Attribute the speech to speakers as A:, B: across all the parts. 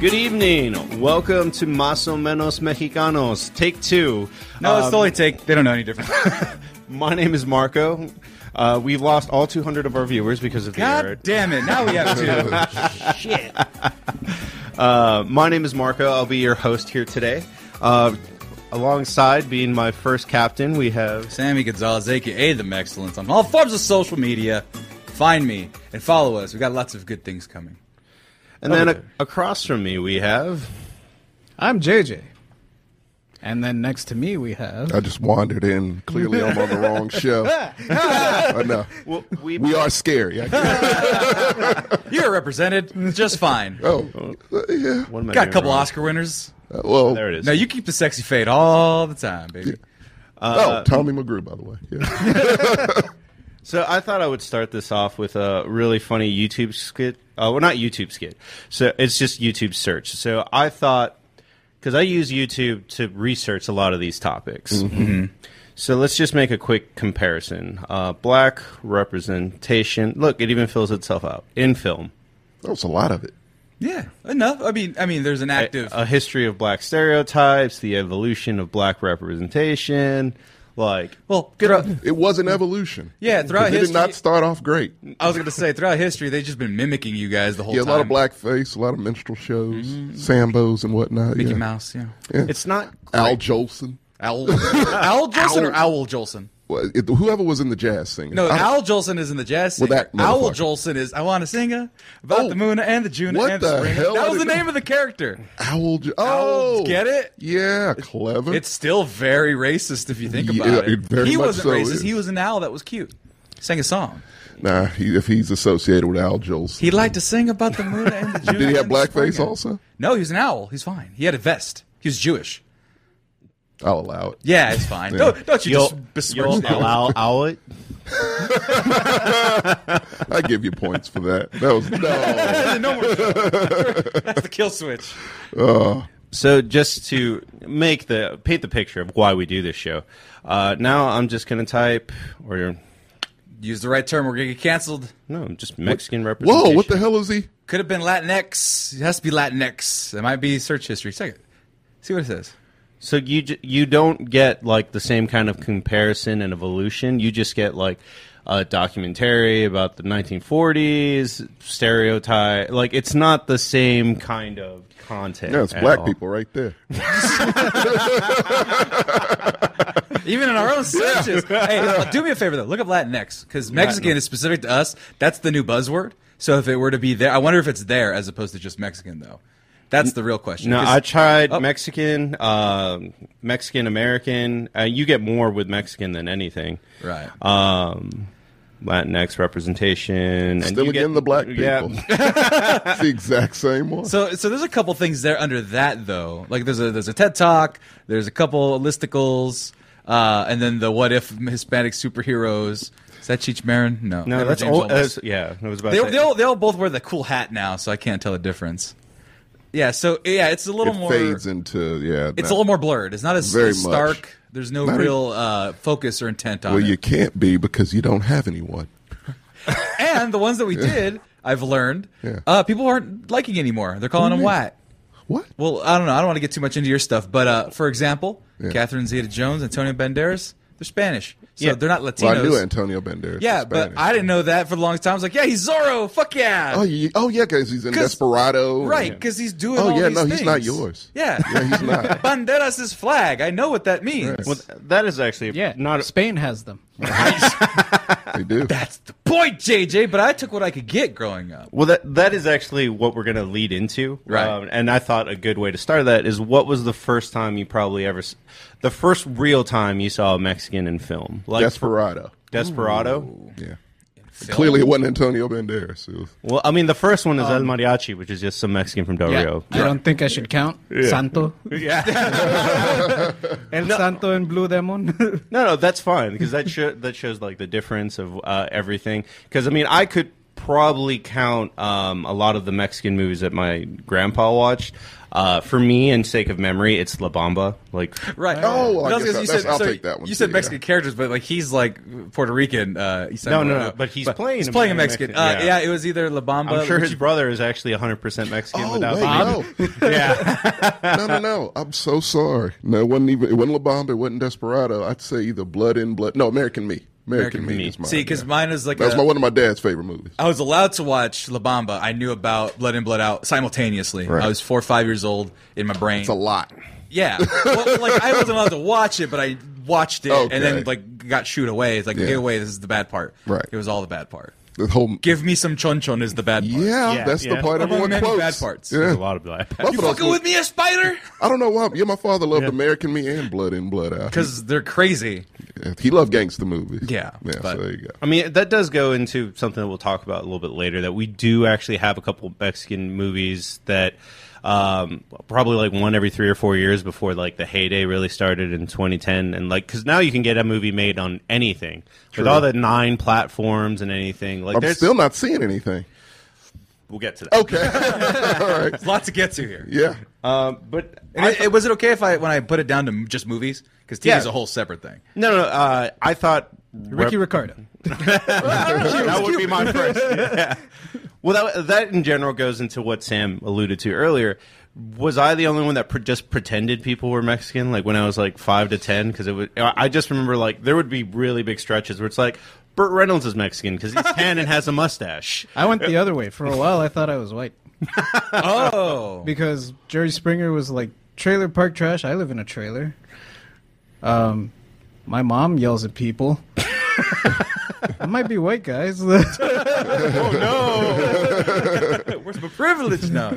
A: Good evening. Welcome to Más o Menos Mexicanos, take two.
B: No, it's
A: Um,
B: the only take. They don't know any different.
A: My name is Marco. Uh, we've lost all 200 of our viewers because of the error.
B: God damn it! Now we have two.
A: Uh, my name is Marco. I'll be your host here today. Uh, alongside being my first captain, we have.
B: Sammy Gonzalez, aka the Excellence, on all forms of social media. Find me and follow us. We got lots of good things coming.
A: And
B: Oh,
A: then a- across from me, we have.
C: I'm JJ. And then next to me we have
D: I just wandered in. Clearly, I'm on the wrong show. I know.
A: Well,
D: We are scary. I can't-
B: You're represented just fine.
D: oh, yeah.
A: what am I
B: Got a
A: doing
B: couple
A: wrong?
B: Oscar winners.
D: Well,
A: There it is.
B: No, you keep the sexy fade all the time, baby.
D: Oh,
A: Uh,
D: Tommy McGrew, by the way. Yeah.
A: So I thought I would start this off with a really funny YouTube skit. Uh, well, not YouTube skit. So it's just YouTube search. So I thought because I use YouTube to research a lot of these topics. So let's just make a quick comparison. Uh, black representation. Look, it even fills itself out in film.
D: That was a lot of it.
B: Yeah, enough. I mean, I mean, there's an
A: A-
B: active.
A: A, history of black stereotypes, the evolution of black representation. Like,
B: well, good.
D: It was an evolution.
B: Yeah, throughout
D: 'Cause It did
B: history-
D: not start off great.
B: I was gonna say throughout history they've just been mimicking you guys the whole
D: Yeah, a
B: time. Mm-hmm.
D: lot of blackface, a lot of minstrel shows, Sambos and whatnot.
B: Mickey
D: yeah.
B: Mouse. Yeah,
A: it's not
D: Al Jolson.
B: Owl. Owl Jolson or Owl Jolson?
D: Well, it- whoever was in the jazz singer.
B: No,
D: I-
B: Owl Jolson is in the jazz.
D: Well,
B: singer.
D: that
B: Owl
D: motherfucker.
B: Jolson is I want to sing a- about
D: Oh.
B: the moon and the June
D: What
B: and the,
D: the
B: spring.
D: hell
B: that was the
D: did-
B: name of the character.
D: Owl. Jo- Oh,
B: get it?
D: Yeah, clever.
B: It's still very racist if you think
D: Yeah,
B: about it.
D: it very
B: he
D: much
B: wasn't
D: so
B: racist.
D: is.
B: He was an owl that was cute. Sang a song.
D: nah. He, if he's associated with Al Jolson,
B: He liked to sing about the moon and the June.
D: did he have
B: and the spring
D: blackface
B: and-
D: also?
B: No, he was an owl. He's fine. He had a vest. He was Jewish.
D: I'll allow it.
B: Yeah, it's fine.
D: Yeah.
B: Don't, don't you
A: you'll,
B: just besmirch
A: you'll
B: the owl.
A: allow owl it.
D: I give you points for that. That was no.
B: No more. That's the kill switch.
A: So just to make the paint the picture of why we do this show, uh, now I'm just going to type or
B: Use the right term. We're gonna get canceled.
A: no, just Mexican representation.
D: Whoa, what the hell is he?
B: Could have been Latinx. It has to be Latinx. It might be search history. Second, see what it says.
A: So you j- you don't get like the same kind of comparison and evolution. You just get like a documentary about the 1940s stereotype. Like it's not the same kind of content.
D: Yeah, it's
A: at
D: black
A: all.
D: people right there.
B: Even in our own searches. Hey, uh, do me a favor though. Look up Latinx because Mexican is specific to us. That's the new buzzword. So if it were to be there, I wonder if it's there as opposed to just Mexican though. That's the real question.
A: No,
B: 'Cause-
A: I tried
B: Oh.
A: Mexican, um Mexican American. Uh, you get more with Mexican than anything,
B: Right.
A: Um, Latinx representation. and
D: Still
A: you get-
D: again, the black people.
A: yeah.
D: it's the exact same one.
B: So, so there's a couple things there under that though. Like there's a there's a TED talk, there's a couple listicles, uh, and then the what if Hispanic superheroes. Is that Cheech Marin? No,
A: No,
B: Edward
A: that's uh,
B: James
A: all.
B: Olmos.
A: that's- yeah, I was about
B: They,
A: to say-
B: they, all, they all both wear the cool hat now, so I can't tell the difference. Yeah, so yeah, it's a
D: it
B: little more.
D: fades into yeah.
B: it's
D: nah.
B: a little more blurred. It's not as,
D: Very
B: as stark.
D: much.
B: There's no
D: Not e-
B: real uh, focus or intent on
D: Well,
B: it.
D: you can't be because you don't have anyone.
B: and the ones that we did, I've learned,
D: Yeah.
B: uh, people aren't liking anymore. They're calling them whack.
D: What?
B: Well, I don't know. I don't want to get too much into your stuff, but uh, for example,
D: Yeah.
B: Catherine Zeta-Jones, Antonio Banderas, they're Spanish, so
A: Yeah.
B: they're not Latinos.
D: Well, I knew Antonio Banderas. was
B: yeah, but
D: Spanish.
B: I didn't know that for the longest time. I was like, yeah, he's Zorro. Fuck yeah.
D: Oh, you, oh yeah, because he's in
B: 'Cause-
D: Desperado. and-
B: Right, because he's doing.
D: Oh,
B: all
D: yeah,
B: these
D: no, he's not
B: things.
D: yours.
B: Yeah,
D: Yeah, he's not.
B: Banderas is flag. I know what that means.
D: Right.
A: Well, that is actually
C: yeah.
A: not. A,
C: Spain has them.
D: they do.
B: That's the point, JJ. But I took what I could get growing up.
A: well, that that is actually what we're going to lead into, Um,
B: Right.
A: and I thought a good way to start that is what was the first time you probably ever, s- the first real time you saw a Mexican in film, like
D: Desperado.
A: Desperado.
D: Yeah. Clearly, it wasn't Antonio Banderas. It was,
A: Well, I mean, the first one is El Mariachi, which is just some Mexican from Del Rio.
C: Um, I don't think I should count. Santo.
A: Yeah.
C: El Santo and Blue Demon.
A: No, no, that's fine because that sho- that shows like the difference of uh, everything. Because I mean, I could probably count um, a lot of the Mexican movies that my grandpa watched. Uh, for me, and sake of memory, it's La Bamba. Like,
B: Right.
D: Oh, I
B: But was
D: guess
B: gonna-
D: that's- I'll
B: so
D: take that one
B: You said
D: too,
B: Mexican
D: yeah.
B: characters, but like he's like Puerto Rican. Uh, he's
A: No, no, no, but he's playing
B: He's
A: a
B: playing a
A: Mexican,
B: Mexican. Uh,
A: yeah.
B: yeah. it was either La Bamba.
A: I'm sure
B: which
A: his
B: you-
A: brother is actually 100% Mexican
D: Oh,
A: without
D: wait,
A: Bob. yeah.
D: no, no, no. I'm so sorry. No, it wasn't even. It wasn't La Bamba. It wasn't Desperado. I'd say either Blood in Blood. No, American Me. American,
B: American
D: Me,
A: Me.
D: is mine.
B: See, because
D: yeah.
B: mine is like
D: that's
B: a-
D: my one of my dad's favorite movies.
B: I was allowed to watch La Bamba. I knew about Blood In Blood Out simultaneously.
D: Right.
B: I was four or five years old in my brain.
D: It's a lot.
B: Yeah, well, like I wasn't allowed to watch it, but I watched it
D: Okay.
B: and then like got shooed away. It's like
D: Yeah.
B: get away. This is the bad part.
D: Right.
B: It was all the bad part.
D: The whole.
B: Give me some chon chon is the bad part.
D: yeah,
A: Yeah,
D: that's
A: yeah.
D: the part
B: One of the
D: everyone
B: many
D: quotes.
B: bad parts.
A: There's
D: Yeah.
A: a lot of that.
D: Both of those
B: Fucking with me, a spider,
D: I don't know why. Yeah, my father loved American Me and Blood in Blood Out.
B: because they're crazy.
D: Yeah, he loved gangster movies.
B: Yeah,
D: yeah.
B: but-
D: so there you go.
A: I mean, that does go into something that we'll talk about a little bit later. That we do actually have a couple Mexican movies that um, probably like one every three or four years before like the heyday really started in 2010, and like because now you can get a movie made on anything with all the nine platforms and anything. Like,
D: I'm
A: there's
D: still Oh. not seeing anything.
A: we'll get to that.
D: Okay. All right.
B: There's a lot to get to here.
D: Yeah.
A: Um, but
B: And I- was it okay if I when I put it down to just movies? Because TV is
A: Yeah.
B: a whole separate thing.
A: no, no, uh, I thought
C: Ricky Ricardo.
A: that would be my first. Yeah. Well, that, that in general goes into what Sam alluded to earlier. Was I the only one that pre- just pretended people were Mexican? Like when I was like five to ten, because it was. I I just remember like there would be really big stretches where it's like Burt Reynolds is Mexican because he's tan and has a mustache.
C: I went the other way. For a while, I thought I was white
B: Oh,
C: because Jerry Springer was like trailer park trash. I live in a trailer. Um, my mom yells at people. I might be white, guys.
B: where's my privilege now?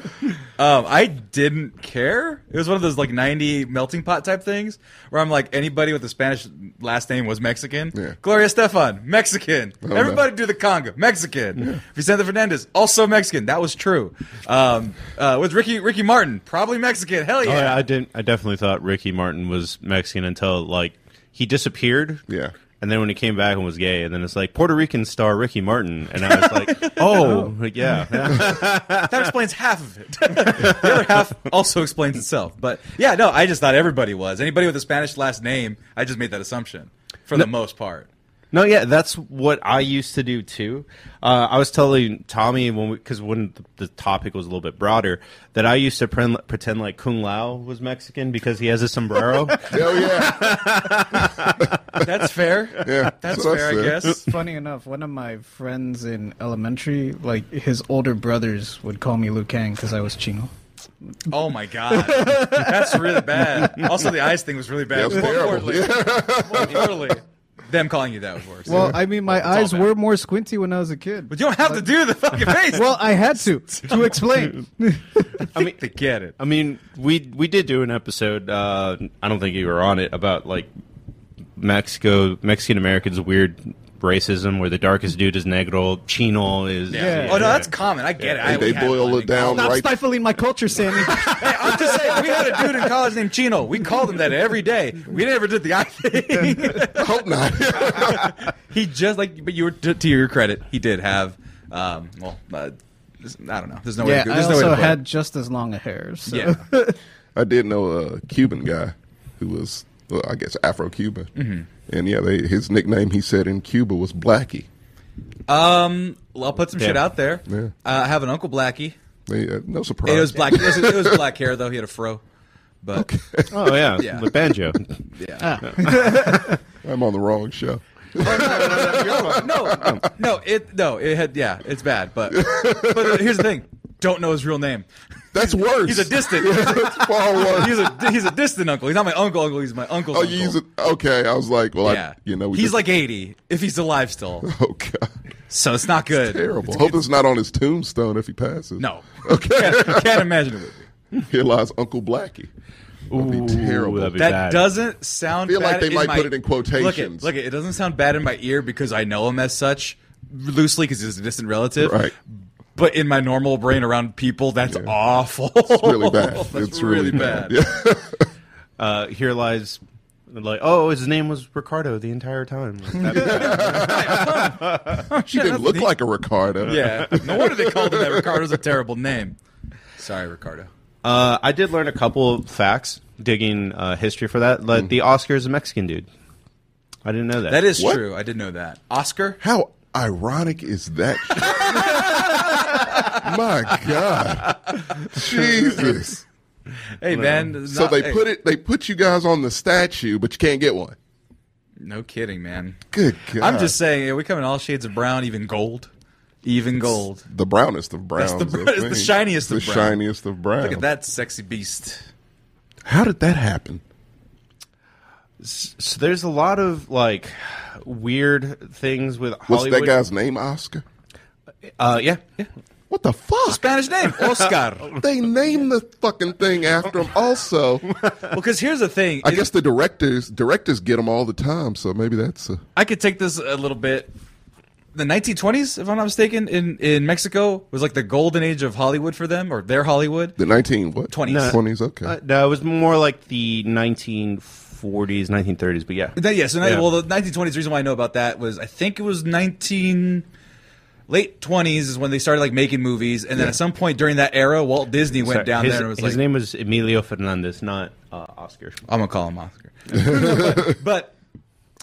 B: um, I didn't care. It was one of those like '90 melting pot type things where I'm like, anybody with a Spanish last name was Mexican.
D: Yeah.
B: Gloria Stefan, Mexican. Everybody do the conga, Mexican. Vicente Fernandez, also Mexican. That was true. Um, uh, with Ricky Ricky Martin, probably Mexican. Hell
A: Oh, yeah,
B: yeah.
A: I didn't. I definitely thought Ricky Martin was Mexican until like he disappeared.
D: Yeah.
A: And then when he came back and was gay, and then it's like Puerto Rican star Ricky Martin, and I was like, oh, yeah, yeah.
B: that explains half of it. the other half also explains itself. But yeah, no, I just thought everybody was anybody with a Spanish last name. I just made that assumption for the most part.
A: No, yeah, that's what I used to do too. Uh, I was telling Tommy when because when the, the topic was a little bit broader that I used to pren- pretend like Kung Lao was Mexican because he has a sombrero.
D: Hell yeah.
B: That's fair.
D: Yeah.
B: That's
D: what
B: fair, I
D: said.
B: guess.
C: Funny enough, one of my friends in elementary, like his older brothers, would call me Liu Kang because I was Chino.
B: Oh my god, that's really bad. Also, the eyes thing was really
D: Yeah,
B: bad.
D: it was terrible.
B: Poorly. Poorly. Them calling you that was worse.
C: Well, I mean, my
B: Oh, all
C: eyes
B: bad.
C: were more squinty when I was a kid.
B: but you don't have to do the fucking face.
C: well, I had to to explain.
B: I mean, they get it.
A: I mean, we we did do an episode. Uh, I don't think you were on it about like Mexico Mexican Americans weird racism where the darkest dude is negro, chino is
C: Yeah.
B: Oh no, that's common. I get it. I
D: They
B: we had
D: boil
B: one.
D: it down
C: Stop
D: right.
C: stifling my culture, Sammy.
B: Hey, I'm just saying, we had a dude in college named Chino. We called him that every day. We never did the eye thing.
D: I hope not.
B: he just like, but you were to, to your credit, he did have. Um, well, uh, this- I don't know. There's no way.
C: yeah,
B: To go.
C: I
B: There's no
C: also
B: way to put
C: had
B: it.
C: just as long a hair. So.
B: Yeah.
D: I did know a Cuban guy who was, well, I guess, Afro Cuban.
B: Mm-hmm.
D: And yeah, they, his nickname he said in Cuba was Blackie.
B: Um, well, I'll put some shit
A: Yeah.
B: out there.
D: Yeah.
B: Uh, I have an uncle Blackie.
D: They, uh, no surprise.
B: It was black. It was, it was black hair though. He had a fro. But
A: Oh yeah,
B: Yeah.
A: the banjo.
B: yeah.
D: I'm on the wrong show. Oh,
B: no, no, it no, it had yeah, it's bad. But but uh, here's the thing: don't know his real name.
D: That's worse.
B: He's a distant.
D: That's far worse.
B: He's a he's a distant uncle. He's not my uncle. Uncle. He's my uncle's
D: oh,
B: uncle.
D: you use it. Okay. I was like, well,
B: yeah,
D: I, you know, we
B: he's
D: just-
B: like eighty if he's alive still.
D: oh, God.
B: So it's not good.
D: Terrible. Hope it's not on his tombstone if he passes.
B: No,
D: Okay.
B: can't, can't imagine it. Would be.
D: Here lies Uncle Blackie. That'd be terrible.
A: that'd be-
B: That
A: bad.
B: doesn't sound.
D: I feel like
B: bad
D: they
B: in
D: might
B: my-
D: put it in quotations.
B: Look it, look it. It doesn't sound bad in my ear because I know him as such loosely because he's a distant relative.
D: Right.
B: But in my normal brain around people, that's awful. It's
D: really bad.
B: Oh, that's
D: It's really bad.
B: bad.
A: Uh, here lies Like, oh, his name was Ricardo the entire time. Like, that-
D: She didn't look like a Ricardo.
B: Yeah. No wonder they called him that. Ricardo's a terrible name. Sorry, Ricardo.
A: uh, I did learn a couple of facts digging uh, history for that. Like the Oscar is a Mexican dude. I didn't know that.
B: Mm. That is
D: What?
B: true. I did know that. Oscar?
D: How ironic is that? My God, Jesus!
B: Hey, man.
D: So they put it. They put you guys on the statue, but you can't get one.
B: No kidding, man.
D: Good God!
B: I'm just saying, yeah, we come in all shades of brown, even gold. Even gold.
D: the brownest of browns.
B: the br-
D: I
B: it's the
D: think.
B: shiniest
D: The
B: of brown.
D: shiniest of brown.
B: Look at that sexy beast.
D: How did that happen?
A: so there's a lot of like weird things with
D: Was
A: Hollywood.
D: that guy's name Oscar?
A: Uh, yeah, yeah.
D: What the fuck?
B: Spanish name, Oscar.
D: They named the fucking thing after him. Also,
B: because here's the thing.
D: I guess the directors directors get them all the time, so maybe that's a,
B: I could take this a little bit. The 1920s, if I'm not mistaken, in, in Mexico was like the golden age of Hollywood for them, or their Hollywood.
D: the nineteen what
B: 20s. No.
D: twenties. Okay,
A: Uh, no, it was more like the 1940s, 1930s. But yeah,
B: That, yeah, so ni-
A: Yeah.
B: well, the 1920s. Reason why I know about that was I think it was 19 late 20s is when they started like making movies, and then at some point during that era, Walt Disney went
A: Sorry,
B: down
A: his,
B: there and was
A: his
B: like,
A: name was Emilio Fernandez, not uh, Oscar.
B: "I'm gonna call him Oscar." but, but,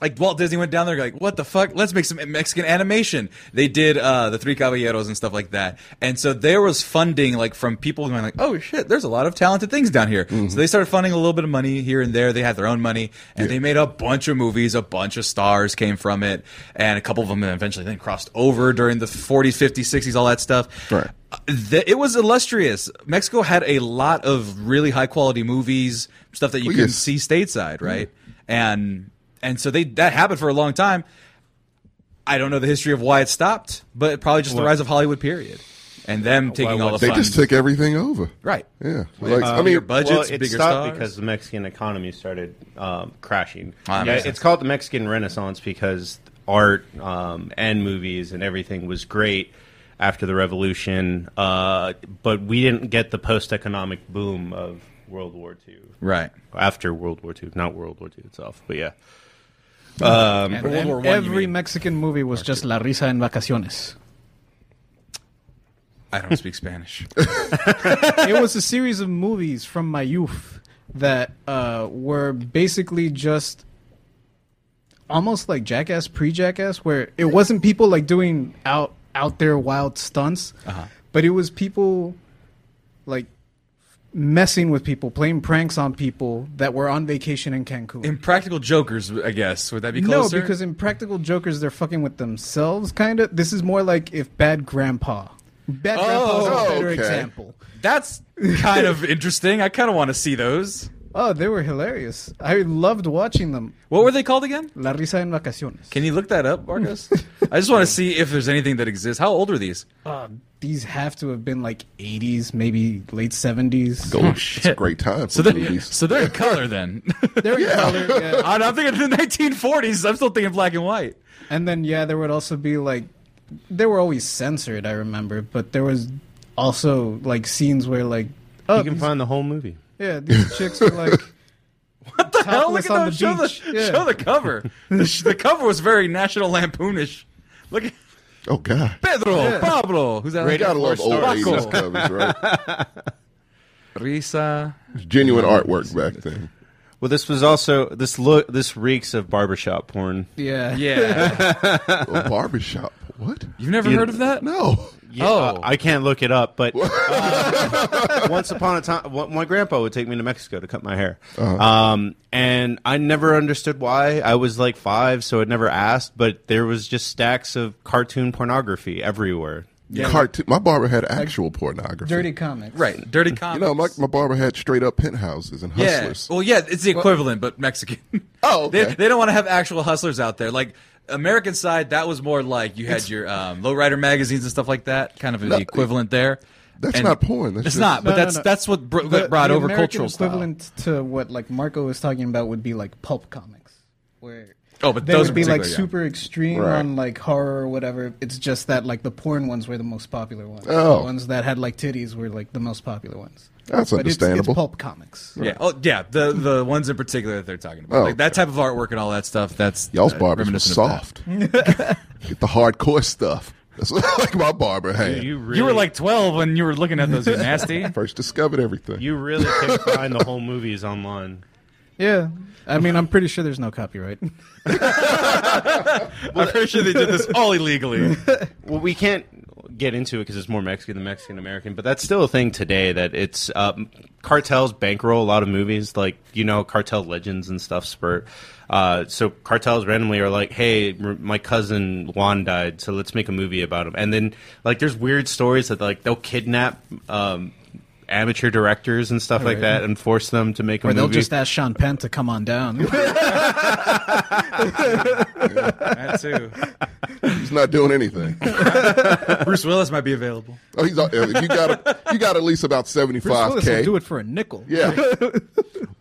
B: like Walt Disney went down there like, "What the fuck? Let's make some Mexican animation." They did uh, the Three Caballeros and stuff like that, and so there was funding like from people going like, "Oh shit, there's a lot of talented things down here." So they started funding a little bit of money here and there. They had their own money, and they made a bunch of movies. A bunch of stars came from it, and a couple of them eventually then crossed over during the 40s, 50s, 60s, all that stuff.
D: Right.
B: Uh, th- it was illustrious. Mexico had a lot of really high quality movies, stuff that you
D: Well,
B: couldn't
D: yes.
B: see stateside, right? And and so they that happened for a long time. I don't know the history of why it stopped, but probably just the
A: Well-
B: rise of Hollywood period and them taking all the
D: they
B: fun.
D: just took everything over.
B: right.
D: Yeah, like I
B: Bigger
D: mean,
B: budgets,
A: well, it
B: bigger
A: stopped
B: stars.
A: because the Mexican economy started um, crashing.
B: Ah,
A: yeah,
B: that makes
A: it's
B: sense.
A: called the Mexican Renaissance because art um, and movies and everything was great after the revolution, uh, but we didn't get the post-economic boom of World War II.
B: right.
A: After World War II, not World War II itself, but yeah.
B: And World War One, you
C: Every
B: mean.
C: Mexican movie was just La Risa en Vacaciones.
B: I don't speak Spanish.
C: it was a series of movies from my youth that uh, were basically just almost like jackass pre-jackass where it wasn't people like doing out out there wild stunts but it was people like messing with people playing pranks on people that were on vacation in cancun
B: Impractical Jokers, I guess. Would that be
C: no
B: closer?
C: because in practical jokers they're fucking with themselves kind of this is more like if bad grandpa bad grandpa's
D: Oh,
C: a better
D: okay.
C: example
B: that's kind of interesting. I kind of want to see those.
C: Oh, they were hilarious. I loved watching them.
B: What were they called again?
C: La risa en vacaciones.
B: Can you look that up, Marcos? I just want to see if there's anything that exists. How old are these?
C: Uh, these have to have been like 80s, maybe late 70s.
D: oh, it's a great time for
B: So they're,
D: movies.
B: so they're in color then.
C: They're in color, yeah.
B: I- I'm thinking the 1940s. I'm still thinking black and white.
C: And then yeah, there would also be like they were always censored. I remember, but there was also like scenes where like oh
A: You can
C: these-
A: find the whole movie.
C: yeah these chicks were like
B: What the hell? Look
C: Topless
B: at
C: on
B: that.
C: the
B: show,
C: beach.
B: the,
C: Yeah.
B: show the cover. the, sh- the cover was very National Lampoonish. Look at
D: oh God,
B: Pedro, Pablo. Who's that?
D: you gotta love old
B: Paco.
D: eighties covers, right?
B: Risa.
D: Genuine artwork back then.
A: Well, this was also this look. This reeks of barbershop porn.
C: yeah
B: Yeah.
D: A barbershop. What?
B: You've never
A: You-
B: heard of that?
D: No.
A: Yeah,
B: Oh.
A: uh, I can't look it up, but uh, once upon a time, wa- my grandpa would take me to Mexico to cut my hair, um, and I never understood why. I was like five, so I'd never asked, but there was just stacks of cartoon pornography everywhere.
D: Cartoon. My barber had actual pornography.
C: dirty comics
B: Right. Dirty comics.
D: You know, my, my barber had straight up penthouses and
B: Yeah.
D: hustlers.
B: Well, yeah, it's the equivalent, but Mexican.
D: Oh, okay.
B: they, they don't want to have actual hustlers out there. Like American side, that was more like you had your um, lowrider magazines and stuff like that. Kind of the equivalent there.
D: That's
B: And
D: not porn. That's
B: it's
D: just-
B: not, but
C: No, no,
B: that's
C: no.
B: that's what br-
C: The-
B: brought
C: the
B: over
C: American
B: cultural style.
C: equivalent to what like Marco was talking about would be like pulp comics where
B: Oh, but
C: they
B: those
C: would be
B: in
C: like
B: particular, yeah.
C: super extreme
D: Right.
C: on like horror or whatever. It's just that like the porn ones were the most popular ones.
D: Oh.
C: The ones that had like titties were like the most popular ones.
D: That's
C: But it's, it's
D: understandable.
C: pulp comics.
B: Yeah. Oh, yeah. The the ones in particular that they're talking about,
D: Oh,
B: like that type of artwork and all that stuff. That's
D: Y'all's
B: uh,
D: barbers were
B: reminiscent of that.
D: soft. Get the hardcore stuff. That's like my barber had.
A: You really,
B: You were like twelve when you were looking at those. You nasty.
D: First discovered everything.
A: you really can find the whole movies online.
C: Yeah. I mean, I'm pretty sure there's no copyright.
B: I'm pretty sure they did this all illegally.
A: Well, we can't get into it because it's more Mexican than Mexican American, but that's still a thing today that it's um, cartels bankroll a lot of movies. Like, you know, cartel legends and stuff spurt. Uh, so cartels randomly are like, hey, r- my cousin Juan died, so let's make a movie about him. And then, like, there's weird stories that, like, they'll kidnap. Um, amateur directors and stuff like
C: Alright.
A: that and force them to make a
C: Or
A: movie
C: they'll just ask Sean Penn to come on down.
B: that too.
D: He's not doing anything.
B: Bruce Willis might be available.
D: Oh, he's, out- you got a- you got at least about seventy
C: Bruce
D: five
C: Willis will
D: k.
C: do it for a nickel.
D: Yeah,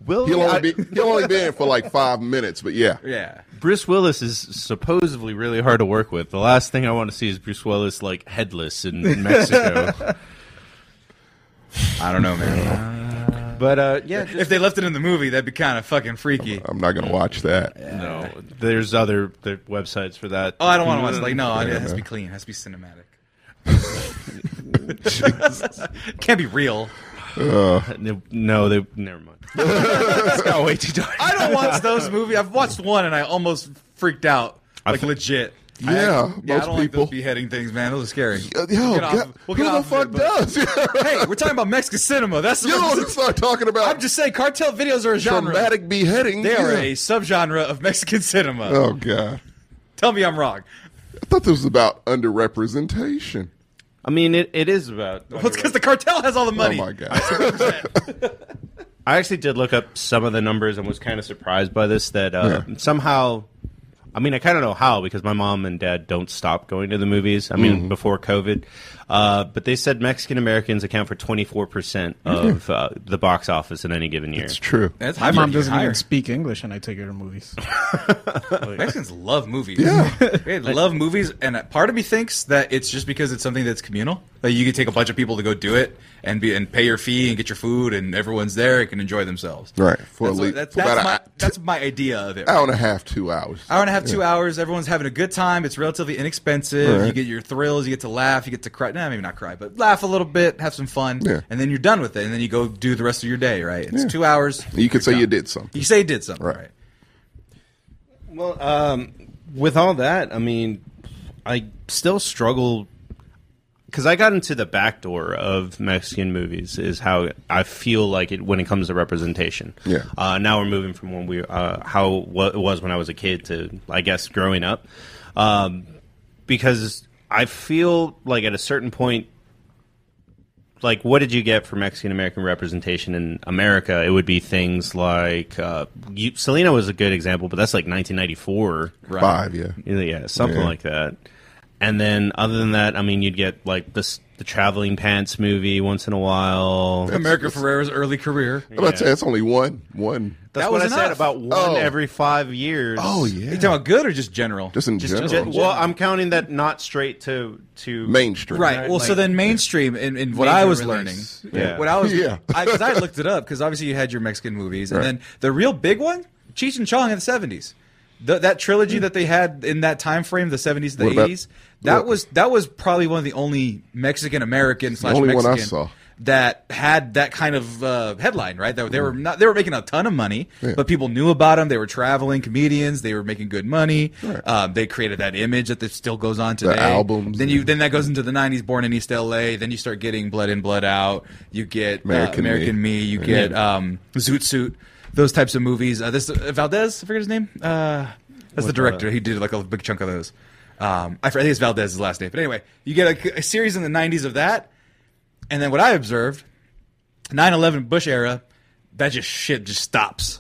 A: Will-
D: he'll
A: I-
D: only be he'll only be in for like five minutes, but yeah,
B: Yeah.
A: Bruce Willis is supposedly really hard to work with. The last thing I want to see is Bruce Willis like headless in Mexico.
B: I don't know, man.
A: but uh, yeah,
B: if they left it in the movie, that'd be kind of fucking freaky.
D: I'm not gonna watch that.
A: no, there's other the websites for that.
B: Oh, I don't want to watch. Like, no, it has to be clean. It has to be cinematic. Can't be real.
A: No, no, they never mind. it's got way too dark.
B: I don't watch those movies. I've watched one and I almost freaked out. Like
A: I've-
B: legit.
D: Yeah,
B: I, yeah, I
D: most
B: don't like
D: people.
B: those beheading things, man. Those are scary.
D: Uh, Yo,
B: We'll get off-
D: God,
B: we'll
D: who
B: get
D: the
B: off of
D: fuck
B: it, but-
D: does?
B: Hey, we're talking about Mexican cinema. That's the
D: you don't want to start talking about
B: I'm just saying, cartel videos are a genre.
D: traumatic beheading.
B: They are
D: Yeah.
B: a subgenre of Mexican cinema.
D: Oh god,
B: Tell me I'm wrong.
D: I thought this was about underrepresentation.
A: I mean, it, it is about.
B: Well, it's because the cartel has all the money.
D: Oh my god,
A: I actually did look up some of the numbers and was kind of surprised by this that uh,
D: Yeah.
A: somehow. I mean, I kind of know how because my mom and dad don't stop going to the movies. I
D: Mm-hmm.
A: mean, before COVID, uh, but they said Mexican Americans account for twenty four percent of uh, the box office in any given year.
D: Mm-hmm. it's true.
B: That's
C: My mom doesn't
B: higher.
C: even speak English, and I take her to movies.
B: Mexicans love movies.
D: Yeah.
B: they love movies, and part of me thinks that it's just because it's something that's communal. Like you can take a bunch of people to go do it and be and pay your fee and get your food, and everyone's there and can enjoy themselves.
D: Right, for
B: That's,
D: at
B: what-
D: least-
B: that's,
D: for
B: that's
D: about
B: my
D: a-
B: that's my idea of it.
D: Hour and a half, two hours.
B: Hour and a half, two hours. Everyone's having a good time. It's relatively inexpensive.
D: Right.
B: You get your thrills. You get to laugh. You get to cry. Nah, maybe not cry, but laugh a little bit, have some fun,
D: Yeah.
B: and then you're done with it. And then you go do the rest of your day. Right? It's
D: Yeah.
B: two hours.
D: You could say
B: done.
D: you did something.
B: You say you did something.
D: Right.
B: right.
A: Well, um, with all that, I mean, I still struggle because I got into the back door of Mexican movies is how I feel like it when it comes to representation.
D: Yeah.
A: Uh, now we're moving from when we uh, how what it was when I was a kid to I guess growing up, um, because I feel like at a certain point. Like, what did you get for Mexican American representation in America? It would be things like uh, you, Selena was a good example, but that's like 1994. Right.
D: Five, yeah.
A: Yeah, yeah, something
D: Yeah.
A: like that. And then other than that, I mean, you'd get like this the traveling pants movie once in a while.
B: America Ferrera's early career.
D: I'm about to say that's only one. One.
A: That's
B: That
A: what
B: was
A: I said
B: enough.
A: about one
D: Oh.
A: every five years.
D: Oh yeah.
B: You talking about good or just general?
D: Just in
A: Just-
D: general.
A: just- well, I'm counting that not straight to to
D: mainstream.
B: right. Well, so
A: like-
B: then mainstream and, and what
C: Major
B: I was
C: release.
B: learning,
A: Yeah.
B: what I was,
D: Yeah.
B: because I, looked it up because obviously you had your Mexican movies
D: Right.
B: and then the real big one, Cheech and Chong in the seventies. Th that trilogy that they had in that time frame, the seventies, the
D: What about-
B: eighties, that
D: what-
B: was that was probably one of the only Mexican American slash
D: only one I
B: Mexican
D: saw.
B: that had that kind of uh, headline, right? That they were not they were making a ton of money,
D: Hmm. Yeah.
B: but people knew about them. They were traveling comedians. They were making good money.
D: Right.
B: Um, they created that image that this still goes on today.
D: albums
B: Then
D: and-
B: you then that goes into the 90s born in east la then you start getting blood in blood out you get american,
D: American
B: american me.
D: Me.
B: you get um, zoot suit those types of movies uh, this uh, valdez i forget his name uh, that's the director he did like a big chunk of those um, I, fr- I think it's valdez's last name but anyway you get a, a series in the 90s of that and then what i observed 9-11 bush era that just shit just stops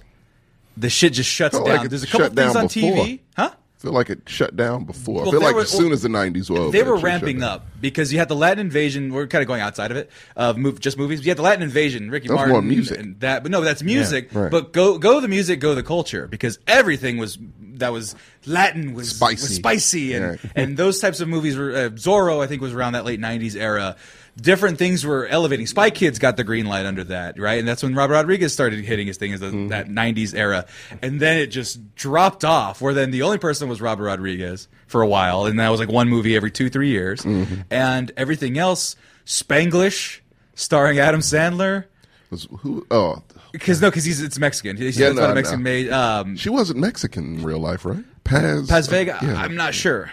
B: the shit just shuts
D: Felt
B: down
D: like it
B: there's a couple
D: shut down
B: things on
D: before.
B: tv huh
D: I feel like it shut down before.
B: Well,
D: I feel
B: there
D: like
B: were-
D: as soon as the 90s were over,
B: they
D: it
B: were
D: just shut
B: ramping
D: down.
B: up because you had the Latin invasion. We're kind of going outside of it, of move, just movies. You had the Latin invasion, Ricky
D: That was
B: Martin,
D: more music.
B: and that. But no, that's music.
D: right.
B: But go, go the music, go the culture, because everything was that was Latin was
D: Spicy.
B: was spicy, and
D: Yeah.
B: and those types of movies were uh, Zorro. I think was around that late '90s era. different things were elevating. Spy Kids got the green light under that, right? And that's when Robert Rodriguez started hitting his thing as the,
D: Mm-hmm.
B: that '90s era, and then it just dropped off. Where then the only person was Robert Rodriguez for a while, and that was like one movie every two, three years,
D: Mm-hmm.
B: and everything else, Spanglish, starring Adam Sandler.
D: Was who? Oh,
B: Because no, because he's it's Mexican. He's
D: Yeah,
B: that's
D: no,
B: what a
D: no.
B: Mexican made. Um,
D: she wasn't Mexican in real life, right? Paz.
B: Paz Vega.
D: yeah.
B: I'm not sure.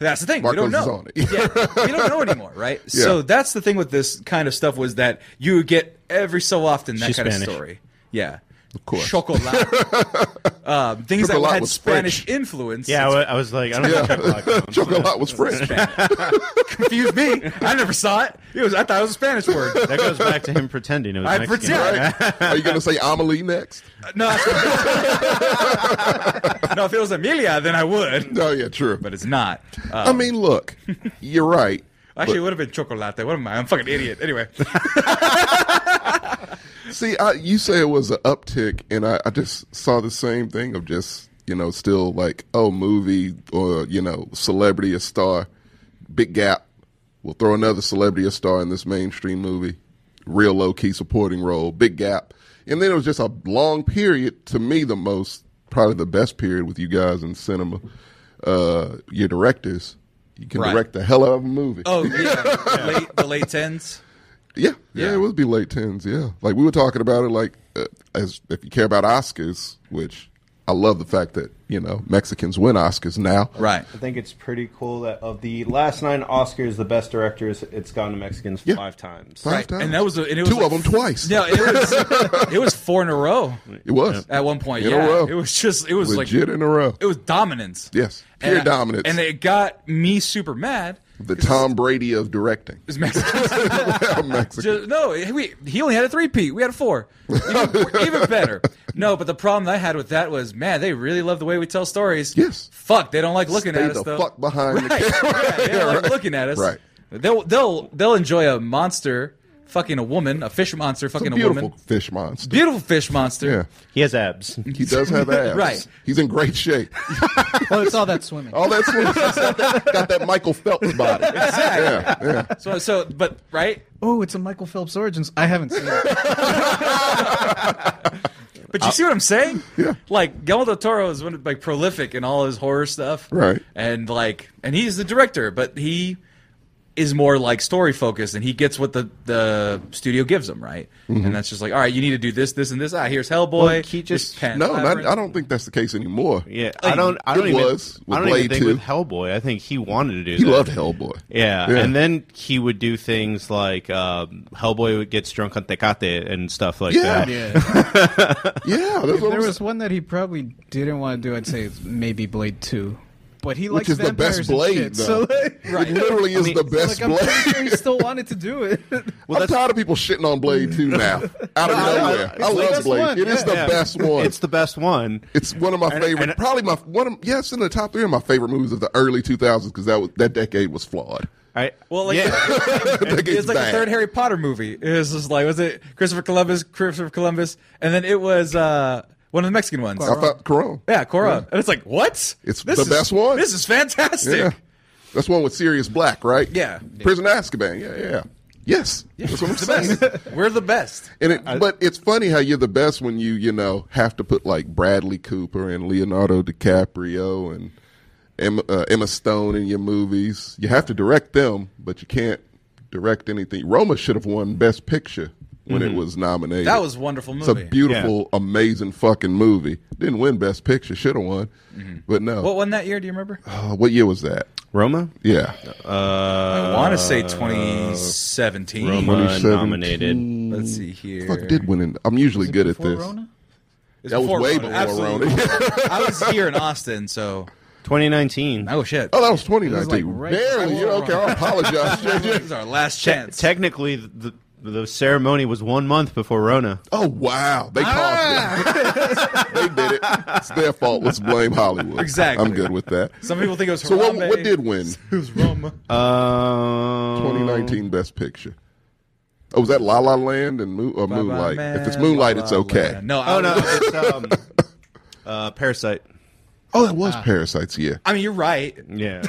B: That's the thing. we don't
D: Marcos is
B: know.
D: on it.
B: yeah, we don't know anymore, right? So
D: Yeah.
B: that's the thing with this kind of stuff was that you would get every so often that
A: She's
B: kind
A: Spanish.
B: of story. Yeah. Of
D: course.
B: Chocolate. um, things
D: Chocolat
B: that had
D: was
B: Spanish
D: French.
B: influence.
A: Yeah, I wa- I was like, I don't know. Chuck Black on.
D: Chocolat was French.
B: confused me. I never saw it. It was I thought it was a Spanish word.
A: That goes back to him pretending it was
B: I
A: Mexican.
B: pretend.
D: Right? Are you gonna say Amelie next?
B: No, that's- no, if it was Amelia, then I would.
D: No, yeah, true.
B: But it's not. Uh,
D: I mean, look, you're right.
B: actually, it would have been chocolate. What am I? I'm a fucking idiot. Anyway.
D: See, I, you say it was an uptick, and I, I just saw the same thing of just you know still like oh movie or you know celebrity or star, big gap. We'll throw another celebrity or star in this mainstream movie, real low key supporting role, big gap, and then it was just a long period. To me, the most probably the best period with you guys in cinema. Uh, your directors, you can
B: Right.
D: direct the hell out of a movie.
B: Oh yeah, late, the late tens.
D: Yeah, yeah,
B: Yeah.
D: it would be late tens. Yeah, like we were talking about it. Like, uh, as if you care about Oscars, which I love the fact that you know Mexicans win Oscars now.
B: Right.
A: I think it's pretty cool that of the last nine Oscars, the best directors, it's gone to Mexicans
D: Yeah.
A: five times.
D: Five
B: Right.
D: times.
B: And that was a- and it was
D: two of
B: like-
D: them twice.
B: No, it was it was four in a row
D: it was
B: at one point.
D: In a
B: yeah,
D: row.
B: it was just it was
D: legit
B: like
D: in a row.
B: it was dominance.
D: yes, pure
B: and I-
D: dominance.
B: and it got me super mad.
D: the Tom Brady of directing.
B: It was Mexicans.
D: Mexican.
B: Just- no, we, he only had a three P. We had a four. Even, even better. No, but the problem I had with that was, man, they really love the way we tell stories.
D: Yes.
B: Fuck, they don't like looking
D: Stay
B: at us
D: the
B: though.
D: fuck behind the
B: Right. Yeah, they don't like looking at us.
D: Right.
B: They'll they'll they'll enjoy a monster fucking a woman, a fish monster fucking a
D: Beautiful
B: woman.
D: fish monster.
B: Beautiful fish monster.
D: Yeah,
A: He has abs.
D: he does have abs.
B: Right.
D: he's in great shape.
C: Well, Oh, it's all that swimming.
D: All that's got that Michael Phelps body. Yeah, yeah.
B: So, so, but right,
C: Oh, it's a Michael Phelps Origins. I haven't seen it.
B: but you see what I'm saying? Yeah. Like Guillermo del Toro is one of, like prolific in all his horror stuff,
D: Right.
B: And like, and he's the director, but he is more like story focused, and he gets what the the studio gives him, right?
D: Mm-hmm.
B: And that's just like, all right, you need to do this, this, and this. Ah, here's Hellboy.
A: Well, he
B: here's
A: just-
B: Pan's
D: No, not,
B: Labyrinth.
D: I don't think that's the case anymore.
A: Yeah, I don't. I
D: It
A: don't even.
D: was with
A: I don't even
D: Blade
A: think
D: 2.
A: with Hellboy. I think he wanted to do.
D: He
A: that.
D: loved Hellboy.
A: Yeah.
D: Yeah.
A: and then he would do things like um, Hellboy gets drunk on Tecate and stuff like
D: Yeah.
A: that.
C: Yeah.
D: Yeah, that's what
C: there
D: I'm
C: was
D: saying.
C: one that he probably didn't want to do. I'd say it's maybe Blade Two, but he likes
D: which is the
C: vampires
D: best
C: and
D: blade.
C: shit,
D: though.
C: so like,
D: It literally is the best
C: like, I'm
D: blade.
C: pretty sure he still wanted to do it.
D: I'm tired of people shitting on Blade too now. Out of nowhere, I,
C: the
D: love
C: best
D: Blade.
C: one,
D: It is
C: yeah.
D: the
A: Yeah.
D: best one.
A: It's
D: It's,
A: the best one.
D: one of my
A: And-
D: favorite,
A: and-
D: probably my one. Of, yeah, it's in the top three of my favorite movies of the early 2000s because that was, that decade was flawed.
A: I,
B: Well, like
D: That
B: it's like
D: bad.
B: the third Harry Potter movie. It was just like was it Christopher Columbus, Christopher Columbus, and then it was uh, one of the Mexican ones.
D: I thought Corona.
B: Yeah, Cora. And it's like, what?
D: It's
B: This
D: the
B: is-
D: best one.
B: This is fantastic.
D: Yeah. That's the one with Sirius Black, right?
B: Yeah.
D: Prison Azkaban. Yeah, yeah. Yes. That's what I'm saying.
B: We're the best.
D: And it, but it's funny how you're the best when you you know have to put like Bradley Cooper and Leonardo DiCaprio and Emma, uh, Emma Stone in your movies. You have to direct them, but you can't direct anything. Roma should have won Best Picture when
C: Mm-hmm.
D: it was nominated.
B: That was a wonderful
D: It's a
B: movie.
D: beautiful, amazing fucking movie. Didn't win Best Picture. Should have won,
C: Mm-hmm.
D: but no.
B: what one that year? Do you remember?
D: Uh, what year was that?
A: Roma. Uh,
D: Yeah,
B: I want to say 2017.
A: Roma
D: 2017.
A: nominated.
B: Let's see here.
D: fuck did win. In, I'm usually good at
C: Before
D: this.
C: Rona?
B: It's
D: That was
B: before
D: way
B: Rona.
D: before
B: Absolutely.
D: Rona.
B: I was here in Austin, so
A: 2019.
B: oh shit.
D: Oh, that was 2019.
C: like right
D: Barely.
C: before
D: okay, I apologize.
B: this is our last
A: Te-
B: chance.
A: technically, the the ceremony was one month before Rona.
D: Oh wow, they
B: Ah.
D: caused it. they did it. It's their fault. Let's blame Hollywood.
B: Exactly.
D: I'm good with that.
B: Some people think it was
D: So what,
B: Harambe.
D: what did win?
B: It was Roma.
A: Um,
D: 2019 Best Picture. Oh, was that La La Land and Moon, or
B: Bye-bye,
D: Moonlight?
B: man,
D: if it's Moonlight,
B: blah,
D: it's
B: blah,
D: okay.
B: blah. No, I
A: Oh no,
B: was-
A: it's um, uh, Parasite.
D: Oh, that
B: Ah.
D: was Parasites. Yeah,
B: I mean, you're right.
A: Yeah.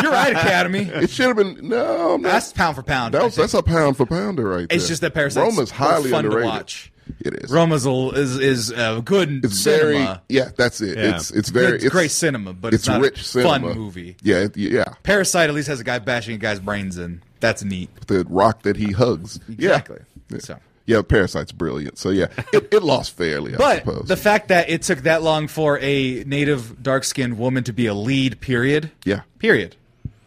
B: You're right, Academy.
D: it should have been. No, I'm not.
B: That's pound for pound.
D: that
B: I
D: was,
B: think.
D: that's a pound for pounder right there.
B: It's just that Parasites
D: Roma's
B: are
D: highly
B: fun to
D: underrated.
B: watch.
D: It is.
B: Roma's a, is is uh, good
D: it's
B: cinema.
D: very. Yeah, that's it. It's it's
B: Good-
D: very.
B: it's great cinema, but it's,
D: It's
B: not
D: rich
B: a
D: cinema.
B: fun movie.
D: Yeah, it, yeah.
B: Parasite at least has a guy bashing a guy's brains in. That's neat.
D: The rock that he hugs. Yeah.
B: Exactly.
D: Yeah.
B: So.
D: Yeah, Parasite's brilliant. So yeah, it, it lost fairly, I
B: But
D: suppose.
B: the fact that it took that long for a native dark skinned woman to be a lead, period.
D: Yeah.
B: Period.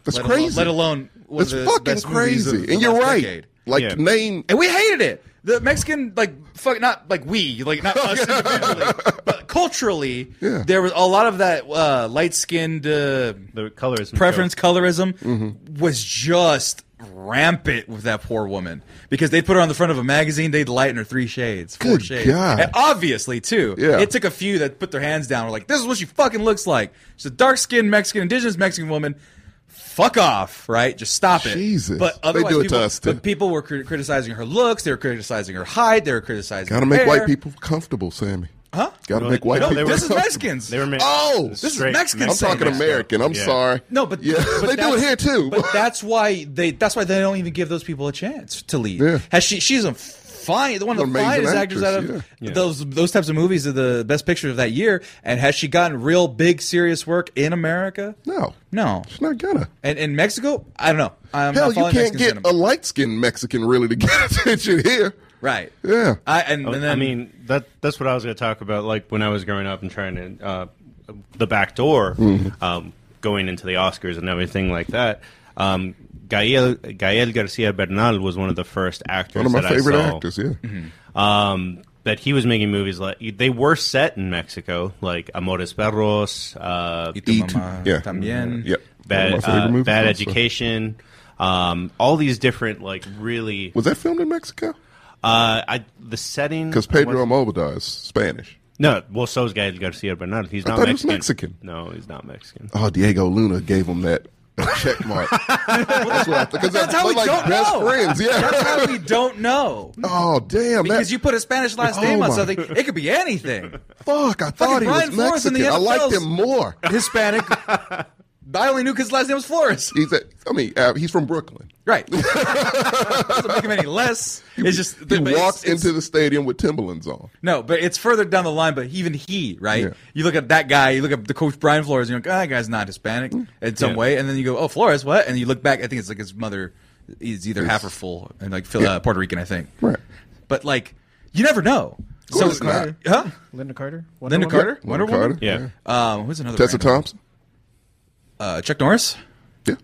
D: That's
B: let alo-
D: crazy.
B: let alone one
D: That's
B: of the
D: fucking
B: best movies of
D: crazy.
B: the
D: And you're
B: last
D: right.
B: decade.
D: Like
A: Yeah.
D: name
B: And we hated it. The Mexican, like, fuck, not like we, like, not us individually, but culturally,
D: Yeah.
B: there was a lot of that uh, light skinned uh,
A: the colors.
B: preference colorism
D: Mm-hmm.
B: was just rampant with that poor woman because they'd put her on the front of a magazine they'd lighten her three shades four
D: Good
B: shades
D: God.
B: And obviously too
D: Yeah.
B: it took a few that put their hands down were like this is what she fucking looks like she's a dark-skinned mexican indigenous mexican woman fuck off right just stop it
D: Jesus.
B: but
D: They
B: otherwise
D: do it to
B: people,
D: us, too.
B: but people were cri- criticizing her looks they were criticizing her height they were criticizing
D: Gotta
B: her
D: make
B: hair.
D: white people comfortable, Sammy.
B: Huh?
D: Gotta
A: No,
D: make white
A: no, they
D: people
A: were-
B: this is
D: comfortable.
B: mexicans
A: They were made.
D: Oh!
A: straight
D: This
B: is Mexican
D: I'm
B: Same
D: talking
B: Mexico.
D: American. I'm
A: Yeah.
D: sorry.
B: No, but
D: yeah,
B: but
D: they do it
B: that's-
D: here too.
B: But that's why they that's why they don't even give those people a chance to lead.
D: Yeah.
B: Has she? She's a fine, one of the
D: Amazing
B: finest actors out
D: actress,
B: of those those types of movies are the best picture of that year. And has she gotten real big serious work in America?
D: no,
B: No.
D: it's not gonna.
B: And in Mexico, I don't know. I'm
D: Hell,
B: not
D: you
B: following
D: can't
B: Mexican
D: get
B: cinema.
D: a light skinned Mexican really to get attention here.
B: right.
D: Yeah.
B: I and, and then
A: Oh, I mean, that that's what I was going to talk about. Like when I was growing up and trying to uh, the back door,
D: Mm-hmm.
A: um, going into the Oscars and everything like that. Um, Gael, Gael Garcia Bernal was one of the first actors.
D: One of my
A: that
D: favorite
A: I saw.
D: actors, yeah.
B: Mm-hmm.
A: um, that he was making movies like they were set in Mexico, like Amores Perros, uh,
B: Y tu
D: E two-
B: mamá
D: yeah.
B: también.
D: Yep. One
A: Bad,
D: of my favorite
A: uh,
D: movies
A: Bad
D: also.
A: Education, um, all these different like really.
D: Was that filmed in Mexico?
A: Uh, I the setting
D: Because Pedro
A: was-
D: Almodovar is Spanish.
A: no, well, so is Gael Garcia Bernal. He's not
D: thought he was
A: Mexican.
D: Mexican.
A: No, he's not Mexican.
D: Oh, Diego Luna gave him that check mark. that's what I think.
B: That's how we
D: like
B: don't
D: best
B: know.
D: friends.
B: That's
D: Yeah.
B: how we don't know.
D: oh damn!
B: Because
D: that,
B: you put a Spanish last
D: Oh
B: name on
D: my-
B: something, it could be anything.
D: fuck. I thought he
B: Brian
D: was
B: Flores in
D: Mexican.
B: the
D: I liked
B: NFL's
D: him more.
B: Hispanic. I only knew because his last name was Flores.
D: He's a, I mean, uh, he's from Brooklyn.
B: Right. Doesn't make him any less. It's just
D: He
B: but it's-
D: walked
B: it's-
D: into the stadium with Timberlands on.
B: no, but it's further down the line. But even he, right?
D: Yeah.
B: You look at that guy. You look at the coach Brian Flores. And you're like, ah, that guy's not Hispanic
D: Mm.
B: in some
A: Yeah.
B: way. And then you go, oh, Flores, what? And you look back. I think it's like his mother is either half or full and like Phil, uh, Puerto Rican, I think.
D: Right.
B: But like, you never know. So,
D: course not.
B: huh?
C: Linda Carter. Wonder
B: Linda
C: Woman?
B: Carter, Wonder Woman.
D: Carter?
A: Yeah.
B: Um, who's another?
D: Tessa
B: random?
D: Thompson.
B: Uh, Chuck Norris.
D: Yeah.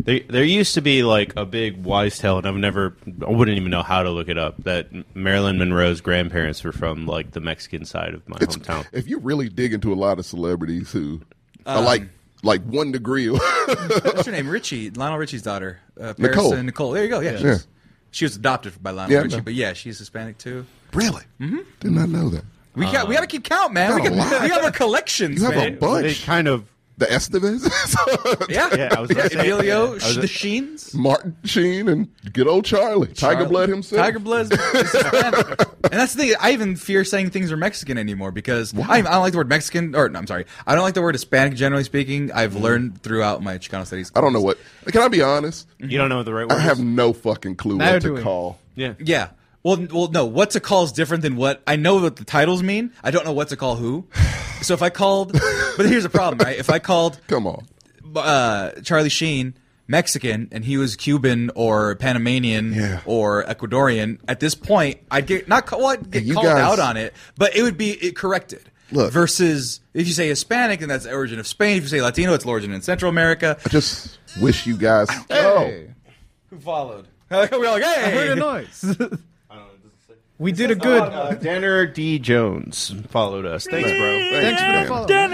A: There, there used to be like a big wise tale, and I've never, I wouldn't even know how to look it up. That Marilyn Monroe's grandparents were from like the Mexican side of my
D: It's,
A: hometown.
D: if you really dig into a lot of celebrities who are
B: Um.
D: like like one degree,
B: What's her name? Richie, Lionel Richie's daughter. Uh, Paris
D: Nicole.
B: and Nicole. There you go. Yeah.
D: Yeah.
B: she's- She was adopted by Lionel
D: Yeah, I
B: Richie,
D: know.
B: but yeah, she's Hispanic too.
D: really, did not know that.
B: We got
A: Uh,
B: we got to keep count, man. We,
D: got a
B: got-
D: lot.
B: we have our collections,
D: You have
B: man.
D: a bunch.
A: They kind of,
D: the Estevez,
B: yeah.
A: Yeah, I was gonna say-
B: Emilio,
A: I was-
B: the Sheens,
D: Martin Sheen, and good old Charlie, Tiger
B: Charlie-
D: Blood himself.
B: Tiger Blood, is Hispanic. and that's the thing. I even fear saying things are Mexican anymore because I, I don't like the word Mexican. Or no, I'm sorry, I don't like the word Hispanic. Generally speaking, I've learned throughout my Chicano studies.
D: I don't know what. Can I be honest?
A: you don't know the right word.
D: I have no fucking clue
C: Neither
D: what
C: do
D: to
C: we.
D: call.
A: yeah.
B: Yeah. Well, n- well, no. What to call is different than what I know. What the titles mean. I don't know what to call who. So if I called, but here's the problem, right? If I called
D: Come on.
B: uh, Charlie Sheen Mexican and he was Cuban or Panamanian
D: Yeah.
B: or Ecuadorian, at this point I'd get not ca- well, I'd get
D: You
B: called
D: guys-
B: out on it, but it would be it corrected.
D: Look.
B: Versus if you say Hispanic, then that's the origin of Spain. If you say Latino, it's the origin in Central America.
D: I just wish you guys.
C: Hey.
B: Who followed? We're like, hey,
C: I heard a noise. we did a good.
A: Uh, Danner D. Jones followed us. Thanks, bro.
D: Thanks, Oh, man.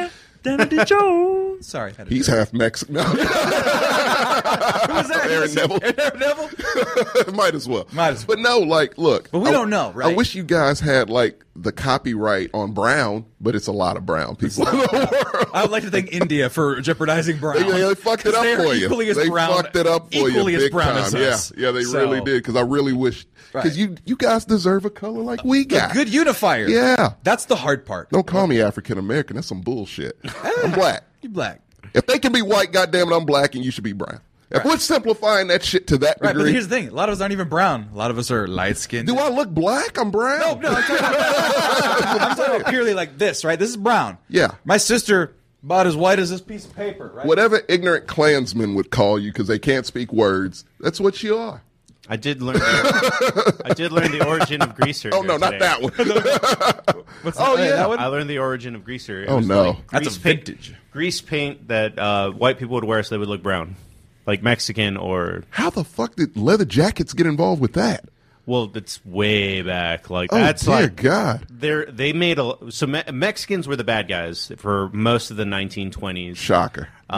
C: follow.
B: Sorry, I had to-
D: He's half Mexican. No.
B: Who was that?
D: Aaron Neville.
B: Aaron Neville?
D: Might as well.
B: Might as well.
D: But no, like, look.
B: But we
D: I-
B: don't know,
D: I
B: right?
D: wish you guys had like the copyright on Brown, but it's a lot of Brown people in the world.
B: I would like to thank India for jeopardizing Brown.
D: They, they fucked
B: 'Cause
D: it up
B: they are
D: for you.
B: Equally as
D: they
B: brown,
D: fucked it up for
B: equally
D: you.
B: as
D: big
B: brown
D: time.
B: as
D: yeah,
B: us.
D: yeah, they
B: So,
D: really did. Because I really wish because
B: Right.
D: you you guys deserve a color like we got.
B: Good unifier.
D: Yeah.
B: That's the hard part.
D: Don't call me African American. That's some bullshit. I'm black.
B: You black.
D: If they can be white, goddamn it, I'm black, and you should be brown. If we're simplifying that shit to that
B: Right, but
D: degree,
B: here's the thing. A lot of us aren't even brown. A lot of us are light skinned.
D: do I look black? I'm brown.
B: No, no, I'm talking, about, I'm talking about purely like this, right? This is brown.
D: Yeah.
B: My sister about as white as this piece of paper, right?
D: Whatever ignorant Klansmen would call you because they can't speak words, that's what you are.
A: I did learn. The, I did learn the origin of greaser.
D: Oh no, not that one.
B: What's
D: Oh,
B: that-
D: yeah.
B: that one?
A: I learned the origin of greaser. It
D: Oh,
A: was
D: no.
A: like
B: That's
A: grease
B: a
A: paint-
B: vintage.
A: grease paint that uh, white people would wear so they would look brown, like Mexican or
D: How the fuck did leather jackets get involved with that?
A: well, that's way back. Like
D: Oh
A: that's
D: dear
A: like
D: God.
A: They're, they made a so Me- Mexicans were the bad guys for most of the Uh, 1920s.
D: Shocker.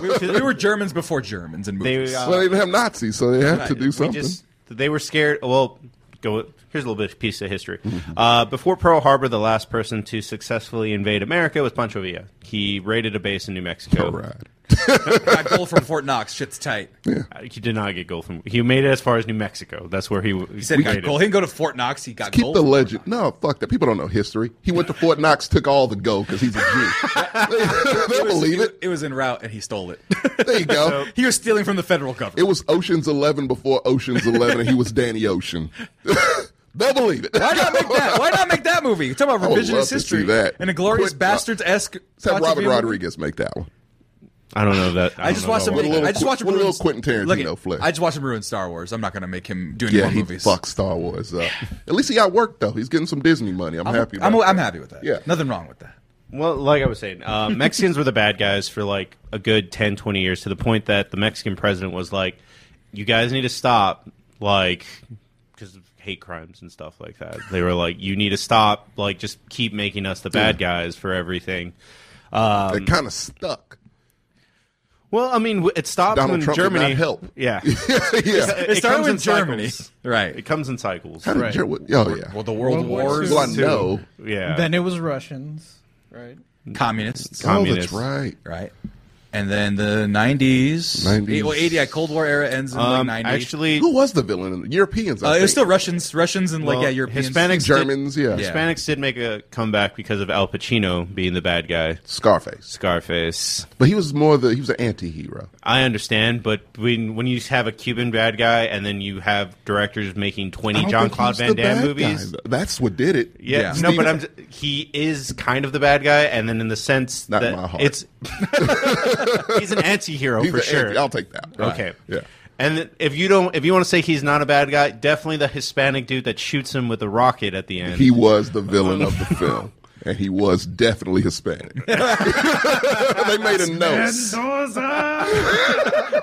B: we, were, we were Germans before Germans in movies.
A: They uh,
D: well, they didn't have Nazis, so they had to do
A: we
D: something.
A: just- they were scared. Well, go. Here's a little bit piece of history.
D: Mm-hmm.
A: Uh, before Pearl Harbor, the last person to successfully invade America was Pancho Villa. He raided a base in New Mexico.
D: All right.
B: Got gold from Fort Knox. Shit's tight.
A: Uh, He did not get gold from. He made it as far as New Mexico. That's where he, he
B: He said he got gold. He didn't go to Fort Knox. He got
D: Keep
B: gold.
D: the
B: from Fort
D: legend. No, fuck that. People don't know history. He went to Fort Knox, took all the gold because he's a Jew. They'll
B: Knox.
D: believe it.
B: It was in route, and he stole it.
D: There you go.
B: he was stealing from the federal government.
D: It was Ocean's Eleven before Ocean's Eleven, and he was Danny Ocean. They'll believe it.
B: Why not make that? Why not make that movie? You talk about
D: I would love
B: revisionist
D: to
B: history
D: see that.
B: and a glorious
D: Quit- uh,
B: bastards esque.
D: Let's have Robert Rodriguez make that one.
A: I don't know that.
B: I just watched him.
A: him.
D: With a
B: Make,
D: little
B: I just
D: Qu-
B: watched him
D: with a
B: ruin-
D: little Quentin
B: Look
D: Tarantino
B: at-
D: flick.
B: I just watched him ruin Star Wars. I'm not going to make him do any
D: Yeah,
B: more
D: he
B: movies.
D: fucked Star Wars up. At least he got work though. He's getting some Disney money. I'm,
B: I'm
D: happy.
B: I'm,
D: about
B: I'm
D: that.
B: happy with that.
D: Yeah.
B: Nothing wrong with that.
A: Well, like I was saying, uh, Mexicans were the bad guys for like a good 10, 20 years to the point that the Mexican president was like, you guys need to stop, like, because of hate crimes and stuff like that. They were like, you need to stop, like, just keep making us the bad guys for everything.
D: That kind of stuck.
A: Well, I mean, w- it stopped
D: Donald
A: when
D: Trump did
A: Germany.
D: not help.
A: Yeah.
D: yeah.
B: It, started
A: comes
B: with
A: in
B: Germany,
A: cycles. It
B: right?
A: comes in cycles.
D: How did
C: Right.
D: Jer- oh yeah.
B: Well, the World,
C: World War
B: Wars,
D: Well, I know.
A: Yeah.
C: Then it was Russians, right?
B: communists,
A: Com- Communists.
D: Oh, that's right.
B: right? And then the '90s,
D: 90s.
B: well, '80, yeah, Cold War era ends in
A: um,
B: like '90.
A: actually,
D: Who was the villain? in the- Europeans. I
B: uh, it
D: think.
B: was still Russians, Russians, and like
A: Well,
B: yeah, Europeans,
A: Hispanics,
D: Germans. Yeah.
B: Yeah.
A: Hispanics did make a comeback because of Al Pacino being the bad guy.
D: Scarface.
A: Scarface.
D: But he was more the he was an anti-hero.
A: I understand, but when when you have a Cuban bad guy and then you have directors making
D: I
A: twenty
D: don't
A: John
D: think
A: Claude
D: he's
A: Van
D: the
A: Damme
D: bad
A: movies,
D: guy. That's what did it.
A: yeah,
B: Yeah.
A: no, but
D: Steven-
A: I'm j- he is kind of the bad guy, and then in the sense
D: Not in
A: that
D: my heart.
A: it's he's an anti-hero
D: He's
A: oh, for
D: an
A: sure.
D: anti- I'll take that.
A: okay,
D: Yeah.
A: And th- if you don't, if you want to say he's not a bad guy, definitely the Hispanic dude that shoots him with a rocket at the end.
D: He was the villain of the film. And he was definitely Hispanic. they made a note.
A: exactly.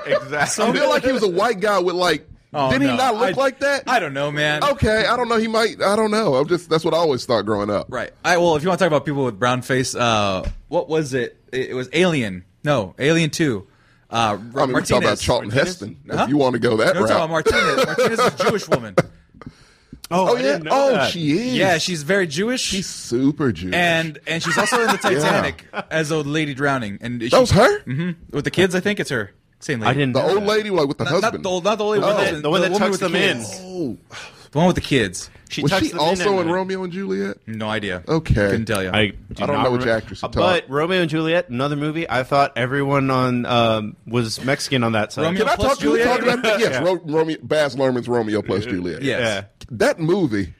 D: I feel like he was a white guy with like.
B: Oh,
D: did
B: no.
D: he not look
B: I-
D: like that?
B: I don't know, man.
D: Okay, I don't know. He might. I don't know. I'm just. That's what I always thought growing up.
B: Right. I well, if you want to talk about people with brown face, uh, what was it? it? It was Alien. No, Alien Two. Uh,
D: I mean,
B: Martinez. Uh-huh.
D: we talk about Charlton Heston. If you want to go that
B: No, we're talking about
D: route.
B: Martinez. Martinez is a Jewish woman.
D: oh
A: I
D: yeah.
A: didn't know
D: Oh,
A: that.
D: she is.
B: Yeah, she's very Jewish.
D: She's super Jewish.
B: and and she's also in the Titanic as a lady drowning. And she,
D: that was her.
B: Mm-hmm. with the kids. I think it's her. Same lady.
A: I didn't.
D: The
A: know
D: old
A: that.
D: lady, like with the
B: Not, not
D: husband.
B: the old, not the old
A: Oh, The one
B: one.
A: that, the one that
B: woman
A: tucks
B: with the
A: them in.
B: kids.
D: oh,
B: The one with the kids.
A: She
D: was
A: tucks
D: she
A: them in at
D: also in
A: night.
D: Romeo and Juliet?
B: No idea.
D: Okay.
B: Couldn't tell you.
A: I, do
D: I don't
A: not
D: know which
A: remember-
D: actress to
A: But
D: talk.
A: Romeo and Juliet, another movie. I thought everyone on um, was Mexican on that side.
B: Romeo-
D: Can I
B: Plus
D: talk to you?
B: Juliet?
D: Talk about that? Yes, Ro- Romeo, Baz Luhrmann's Romeo plus Juliet.
B: yes.
A: Yeah.
D: that movie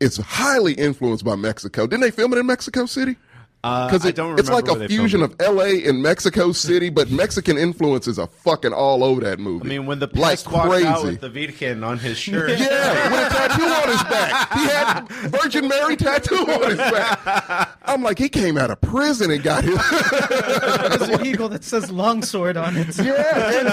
D: is highly influenced by Mexico. Didn't they film it in Mexico City? Because
A: Uh, I don't
D: it's like
A: remember where
D: a
A: they
D: fusion
A: filmed
D: of L.A. and Mexico City, but Mexican influences are fucking all over that movie.
A: I mean, when the
D: like
A: priest walked
D: crazy.
A: out with the Vatican on his shirt.
D: yeah, with a tattoo on his back. He had Virgin Mary tattoo on his back. I'm like, he came out of prison and got his.
C: There's an eagle that says longsword on it.
D: yeah, and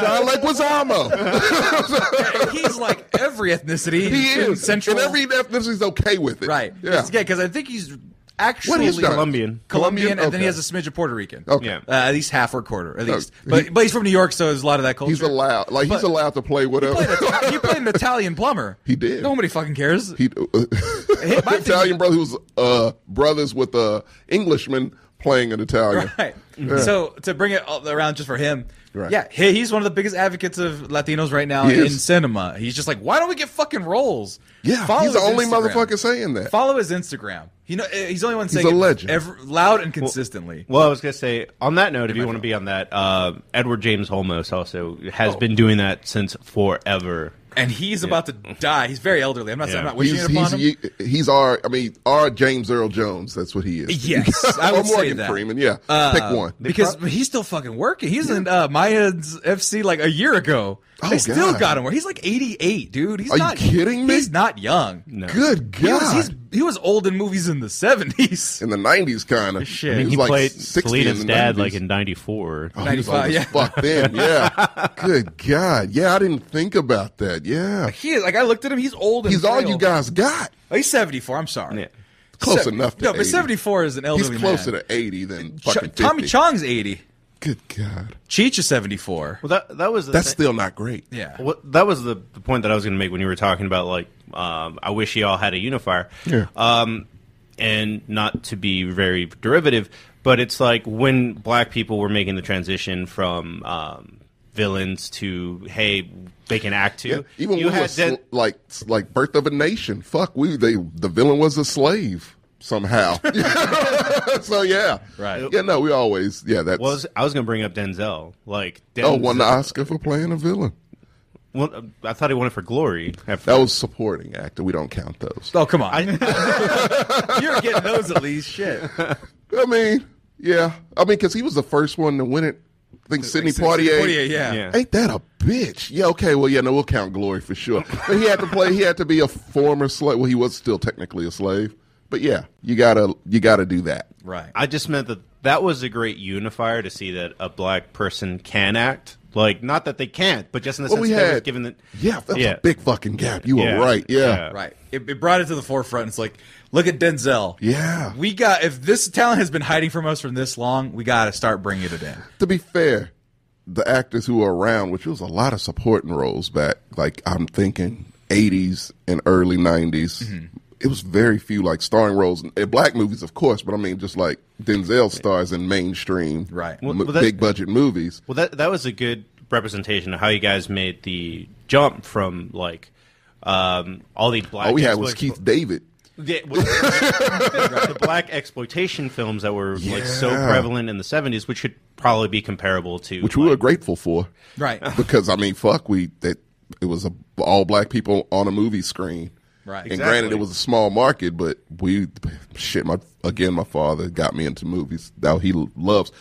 D: John Leguizamo.
B: He's like every ethnicity.
D: He
B: in
D: is.
B: Central
D: And every ethnicity is okay with it.
B: Right.
D: Yeah.
B: Yeah, because I think he's
A: actually
D: What is that?
A: Colombian.
B: Colombian, and then
D: Okay.
B: he has a smidge of Puerto Rican.
D: Okay.
A: Yeah.
B: Uh, at least half or quarter, at least.
D: he-
B: but but he's from New York, so there's a lot of that culture.
D: He's allowed, like he's
B: But-
D: allowed to play whatever.
B: He played, a, he played an Italian plumber.
D: He did.
B: Nobody fucking cares.
D: He, uh,
B: my thing-
D: Italian brother who's uh, brothers with uh, Englishman playing an Italian.
B: Right. So to bring it all around just for him,
D: Right.
B: yeah, he, he's one of the biggest advocates of Latinos right now
D: He
B: in
D: is.
B: cinema. He's just like, why don't we get fucking roles?
D: Yeah,
B: Follow
D: he's the
B: his
D: only
B: Instagram.
D: motherfucker saying that.
B: Follow his Instagram. He know, eh, he's the only one saying
D: a
B: it
D: legend.
B: ever- loud and consistently.
A: Well, I was gonna say on that note, if you want to be on that, uh, Edward James Holmos also
D: Oh.
A: has been doing that since forever.
B: and he's about to die. He's very elderly. I'm not saying I'm
A: Yeah.
B: not wishing
D: he's,
B: it upon him.
D: he's, he's our, I mean, our James Earl Jones. That's what he is.
B: Yes, I
D: or
B: would say
D: Morgan
B: that. Uh,
D: Freeman. Yeah, pick one.
B: because he's still fucking working. He's in uh, Maya's FC like a year ago.
D: Oh,
B: they still
D: God.
B: got him where he's like 88, dude. He's
D: Are you
B: not,
D: kidding me?
B: He's not young.
A: No.
D: Good
B: He was,
D: God!
B: he's, he was old in movies in the 70s.
D: in the nineties, kind of.
B: Shit.
A: I mean, he played Selena's dad like
D: in.
A: in '94.
D: Oh, he was old
B: 95,
D: as
B: yeah.
D: Fuck then, yeah. Good God, yeah. I didn't think about that. Yeah,
B: He is like I looked at him. He's old. And
D: he's all
B: frail.
D: you guys got.
B: Oh, he's 74. I'm sorry.
A: Yeah.
D: Close
B: Se-
D: enough. To
B: no, but
D: 80.
B: 74 is an elderly
D: He's closer
B: man.
D: to eighty than
B: Ch-
D: fucking 50.
B: Tommy Chong's 80.
D: Good God,
B: Cheech is 74.
A: Well, that that was the
D: that's
A: thi-
D: still not great.
B: Yeah.
A: Well, that was the, the point that I was going to make when you were talking about like um, I wish y'all had a unifier.
D: Yeah.
A: Um, and not to be very derivative, but it's like when black people were making the transition from um, villains to hey they can act too.
D: Yeah, even
A: you
D: we were
A: had
D: sl-
A: that.
D: like like Birth of a Nation. Fuck, we they the villain was a slave somehow. so yeah,
B: Right.
D: Yeah, no, we always yeah. That's
A: well, I was, I was going to bring up Denzel. Like Denzel,
D: oh won the Oscar for playing a villain.
A: well, I thought he won it for Glory. After
D: That was supporting actor. We don't count those.
B: Oh come on,
A: I,
B: you're getting those at least. Shit.
D: I mean, yeah. I mean, because he was the first one to win it. I think Sidney Poitier.
B: yeah.
A: Yeah.
D: Ain't that a bitch? Yeah. Okay. Well, yeah. No, we'll count Glory for sure. But he had to play. He had to be a former slave. Well, he was still technically a slave. But yeah, you gotta you gotta do that.
B: Right.
A: I just meant that that was a great unifier to see that a black person can act. Like, not that they can't, but just in the
D: Well,
A: sense
D: we
A: that they was
D: had-
A: given that.
D: Yeah, that's a big fucking gap. You
A: Yeah.
D: were right. Yeah.
B: right. It, it brought it to the forefront. It's like, look at Denzel.
D: Yeah.
B: We got if this talent has been hiding from us for this long, we got to start bringing it in.
D: To be fair, the actors who were around, which was a lot of supporting roles back, like I'm thinking 80s and early 90s.
A: Mm-hmm.
D: It was very few like starring roles in in black movies, of course, but I mean just like Denzel stars in mainstream,
B: Right.
A: Well,
D: m-
A: well, that-
D: big budget movies.
A: Well, that, that was a good representation of how you guys made the jump from, like, um, all the black.
D: All we had Oh, was
A: exploit-
D: Keith David.
A: Yeah, well, the black exploitation films that were, like, so
D: Yeah.
A: prevalent in the 70s, which should probably be comparable to.
D: which we were grateful for,
B: Right.
D: Because I mean, fuck, we that it was a, all black people on a movie screen,
B: Right.
D: And
A: Exactly.
D: granted, it was a small market, but we shit. My again, my father got me into movies. Now he loves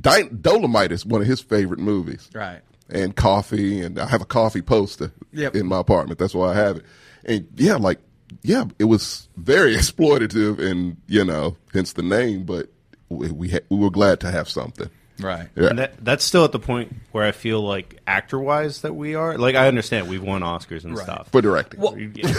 D: Di- Dolomite is one of his favorite movies,
B: Right.
D: And coffee, and I have a coffee poster
B: Yep.
D: in my apartment. That's why I have it. And yeah, like yeah, it was very exploitative, and you know, hence the name. But we we, ha- we were glad to have something.
B: Right.
D: Yeah.
A: And that, that's still at the point where I feel like actor wise that we are. Like, I understand we've won Oscars and stuff.
D: for directing.
B: Well,
A: Yeah.
B: and,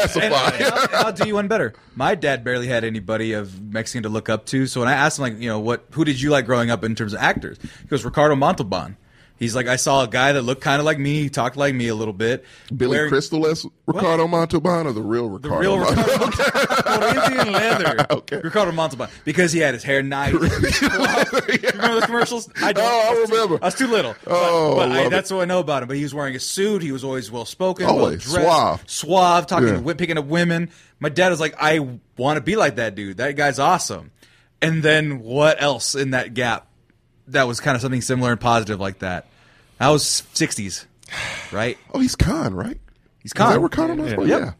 D: Specify.
B: and I'll, I'll do you one better. My dad barely had anybody of Mexican to look up to. So when I asked him, like, you know, what, who did you like growing up in terms of actors? He goes, Ricardo Montalban. He's like, I saw a guy that looked kind of like me, talked like me a little bit.
D: Billy
B: wearing-
D: Crystal as Ricardo Montalban or the real
B: The
D: Ricardo?
B: real
D: Montalban?
B: Ricardo Corinthian leather.
D: Okay.
B: Ricardo Montalban. Because he had his hair nice. You remember the commercials? I don't.
D: Oh, I
B: was too-
D: remember.
B: I was too little. But-
D: Oh,
B: but, I-
D: I love it.
B: that's what I know about him. But he was wearing a suit. He was always well spoken, well
D: Always.
B: dressed,
D: Suave.
B: suave, talking,
D: Yeah.
B: to wi- picking up women. My dad was like, I want to be like that dude. That guy's awesome. And then what else in that gap? That was kind of something similar and positive like that. That was '60s, right?
D: Oh, he's Khan, right?
B: He's
D: Is that
B: Khan.
D: Ricardo Montalban? Yeah.
B: Yep.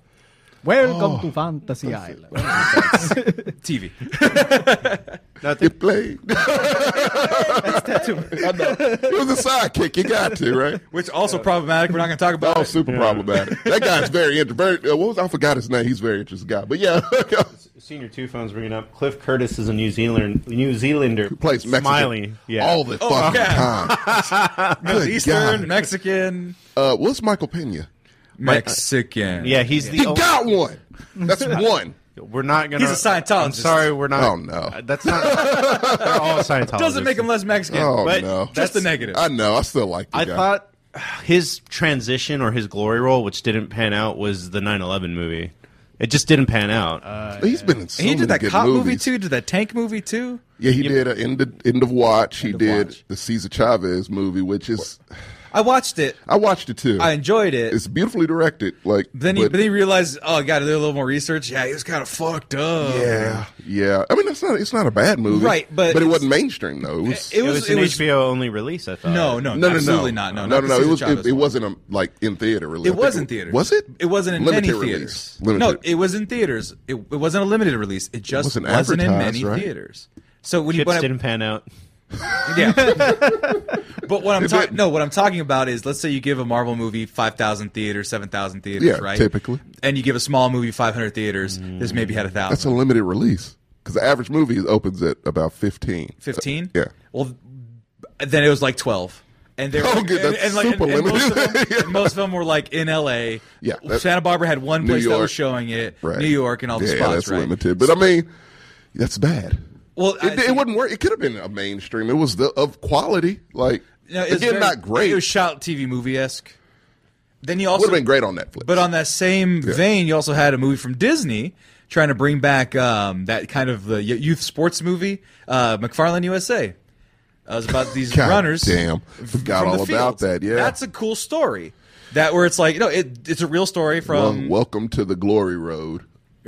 C: Welcome to Fantasy Island.
B: TV.
D: He played.
C: Tattoo.
D: I know. He was a sidekick. You got to, right?
B: Which also problematic. We're not going to talk about
D: Oh,
B: it.
D: super problematic. That guy's very introverted. Uh, what was I forgot his name? He's a very interesting guy. But yeah,
A: Senior two phones bringing up Cliff Curtis is a New Zealander. New Zealander Who
D: plays Mexican
A: Smiley, yeah.
D: all the fucking
B: Oh, yeah.
D: time.
B: Middle
D: Good
B: Eastern,
D: God.
B: Mexican,
D: Uh, what's Michael Pena?
B: Mexican.
A: yeah, he's the
D: He
A: only,
D: got one. That's one.
A: We're not gonna.
B: He's a Scientologist.
A: I'm sorry, we're not.
D: Oh, no.
A: Uh, That's not. they're all Scientologists.
B: Doesn't make him less Mexican.
D: Oh
A: But
D: no,
B: That's the negative.
D: I know. I still like. The
A: I
D: guy.
A: thought his transition or his glory role, which didn't pan out, was the 9/11 movie. It just didn't pan out.
B: Uh,
D: he's been in so
B: he
D: many
B: did that
D: good
B: cop movie
D: movies.
B: too. Did that tank movie too.
D: Yeah, he did a end of, end of watch. he
B: of
D: did
B: Watch.
D: the Cesar Chavez movie, which is
B: I watched it.
D: I watched it too.
B: I enjoyed it.
D: It's beautifully directed. Like
B: then he
D: but-
B: but, then he realized, oh, I got to do a little more research. Yeah, he was kind of fucked up.
D: yeah, yeah. I mean, it's not it's not a bad movie,
B: Right, but
D: it
B: it's-
D: wasn't mainstream though. It was,
B: It
A: it
B: was.
A: was an
B: It was,
A: HBO only release. I thought.
B: no, no, no, absolutely not. No,
D: no,
B: not the
D: no. no. It
B: Cesar
D: was it,
B: Chavez
D: it
B: one.
D: wasn't a, like in theater. Really. I
B: It
D: think
B: was in theaters.
D: Was it?
B: It wasn't in
D: limited
B: many
D: release.
B: theaters.
D: Limited.
B: No, it was in theaters. It, it wasn't a limited release. It just
D: wasn't
B: wasn't, in
D: advertised,
B: many
D: right?
B: theaters. So when you
A: Shits
B: when I-
A: didn't pan out.
B: yeah, but what I'm talking
D: didn't.
B: no, what I'm talking about is let's say you give a Marvel movie five thousand theaters, seven thousand theaters,
D: Yeah,
B: right?
D: typically.
B: and you give a small movie five hundred theaters. This maybe had a thousand.
D: That's a limited release because the average movie opens at about fifteen.
B: 15
D: Yeah.
B: well then it was like 12 and they were
D: Oh, good,
B: and,
D: that's
B: and like
D: super
B: and- and most, of
D: limited.
B: them, and most of them were like in la
D: Yeah, that-
B: santa barbara had one
D: New
B: place that
D: York.
B: was showing it
D: Right.
B: new york and all the
D: yeah,
B: spots
D: that's
B: right
D: limited. But I mean, that's bad.
B: well I
D: It, it
B: think-
D: wouldn't work. It could have been a mainstream. It was the of quality. Like
B: you know, it was
D: again,
B: very-
D: not great.
B: it
D: It
B: was shot tv movie-esque then you
D: would
B: also
D: have been great on Netflix.
B: But on that same vein, you also had a movie from Disney trying to bring back um, that kind of the y- youth sports movie, uh, McFarlane USA. Uh, it was about these
D: God
B: runners.
D: damn.
B: f-
D: Forgot
B: from the
D: all about
B: fields.
D: that, yeah.
B: that's a cool story. That where it's like you know it, it's a real story
D: Well,
B: from
D: welcome to the glory road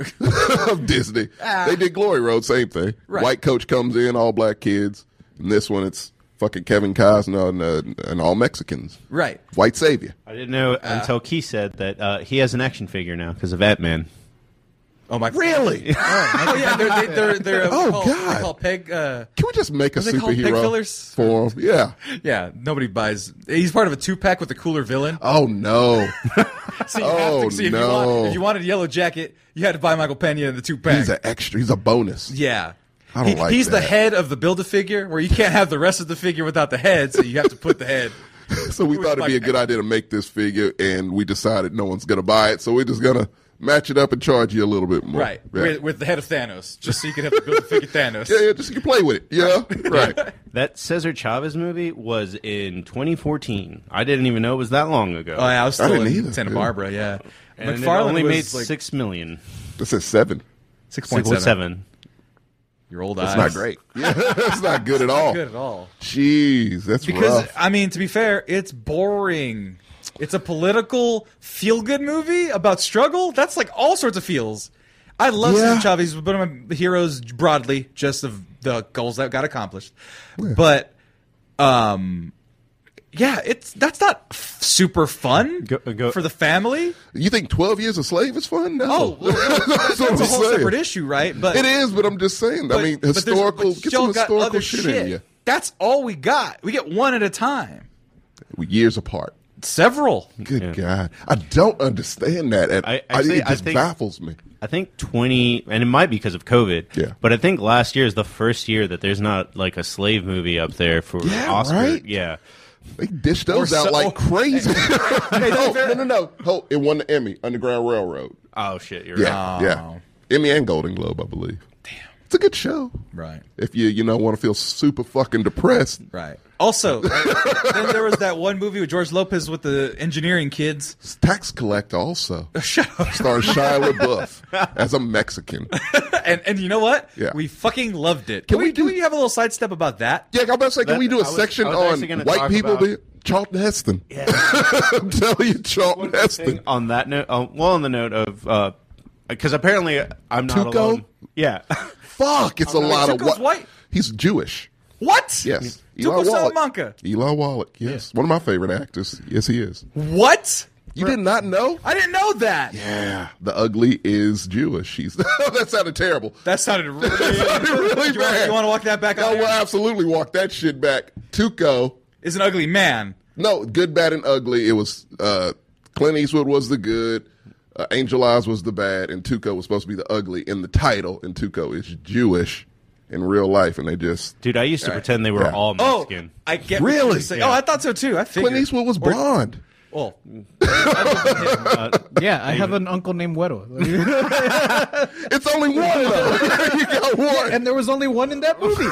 D: of Disney. they did glory road, same thing.
B: Ah. Right.
D: White coach comes in, all black kids. And this one, it's fucking Kevin Costner and, uh, and all Mexicans.
B: right.
D: White savior.
A: I didn't know until Key said that uh, he has an action figure now because of Ant Man.
B: Oh my
D: Really?
B: oh yeah, they're they, they're, they're uh,
D: Oh,
B: called,
D: God.
B: They're called Peg. Uh,
D: Can we just make a
B: What are they called? Pig
D: superhero
B: fillers?
D: for him? Yeah.
B: yeah, nobody buys. He's part of a two pack with a cooler villain.
D: Oh, no.
B: So you
D: oh,
B: have to see if you
D: no.
B: want if you wanted a yellow jacket, you had to buy Michael Pena in the two pack.
D: he's an extra. He's a bonus.
B: Yeah.
D: I don't
B: He-
D: like
B: he's the
D: that.
B: head of the build a figure where you can't have the rest of the figure without the head, so you have to put the head.
D: So we thought it'd be a good idea to make this figure, and we decided no one's going to buy it. So we're just going to match it up and charge you a little bit more.
B: Right.
D: Yeah.
B: With, with the head of Thanos, just so you can have the build a figure Thanos.
D: Yeah, yeah, just you can play with it. Yeah, right.
A: That Cesar Chavez movie was in 2014. I didn't even know it was that long ago.
B: Oh, yeah, I was
D: I
B: still
D: didn't
B: in
D: either,
B: Santa
D: dude.
B: Barbara, yeah.
A: and it
B: McFarlane
A: only
B: was
A: made
B: like
A: six million.
D: This is seven.
B: 6.7.
A: 6.7.
B: Your old eyes.
D: It's not great. Yeah, it's not good at all.
B: Good at all.
D: Jeez, that's
B: Because,
D: rough.
B: I mean, to be fair, it's boring. It's a political feel good movie about struggle. That's like all sorts of feels. I love
D: Yeah.
B: Cesar Chavez, one of my heroes broadly, just of the goals that got accomplished. But, um, yeah, it's that's not f- super fun
A: Go- uh, go-
B: for the family.
D: You think twelve years a slave is fun?
B: Oh,
D: No,
B: well,
D: that's, what
B: It's a
D: I'm
B: whole
D: saying.
B: separate issue, right? But
D: It is, but I'm just saying. I
B: but-
D: mean,
B: but there's-
D: historical.
B: but
D: Get
B: y'all
D: some
B: got
D: historical
B: other
D: shit, in you.
B: That's all we got. We get one at a time.
D: We're Years apart.
B: Several.
D: Good God, I don't understand that. And
A: I-
D: I,
A: actually,
D: it
A: I
D: just
A: think-
D: baffles me.
A: I think 20, and it might be because of COVID.
D: Yeah.
A: But I think last year is the first year that there's not like a slave movie up there for
D: Yeah,
A: Oscar.
D: right?
A: Yeah.
D: They dish those out
B: so-
D: like crazy.
B: that's
D: no,
B: fair.
D: no, no, no. Oh, it won the Emmy, Underground Railroad.
A: Oh shit, you're right.
D: Yeah, yeah. Emmy and Golden Globe, I believe. Damn, it's a good show.
B: Right.
D: If you you know want to feel super fucking depressed,
B: Right. Also, then there was that one movie with George Lopez with the engineering kids.
D: it's tax collector also. Shut up. Stars Shia LaBeouf as a Mexican.
B: And and you know what?
D: Yeah.
B: We fucking loved it.
D: Can
B: Can,
D: we
B: we,
D: do-
B: can we have a little sidestep about that?
D: Yeah, I'm about to say, can
A: That-
D: we do a
A: I was-
D: section
A: I was
D: on
A: actually gonna
D: white
A: talk
D: people?
A: about-
D: being- Charlton Heston. Yeah. I'm telling you, Charlton Heston.
A: On that note, um, well, on the note of because apparently I'm not
D: Tuco?
A: alone. Yeah,
D: Fuck, it's a lot of
B: Tuco's
D: whi-
B: white?
D: He's Jewish.
B: What?
D: Yes. Eli
B: Tuco
D: Wallach.
B: Salamanca.
D: Eli Wallach. Yes, one of my favorite actors. Yes, he is.
B: What?
D: You did not know?
B: I didn't know that.
D: Yeah, the ugly is Jewish. She's that sounded terrible.
B: That sounded really,
D: sounded really
B: you wanna-
D: bad.
B: you want to walk that back
D: No,
B: on
D: we'll
B: air?
D: absolutely walk that shit back. Tuco,
B: Is an ugly man.
D: no, good, bad, and ugly. It was uh, Clint Eastwood was the good, uh, Angel Eyes was the bad, and Tuco was supposed to be the ugly in the title. And Tuco is Jewish in real life, and they just
A: dude, I used to pretend they were
D: Yeah.
A: all
B: Oh,
A: Mexican.
B: I get
D: Really?
B: What you're saying. Oh, I thought so too. I figured. Oh.
D: Clint Eastwood was
B: Or-
D: blonde.
B: Or, Well,
C: Yeah, I have an uncle named Wero.
D: It's only one though. you got one.
C: and there was only one in that movie.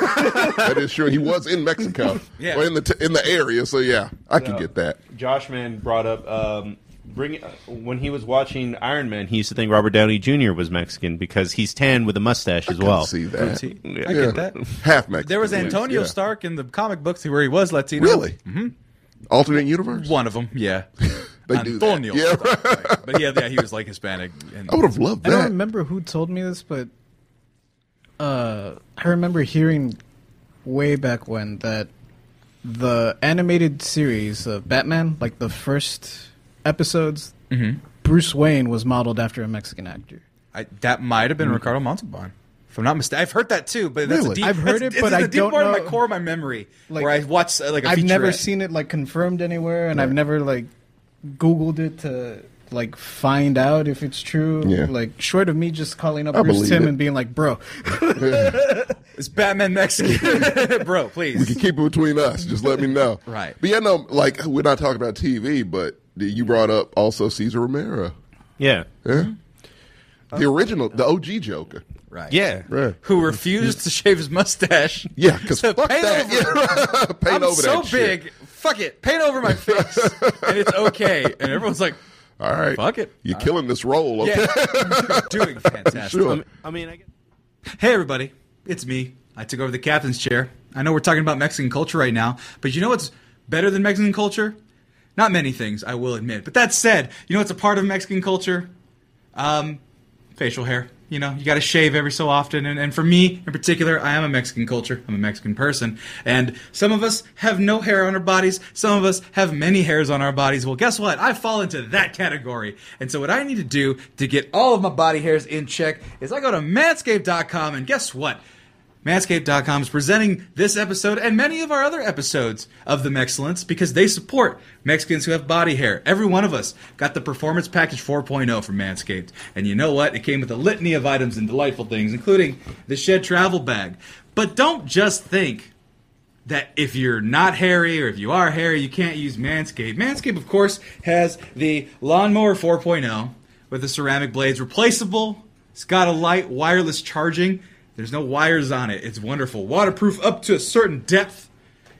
D: that is true. He was in Mexico,
B: Yeah.
D: or in the t- in the area. So yeah, I can get that.
A: Josh Man brought up um, bring uh, when he was watching Iron Man, he used to think Robert Downey Jr. was Mexican because he's tan with a mustache as
D: I can
A: well.
D: see that.
B: see.
A: Yeah.
B: I
D: Yeah.
B: get that.
D: Half Mexican.
B: There was
D: yeah.
B: Antonio
D: Yeah.
B: Stark in the comic books where he was Latino.
D: Really? Mm-hmm. Alternate universe.
B: One of them, yeah.
D: They do that.
B: Antonio.
D: Yeah.
B: Stark, right. But yeah, yeah, he was like Hispanic. And
D: I would have loved
C: I don't
D: that.
C: remember who told me this, but uh, I remember hearing way back when that the animated series of Batman, like the first episodes,
D: Mm-hmm.
C: Bruce Wayne was modeled after a Mexican actor.
B: I, that might have been Ricardo Montalban. If I'm not mistaken, I've heard that too, but that's a
D: Mm. Really?
B: deep,
C: I've heard
B: that's-
C: it, but
B: it's a
C: I
B: deep
C: don't
B: part of my
C: know-
B: core of my memory
C: Like,
B: where I watched uh, like a
C: I've never
B: featurette.
C: seen it like confirmed anywhere, and I've never like Googled it to like find out if it's true.
D: Yeah.
C: Like short of me just calling up
D: I
C: Bruce
D: believe
C: Tim
D: it.
C: and being like, "Bro,
B: It's Batman Mexican, bro.
D: You
B: Please.
D: keep it between us. Just let me know.
B: Right.
D: But yeah, no, like we're not talking about TV, but the- you brought up also Caesar Romero.
A: Yeah.
D: Yeah.
B: Mm-hmm.
D: The original, the OG Joker.
B: Right.
A: Yeah.
D: Right.
B: Who refused to shave his mustache?
D: Yeah, because
B: So
D: fuck
B: paint
D: that.
B: over-
D: Yeah. paint
B: I'm
D: over
B: so
D: that shit.
B: big. Fuck it. Paint over my face, and it's okay. And everyone's like,
D: All right.
B: Fuck it.
D: You're killing this role. Okay.
B: "Yeah, you're doing fantastic."
D: Sure.
A: I mean, I mean, I guess.
B: Hey, everybody. It's me. I took over the captain's chair. I know we're talking about Mexican culture right now, but you know what's better than Mexican culture? Not many things, I will admit. But that said, you know what's a part of Mexican culture? Um, facial hair. You know, you got to shave every so often. And, and for me in particular, I am a Mexican culture. I'm a Mexican person. And some of us have no hair on our bodies. Some of us have many hairs on our bodies. Well, guess what? I fall into that category. And so what I need to do to get all of my body hairs in check is I go to manscaped.com and guess what? Manscaped.com is presenting this episode and many of our other episodes of The Mexcellence because they support Mexicans who have body hair. Every one of us got the Performance Package 4.0 from Manscaped. And you know what? It came with a litany of items and delightful things, including the Shed Travel Bag. But don't just think that if you're not hairy or if you are hairy, you can't use Manscaped. Manscaped, of course, has the Lawnmower 4.0 with the ceramic blades, replaceable. It's got a light wireless charging. There's no wires on it. It's wonderful. Waterproof up to a certain depth.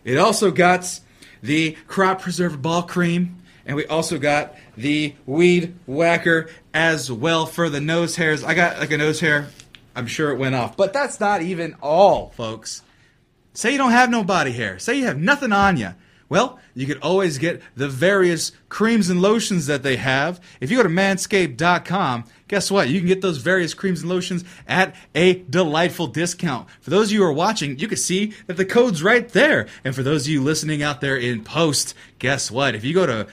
B: It also got the crop preserver ball cream, and we also got the weed whacker as well for the nose hairs. I got like a nose hair. I'm sure it went off, but that's not even all, folks. Say you don't have no body hair. Say you have nothing on you. Well, you could always get the various creams and lotions that they have. If you go to manscaped.com, guess what? You can get those various creams and lotions at a delightful discount. For those of you who are watching, you can see that the code's right there. And for those of you listening out there in post, guess what? If you go to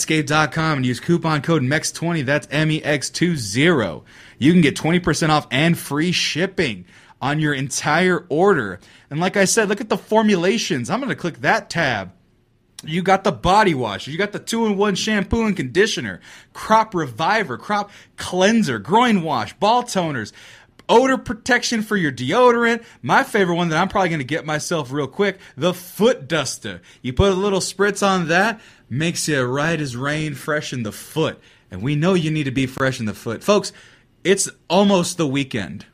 B: manscaped.com and use coupon code MEX20, that's M E X 20, you can get 20% off and free shipping on your entire order. And like I said, look at the formulations. I'm going to click that tab. You got the body wash, you got the two in one shampoo and conditioner, crop reviver, crop cleanser, groin wash, ball toners, odor protection for your deodorant. My favorite one that I'm probably going to get myself real quick the foot duster. You put a little spritz on that, makes you right as rain, fresh in the foot. And we know you need to be fresh in the foot. Folks, it's almost the weekend.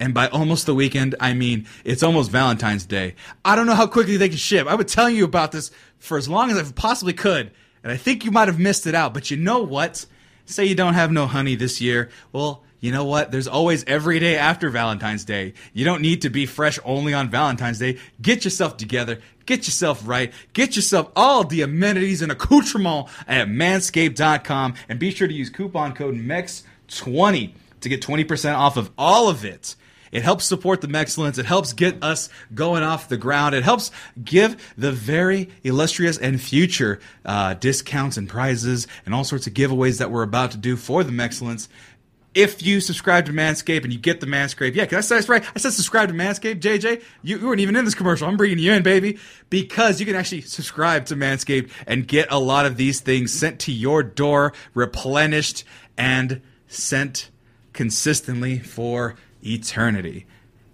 B: And by almost the weekend, I mean it's almost Valentine's Day. I don't know how quickly they can ship. I've been telling you about this for as long as I possibly could, and I think you might have missed it out. But you know what? Say you don't have no honey this year. Well, you know what? There's always every day after Valentine's Day. You don't need to be fresh only on Valentine's Day. Get yourself together. Get yourself right. Get yourself all the amenities and accoutrement at manscaped.com. And be sure to use coupon code MEX20 to get 20% off of all of it. It helps support the excellence. It helps get us going off the ground. It helps give the very illustrious and future uh, discounts and prizes and all sorts of giveaways that we're about to do for the excellence. If you subscribe to Manscaped and you get the Manscaped, yeah, 'cause I said that's right. I said subscribe to Manscaped, JJ. You, you weren't even in this commercial. I'm bringing you in, baby, because you can actually subscribe to Manscaped and get a lot of these things sent to your door, replenished and sent consistently for eternity.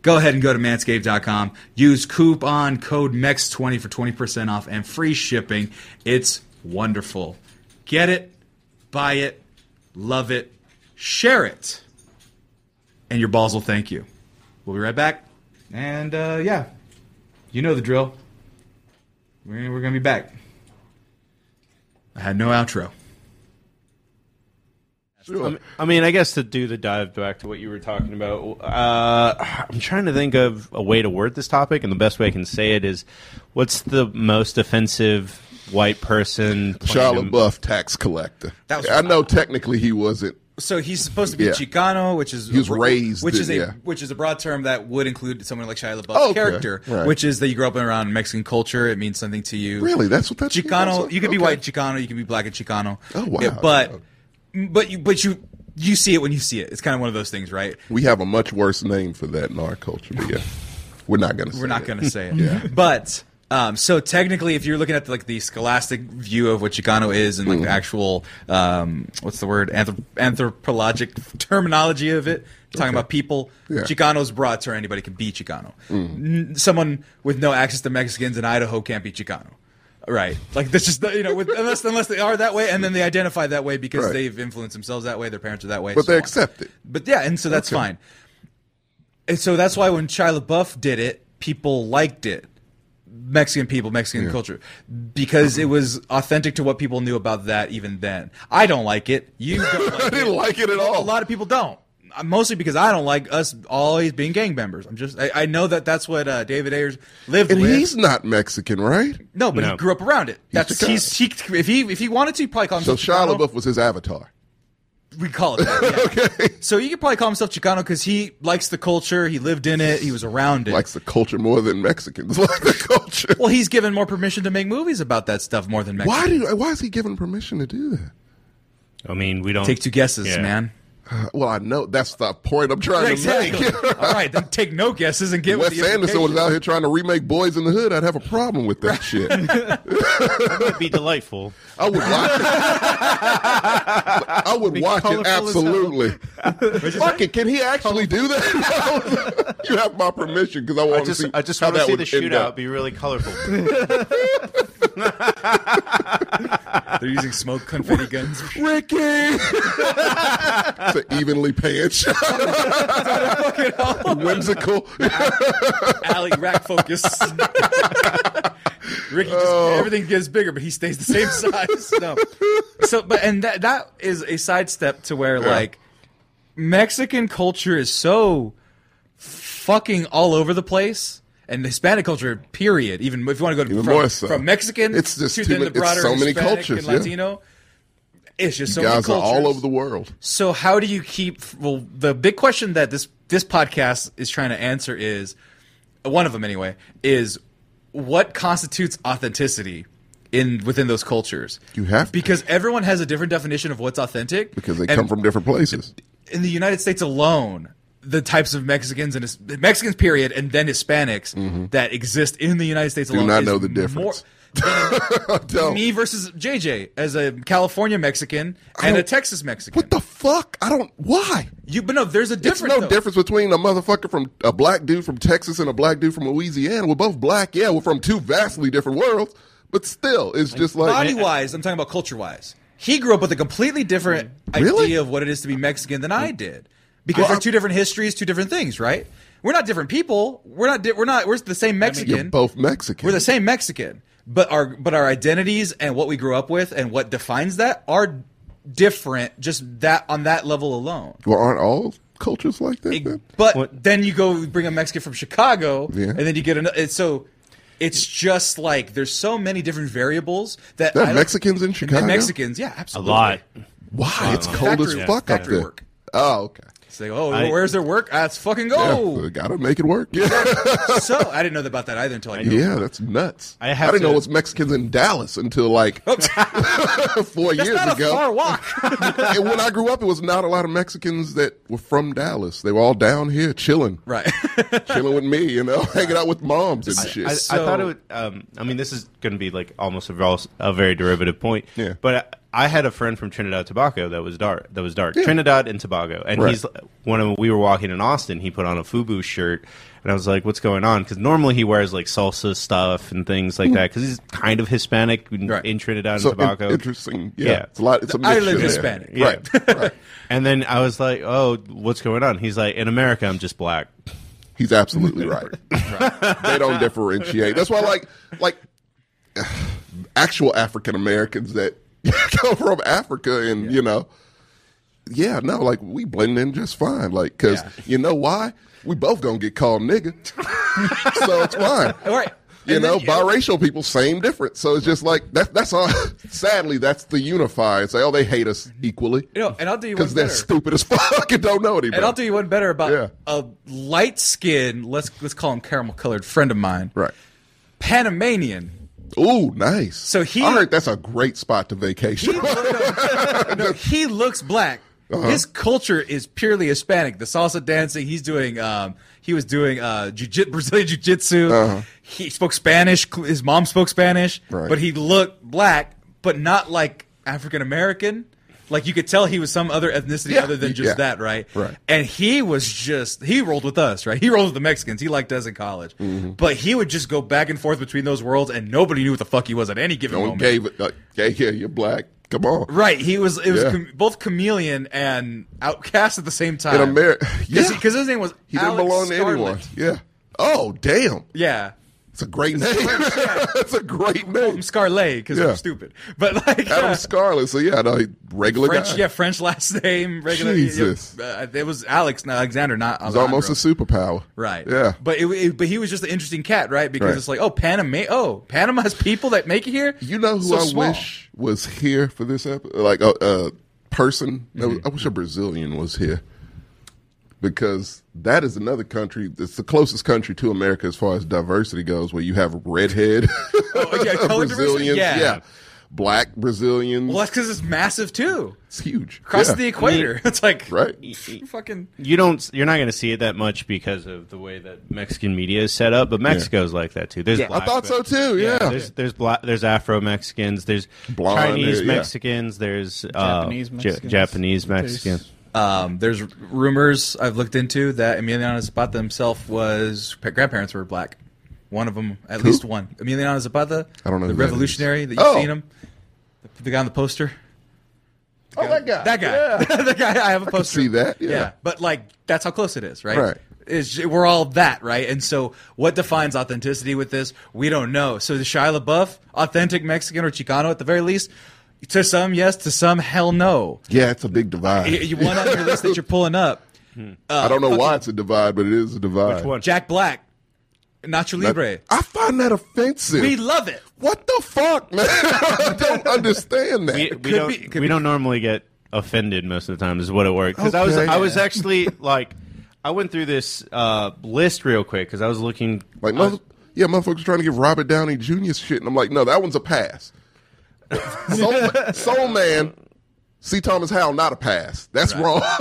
B: Go ahead and go to manscaped.com. Use coupon code MEX20 for 20% off and free shipping. It's wonderful. Get it, buy it, love it, share it, and your balls will thank you. We'll be right back. And uh, yeah, you know the drill. We're, we're going to be back. I had no outro.
D: Sure.
A: I mean, I guess to do the dive back to what you were talking about, uh, I'm trying to think of a way to word this topic, and the best way I can say it is, what's the most offensive white person?
D: Shia
A: playing-
D: LaBeouf, tax collector.
B: That was-
D: I know technically he wasn't.
B: So he's supposed to be
D: Yeah.
B: Chicano, which is
D: He was raised
B: which is a
D: in- yeah.
B: which is a broad term that would include someone like Shia LaBeouf's
D: Oh, okay.
B: character,
D: Right.
B: which is that you grow up around Mexican culture. It means something to you.
D: Really, that's what that's
B: Chicano. You could be white Chicano. You could be black and Chicano.
D: Oh, wow.
B: Yeah, but but you but you you see it when you see it. It's kind of one of those things, right?
D: We have a much worse name for that in our culture. But yeah, we're not gonna. Say
B: We're not
D: it.
B: going to say it.
D: Yeah.
B: But um, so technically, if you're looking at like the scholastic view of what Chicano is and like
D: Mm-hmm.
B: the actual um, what's the word Anthrop- anthropologic terminology of it, talking about people,
D: Yeah. Mm-hmm.
B: Chicano's broad term. Anybody can be Chicano. N- someone with no access to Mexicans in Idaho can't be Chicano. Right, like that's just the- you know, with, unless unless they are that way, and then they identify that way because
D: Right.
B: they've influenced themselves that way, their parents are that way,
D: But
B: so
D: they
B: on.
D: accept it.
B: But yeah, and so that's
D: Okay.
B: fine. And so that's why when Shia LaBeouf did it, people liked it. Mexican people, Mexican culture, because it was authentic to what people knew about that even then. I don't like it. You don't like
D: I didn't like it at
B: a
D: all.
B: lot of people don't. Uh, Mostly because I don't like us always being gang members. I'm just I, I know that that's what uh, David Ayers lived
D: and
B: with.
D: he's not Mexican, right?
B: no, but he
A: No.
B: grew up around it. That's
D: Chicano.
B: he's, he if he if he wanted to, he'd probably call
D: So
B: himself
D: Shia
B: Chicano.
D: LaBeouf was his avatar.
B: We call it that. Yeah. So he could probably call himself Chicano because he likes the culture. He lived in it. He was around it.
D: Likes the culture more than Mexicans like the culture.
B: well, he's given more permission to make movies about that stuff more than Mexicans.
D: Why do? Why is he given permission to do that?
A: I mean, we don't
B: Take two guesses,
A: Yeah.
B: man.
D: Uh, Well, I know that's the point I'm trying to
B: Exactly.
D: make.
B: All right, then take no guesses and get with
D: Wes
B: the
D: Anderson was
B: implication.
D: out here trying to remake Boys in the Hood. I'd have a problem with that shit.
A: That'd be delightful.
D: I would watch it. I would watch
C: colorful
D: it
C: as hell.
D: absolutely. Fuck it. Can he actually do that? you have my permission because I want
A: I
D: to
A: just,
D: see.
A: I just
D: how
A: want to
D: that
A: see
D: would
A: the
D: end
A: shootout
D: up.
A: be really colorful.
B: They're using smoke confetti guns.
D: Ricky. it's an evenly panned shot. Whimsical.
B: Alley rack focus. Ricky just
D: Oh.
B: everything gets bigger, but he stays the same size. No. So, but and that that is a sidestep to where like Mexican culture is so fucking all over the place. And Hispanic culture, period. Even if you want to go to,
D: Even
B: from,
D: more so.
B: from Mexican
D: It's just
B: to
D: too
B: then
D: many-
B: the
D: it's
B: broader
D: so many
B: Hispanic
D: cultures,
B: and
D: yeah.
B: Latino, it's just so many
D: Guys are
B: cultures.
D: all over the world.
B: So how do you keep well the big question that this this podcast is trying to answer is one of them anyway is what constitutes authenticity in within those cultures?
D: You have to.
B: because everyone has a different definition of what's authentic
D: Because they
B: and
D: come from different places.
B: in the United States alone, the types of Mexicans and His- Mexicans period, and then Hispanics that exist in the United States alone.
D: Mm-hmm. not
B: is
D: know the
B: more
D: difference.
B: than
D: Don't.
B: me versus JJ as a California Mexican and a
D: don't-
B: Texas Mexican.
D: What the fuck? I don't. Why?
B: you but no, there's a
D: It's
B: difference.
D: no
B: though.
D: difference between a motherfucker from a black dude from Texas and a black dude from Louisiana. We're both black. Yeah, we're from two vastly different worlds, but still, it's just like
B: Body wise, I'm talking about culture wise. He grew up with a completely different
D: Mm. Really? Mm.
B: idea of what it is to be Mexican than I did, because
D: Well,
B: they're
D: I'm-
B: two different histories, two different things, right? We're not different people. We're not. Di- we're not. We're the same Mexican.
D: you're both Mexican.
B: We're the same Mexican, but our but our identities and what we grew up with and what defines that are different. Just that on that level alone.
D: Well, aren't all cultures like that? then?
B: But
A: What-
B: then you go bring a Mexican from Chicago,
D: Yeah.
B: and then you get another. So it's just like there's so many different variables that
D: There are
B: I don't-
D: Mexicans in
B: and
D: Chicago?
B: Mexicans, yeah,
A: a
B: absolutely, Uh,
A: lot.
D: Why? it's cold
B: Uh-huh. Factory
D: as
B: work.
D: fuck up
B: Factory
D: there.
B: work.
D: Oh, okay.
B: So they go, oh,
A: I-
B: where's their work? Ah, Let's fucking
D: Yeah,
B: go.
D: so gotta make it work. Yeah,
B: so I didn't know about that either until I knew.
D: yeah, that's nuts.
A: I have
D: didn't
A: to-
D: know it was Mexicans in Dallas until like four
B: That's
D: years
B: not a
D: ago.
B: far walk.
D: and when I grew up, it was not a lot of Mexicans that were from Dallas. They were all down here chilling,
B: right.
D: chilling with me, you know, hanging out with moms and shit.
A: I, I
B: So-
A: thought it would. Um, I mean, this is going to be like almost a, vol- a very derivative point.
D: Yeah.
A: But I had a friend from Trinidad Tobago that was dark. That was dark. Trinidad and Tobago, and
D: Right.
A: he's when we were walking in Austin, he put on a FUBU shirt, and I was like, "What's going on?" Because normally he wears like salsa stuff and things like that. Because he's kind of Hispanic in,
B: Right.
A: in Trinidad and
D: Mm-hmm. So in-
A: Tobago.
D: interesting. Yeah.
A: Yeah.
D: It's a lot. It's a
B: The island
D: mixture there.
B: Hispanic.
A: Yeah.
D: Right. right.
A: and then I was like, "Oh, what's going on?" He's like, "In America, I'm just black."
D: He's absolutely right. they don't differentiate. That's why, like, like actual African Americans that come from Africa, and you know, yeah, no, like we blend in just fine. Like, because
B: Yeah.
D: you know why? We both gonna get called nigga, so it's fine.
B: All right.
D: You
B: And
D: know,
B: then-
D: biracial people, same difference. So it's just like that. That's all. Sadly, that's the unifier. It's like, oh, they hate us equally
B: Mm-hmm. You know, and I'll do you one
D: because they're
B: better.
D: stupid as fuck and don't know any
B: And I'll
D: better.
B: do you one better about
D: Yeah.
B: a light skinned, let's let's call him caramel colored friend of mine.
D: Right.
B: Panamanian.
D: Ooh, nice.
B: So he-
D: I heard that's a great spot to vacation.
B: He, look- no, he looks black.
D: Uh-huh.
B: His culture is purely Hispanic. The salsa dancing he's doing, um, he was doing uh, jiu-jitsu, Brazilian jiu-jitsu. He spoke Spanish. cl- His mom spoke Spanish,
D: Uh-huh. Right.
B: but he looked black, but not like African American. Like you could tell he was some other ethnicity
D: Yeah.
B: other than just
D: Yeah.
B: that, right?
D: Right.
B: And he was just he rolled with us, right? He rolled with the Mexicans. He liked us in college,
D: Mm-hmm.
B: but he would just go back and forth between those worlds, and nobody knew what the fuck he was at any given
D: no one
B: moment.
D: gave it. Like, yeah, yeah, you're black. Come on.
B: Right. He was. It was
D: Yeah.
B: chame- both chameleon and outcast at the same time.
D: In America, yeah,
B: Because his name was
D: he didn't
B: Alex
D: belong to
B: Scarlett.
D: anyone. Yeah. Oh, damn.
B: Yeah.
D: It's a great name. It's a great name.
B: I'm Scarlet because
D: Yeah.
B: I'm stupid. But like
D: Adam
B: uh,
D: Scarlett. So yeah, no, he- regular
B: French,
D: guy.
B: yeah, French last name. Regular. yeah,
D: Jesus.
B: uh, it was Alex, not Alexander, not.
D: He's almost a superpower.
B: Right.
D: Yeah.
B: But it, it- but he was just an interesting cat, right? Because
D: Right.
B: it's like, oh, Panama. Oh, Panama's people that make it here.
D: You know who
B: So
D: I
B: small.
D: wish was here for this episode? Like a, a person. that
B: Mm-hmm.
D: was- I wish a Brazilian was here because that is another country. It's the closest country to America as far as diversity goes, where you have redhead
B: Oh, yeah, color diversity?
D: Brazilians,
B: Yeah.
D: black Brazilians.
B: Well, that's because it's massive too.
D: It's huge
B: Across
D: Yeah.
B: the equator, it's like
D: right.
B: Fucking.
A: you don't you're not going to see it that much because of the way that Mexican media is set up, but Mexico's like that too. There's
D: I thought so
A: black-
D: too. Yeah,
A: There's there's bla- there's Afro Mexicans, there's
D: Blonde,
A: Chinese
D: yeah.
A: Mexicans, there's uh,
C: Japanese
A: Ja-
C: Mexicans.
A: Japanese
C: There's-
A: Mexicans.
B: Um, there's rumors I've looked into that Emiliano Zapata himself was pa- grandparents were black. One of them, at least one. Emiliano Zapata,
D: I don't know
B: the
D: who that is.
B: revolutionary that, you've
D: Oh.
B: seen him, the, the guy on the poster.
D: oh that guy.
B: That guy, the guy. I have a poster.
D: see that, yeah.
B: but like that's how close it is, right?
D: Right.
B: It's, ju- we're all that, right? And so, what defines authenticity with this? We don't know. So, the Shia LaBeouf, authentic Mexican or Chicano at the very least, to some yes, to some hell no.
D: Yeah, it's a big divide.
B: You, uh, you one on your list that you're pulling up.
D: I don't know why it's a divide, but it is a divide.
A: Which one?
B: Jack Black, Nacho Libre.
D: I find that offensive.
B: We love it.
D: What the fuck, man? I don't understand that.
A: we, we
B: could
A: don't
B: be- it could
A: we
B: be.
A: don't normally get offended most of the time is what it worked because I was
D: Okay.
A: I was actually like I went through this uh, list real quick because I was looking
D: like,
A: I was-
D: mother- yeah, motherfuckers trying to give Robert Downey Jr. shit, and I'm like, no, that one's a pass. Soul, Soul Man, C. Thomas Howell, not a pass. That's wrong.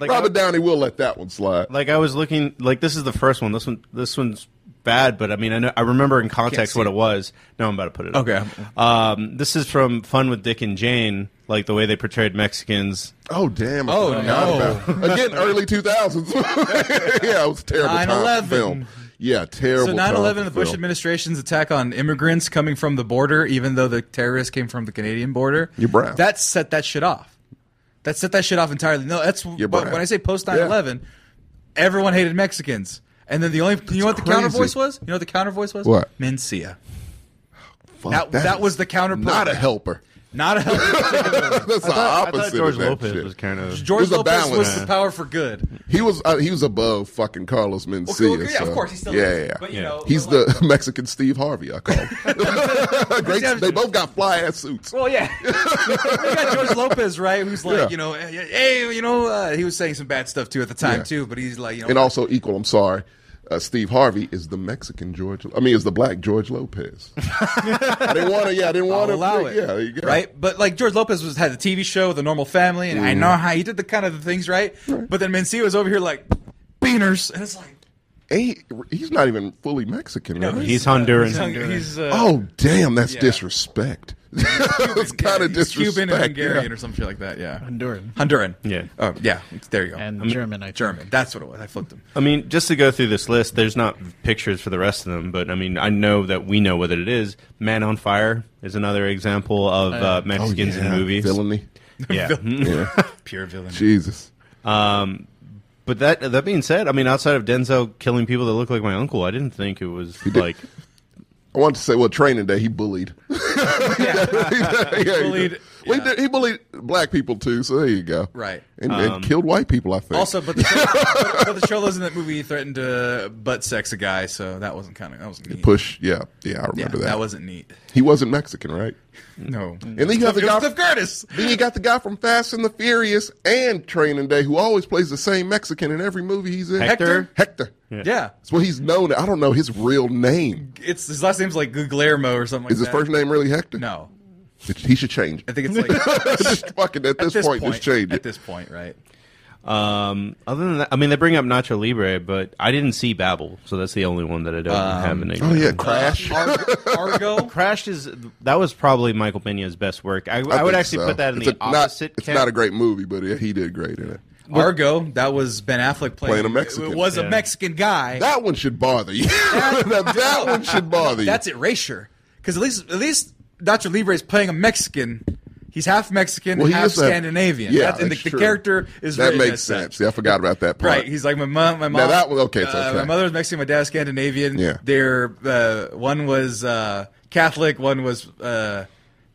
A: Like,
D: Robert
A: I-
D: Downey will let that one slide.
A: like I was looking like this is the first one. This one this one's bad, but I mean I know I remember in context
B: see
A: what
B: it.
A: it was. Now I'm about to put it. up.
B: Okay.
A: Um, this is from Fun with Dick and Jane, like the way they portrayed Mexicans.
D: oh damn! I
B: Oh,
D: forgot
B: no.
D: about it. Again, early 2000s. yeah, it was a terrible. time
B: 9/11.
D: for film. Yeah, terrible.
B: So 9
D: time
B: 11,
D: for
B: the Bush
D: film.
B: administration's attack on immigrants coming from the border, even though the terrorists came from the Canadian border.
D: You're brown.
B: That set that shit off. That set that shit off entirely. No, that's
D: You're
B: but
D: brown.
B: when I say post
D: Yeah.
B: 9 11, everyone hated Mexicans. And then the only, you know what the counter
D: crazy.
B: voice was? You know what the counter voice was?
D: What?
B: Mencia.
D: Fuck,
B: That- that
D: is
B: was the counter
D: Not a
B: program.
D: helper.
B: Not a
D: That's the
A: I
D: opposite
A: thought George
D: of that
A: Lopez
D: shit.
A: was kind of
B: George
D: There's a
B: Lopez
D: balance.
B: was the power for good.
D: He was uh, he was above fucking Carlos Mencia.
B: Okay, okay, yeah,
D: so-
B: of course, he still
D: yeah,
B: is.
D: yeah, yeah.
B: But, you
A: Yeah.
B: know,
D: He's
B: but, like-
D: the Mexican Steve Harvey, I call him. Great, they both got fly ass suits.
B: Well, yeah. we got George Lopez, right? Who's like,
D: Yeah.
B: you know, eh, hey, you know, uh, he was saying some bad stuff too at the time
D: Yeah.
B: too, but he's like, you know,
D: And also equal, I'm sorry. Uh, Steve Harvey is the Mexican George. I mean, is the black George Lopez. I didn't want to. Yeah, I didn't
B: I'll
D: want to.
B: allow it,
D: Yeah, there you go.
B: right? But like George Lopez was had the TV show with a normal family, and
D: Mm.
B: I know how he did the kind of the things, right? But then Mencia was over here like beaners, and it's like,
D: and he, he's not even fully Mexican, right?
B: uh,
A: He's Honduran.
E: He's, hung- he's, uh,
D: oh, damn, that's
E: yeah.
D: disrespect. it's kind of
B: He's
D: disrespect.
B: Cuban and Hungarian
D: yeah.
B: or something like that. Yeah,
C: Honduran
B: Honduran.
A: Yeah.
B: Oh yeah. it's- There you go.
C: and German. I think.
B: German. That's what it was. I flipped him.
A: I mean, just to go through this list, there's not pictures for the rest of them, but I mean, I know that we know what it is. Man on Fire is another example of uh,
D: Oh,
A: Mexicans
D: yeah,
A: in movies.
D: Villainy.
A: Yeah. Um,
D: Yeah.
B: Pure villain.
D: Jesus.
A: but that that being said, I mean, outside of Denzel killing people that look like my uncle, I didn't think it was like
D: I wanted to say, well, training day, he bullied. yeah, he
B: Bullied,
D: did. Well, he, did, he bullied black people too, so there you go.
B: Right. Um,
D: And, and killed white people, I think.
B: Also, but the, but, but the Cholos in that movie threatened to butt sex a guy, so that wasn't kind of that wasn't neat.
D: Push, yeah, yeah, I
B: yeah,
D: remember
B: that.
D: that.
B: wasn't neat.
D: he wasn't Mexican, right?
B: No,
D: And then you got the
B: It was
D: guy.
B: Cliff Curtis.
D: Then you got the guy from Fast and the Furious and Training Day, who always plays the same Mexican in every movie he's in.
A: Hector?
D: Hector.
B: Yeah,
D: That's what he's known. I don't know his real name.
B: it's his last name's like Guglielmo or something. like
D: Is his
B: that.
D: first name really Hector?
B: No,
D: He should change.
B: I
D: It.
B: think it's like
D: just fucking at this,
B: at this
D: point,
B: point.
D: just change
B: At
D: it.
B: this point, right?
A: Um, other than that, I mean, they bring up Nacho Libre, but I didn't see Babel, so that's the only one that I don't
C: Um,
A: have an.
D: Oh yeah, Crash.
B: Ar- Uh, Argo.
A: Crash is that was probably Michael Pena's best work. I, I, would
D: think
A: actually
D: so.
A: put that in
D: It's
A: the
D: a- not-
A: opposite.
D: It's
A: camp.
D: not a great movie, but yeah, he did great in it.
B: Argo. That was Ben Affleck playing,
D: Playing a Mexican.
B: It was
A: Yeah.
B: a Mexican guy.
D: That one should bother you. that, that one should bother you.
B: That's erasure. Because at least at least Nacho Libre is playing a Mexican. He's half Mexican,
D: Well, he
B: half
D: is that-
B: Scandinavian.
D: yeah,
B: That's- and the,
D: that's
B: the
D: true.
B: character is
D: That
B: written
D: makes
B: as such.
D: sense. Yeah, I forgot about that part.
B: Right, he's like my mom. My mom.
D: that was- okay, it's
B: uh,
D: okay.
B: My mother's Mexican. My dad's Scandinavian.
D: Yeah.
B: They're uh, one was uh, Catholic, one was uh,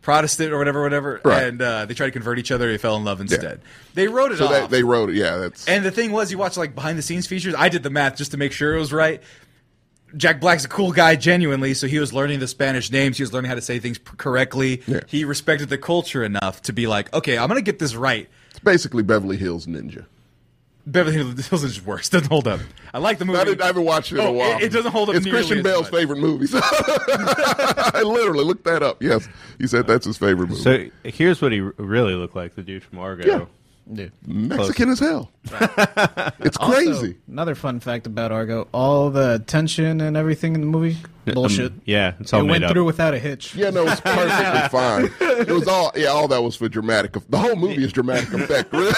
B: Protestant, or whatever, whatever.
D: Right.
B: And uh, they tried to convert each other. They fell in love instead. They wrote it
D: so
B: off.
D: that, they wrote it. Yeah, that's
B: And the thing was, you watch like behind the scenes features. I did the math just to make sure it was right. Jack Black's a cool guy, genuinely. So he was learning the Spanish names. He was learning how to say things p- correctly.
D: Yeah.
B: He respected the culture enough to be like, okay, I'm gonna get this right.
D: it's basically Beverly Hills Ninja.
B: Beverly Hills is worse. Doesn't hold up. I like the movie.
D: I, didn't, I haven't watched it in
B: Oh,
D: a while.
B: It, it doesn't hold up.
D: It's
B: nearly
D: Christian
B: as
D: Bale's
B: much.
D: favorite movie. I literally looked that up. Yes, he said that's his favorite movie.
A: So here's what he r- really looked like, the dude from Argo. Um,
D: Yeah.
C: Dude.
D: Mexican as hell. it's
C: Also,
D: crazy.
C: another fun fact about Argo: all the tension and everything in the movie, bullshit.
A: Um, yeah, it's all
C: It
A: made
C: went
A: up.
C: through without a hitch.
D: Yeah, no, it's perfectly fine. It was all yeah, all that was for dramatic. eff- The whole movie is dramatic effect. Really,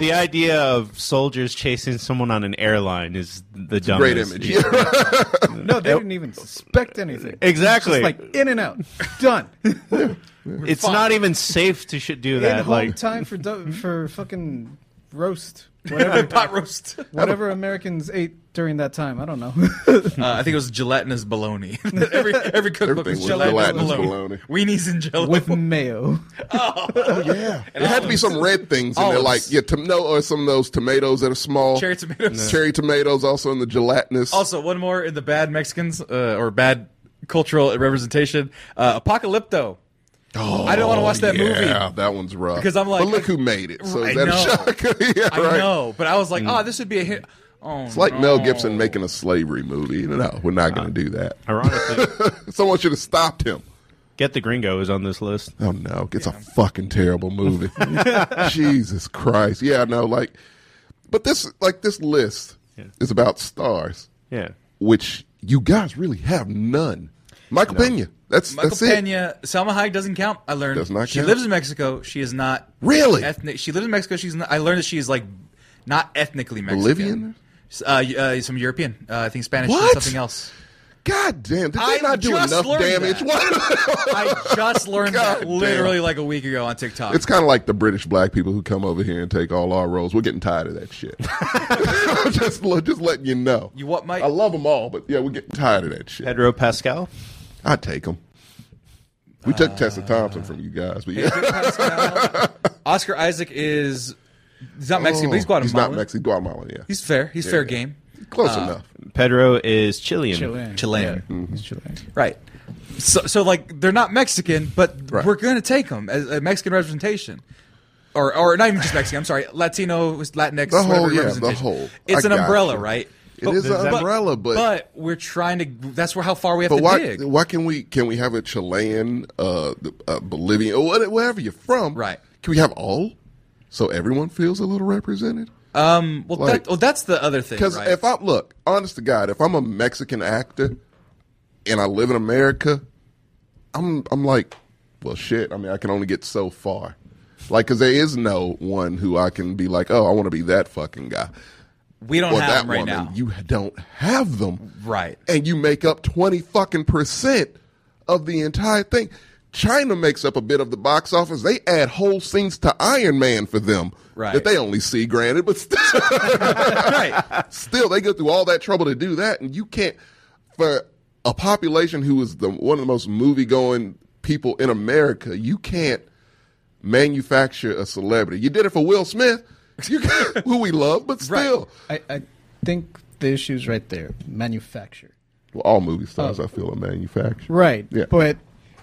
A: the idea of soldiers chasing someone on an airline is the dumbest.
D: great image.
A: Yeah.
C: No, they didn't even suspect anything.
A: Exactly.
C: It's like in and out, done.
A: It's not even safe to sh- do
C: in
A: that.
C: home
A: Like,
C: time for do- for fucking roast, whatever
B: Pot roast.
C: whatever Americans ate during that time. I don't know.
B: Uh, I think it was gelatinous bologna. every every cookbook
D: Everything
B: was
D: was
B: gelatinous,
D: gelatinous
B: bologna.
D: bologna.
B: Weenies and jello.
C: With mayo,
D: yeah, it had to be some red things in there,
B: olives.
D: like yeah, tomato or some of those tomatoes that are small.
B: Cherry tomatoes.
D: Cherry tomatoes also in the gelatinous.
B: Also, one more in the bad Mexicans uh, or bad cultural representation. Uh, Apocalypto. I don't want to watch that
D: Oh, yeah,
B: movie.
D: that one's rough.
B: Because I'm like-
D: but look who made it. So
B: I
D: is that
B: know.
D: a shock? yeah,
B: I
D: right. Mm.
B: know, but I was like, oh, this would be a hit. Oh,
D: It's like Mel Gibson making a slavery movie. No, we're not going to do that.
A: ironically,
D: Someone should have stopped him.
A: Get the Gringo is on this list.
D: Oh no, it's a fucking terrible movie. Jesus Christ. Yeah, no, like, but this like this list is about stars,
A: Yeah.
D: which you guys really have none. Michael Pena. That's
B: Michael
D: that's it.
B: Pena, Selma Hayek doesn't count. I learned
D: Does not
B: she
D: count.
B: lives in Mexico. She is not
D: Really?
B: ethnic. She lives in Mexico. She's not, I learned that she is like not ethnically Mexican.
D: Bolivian?
B: S- Uh, y- uh, some European. Uh, I think Spanish
D: What?
B: and something else.
D: God damn, did they
B: I
D: not do
B: just
D: enough
B: learned
D: damage?
B: that.
D: What?
B: I just learned that
D: God damn.
B: literally like a week ago on TikTok.
D: It's kind of like the British black people who come over here and take all our roles. We're getting tired of that shit. just, lo- just letting you know.
B: You what, Mike?
D: I love them all, but yeah, we're getting tired of that shit.
A: Pedro Pascal.
D: I take them. We took
B: Uh,
D: Tessa Thompson from you guys, but yeah.
B: Pascal. Oscar Isaac is he's not Mexican,
D: Oh,
B: but he's Guatemalan.
D: He's not Mexican. Guatemalan, yeah.
B: He's uh, fair. He's fair
D: yeah.
B: game.
D: close enough.
A: Pedro is Chilean.
C: Chilean,
B: Chilean.
D: Mm-hmm.
C: He's Chilean.
B: Right. So, so like they're not Mexican, but
D: Right.
B: we're gonna take them as a Mexican representation, or or not even just Mexican. I'm sorry, Latino, Latinx,
D: The whole-
B: whatever
D: yeah, the
B: representation.
D: whole.
B: It's
D: I
B: an
D: got
B: umbrella,
D: you.
B: right?
D: It is an umbrella, but-
B: but we're trying to. That's where how far we have
D: But
B: to
D: why?
B: dig.
D: Why can we? Can we have a Chilean, uh, the- uh Bolivian, or what- wherever you're from?
B: Right.
D: Can we have all? So everyone feels a little represented.
B: Um, well,
D: Like-
B: that, well, that's the other thing,
D: Because
B: right?
D: if I look, honest to God, if I'm a Mexican actor and I live in America, I'm I'm like, well, shit. I mean, I can only get so far. Like, because there is no one who I can be like, oh, I want to be that fucking guy
B: we don't
D: or
B: have
D: that
B: them right
D: woman.
B: now.
D: You don't have them,
B: Right.
D: And you make up twenty fucking percent of the entire thing. China makes up a bit of the box office. They add whole scenes to Iron Man for them
B: Right.
D: that they only see, granted, but still.
B: right.
D: still they go through all that trouble to do that and you can't for a population who is the one of the most movie going people in america you can't manufacture a celebrity you did it for will smith you can- who we love but still
C: I, I think the issue's right there. Manufacture.
D: well, all movie
B: Oh.
D: stars i feel are manufactured
C: Right.
D: Yeah.
C: But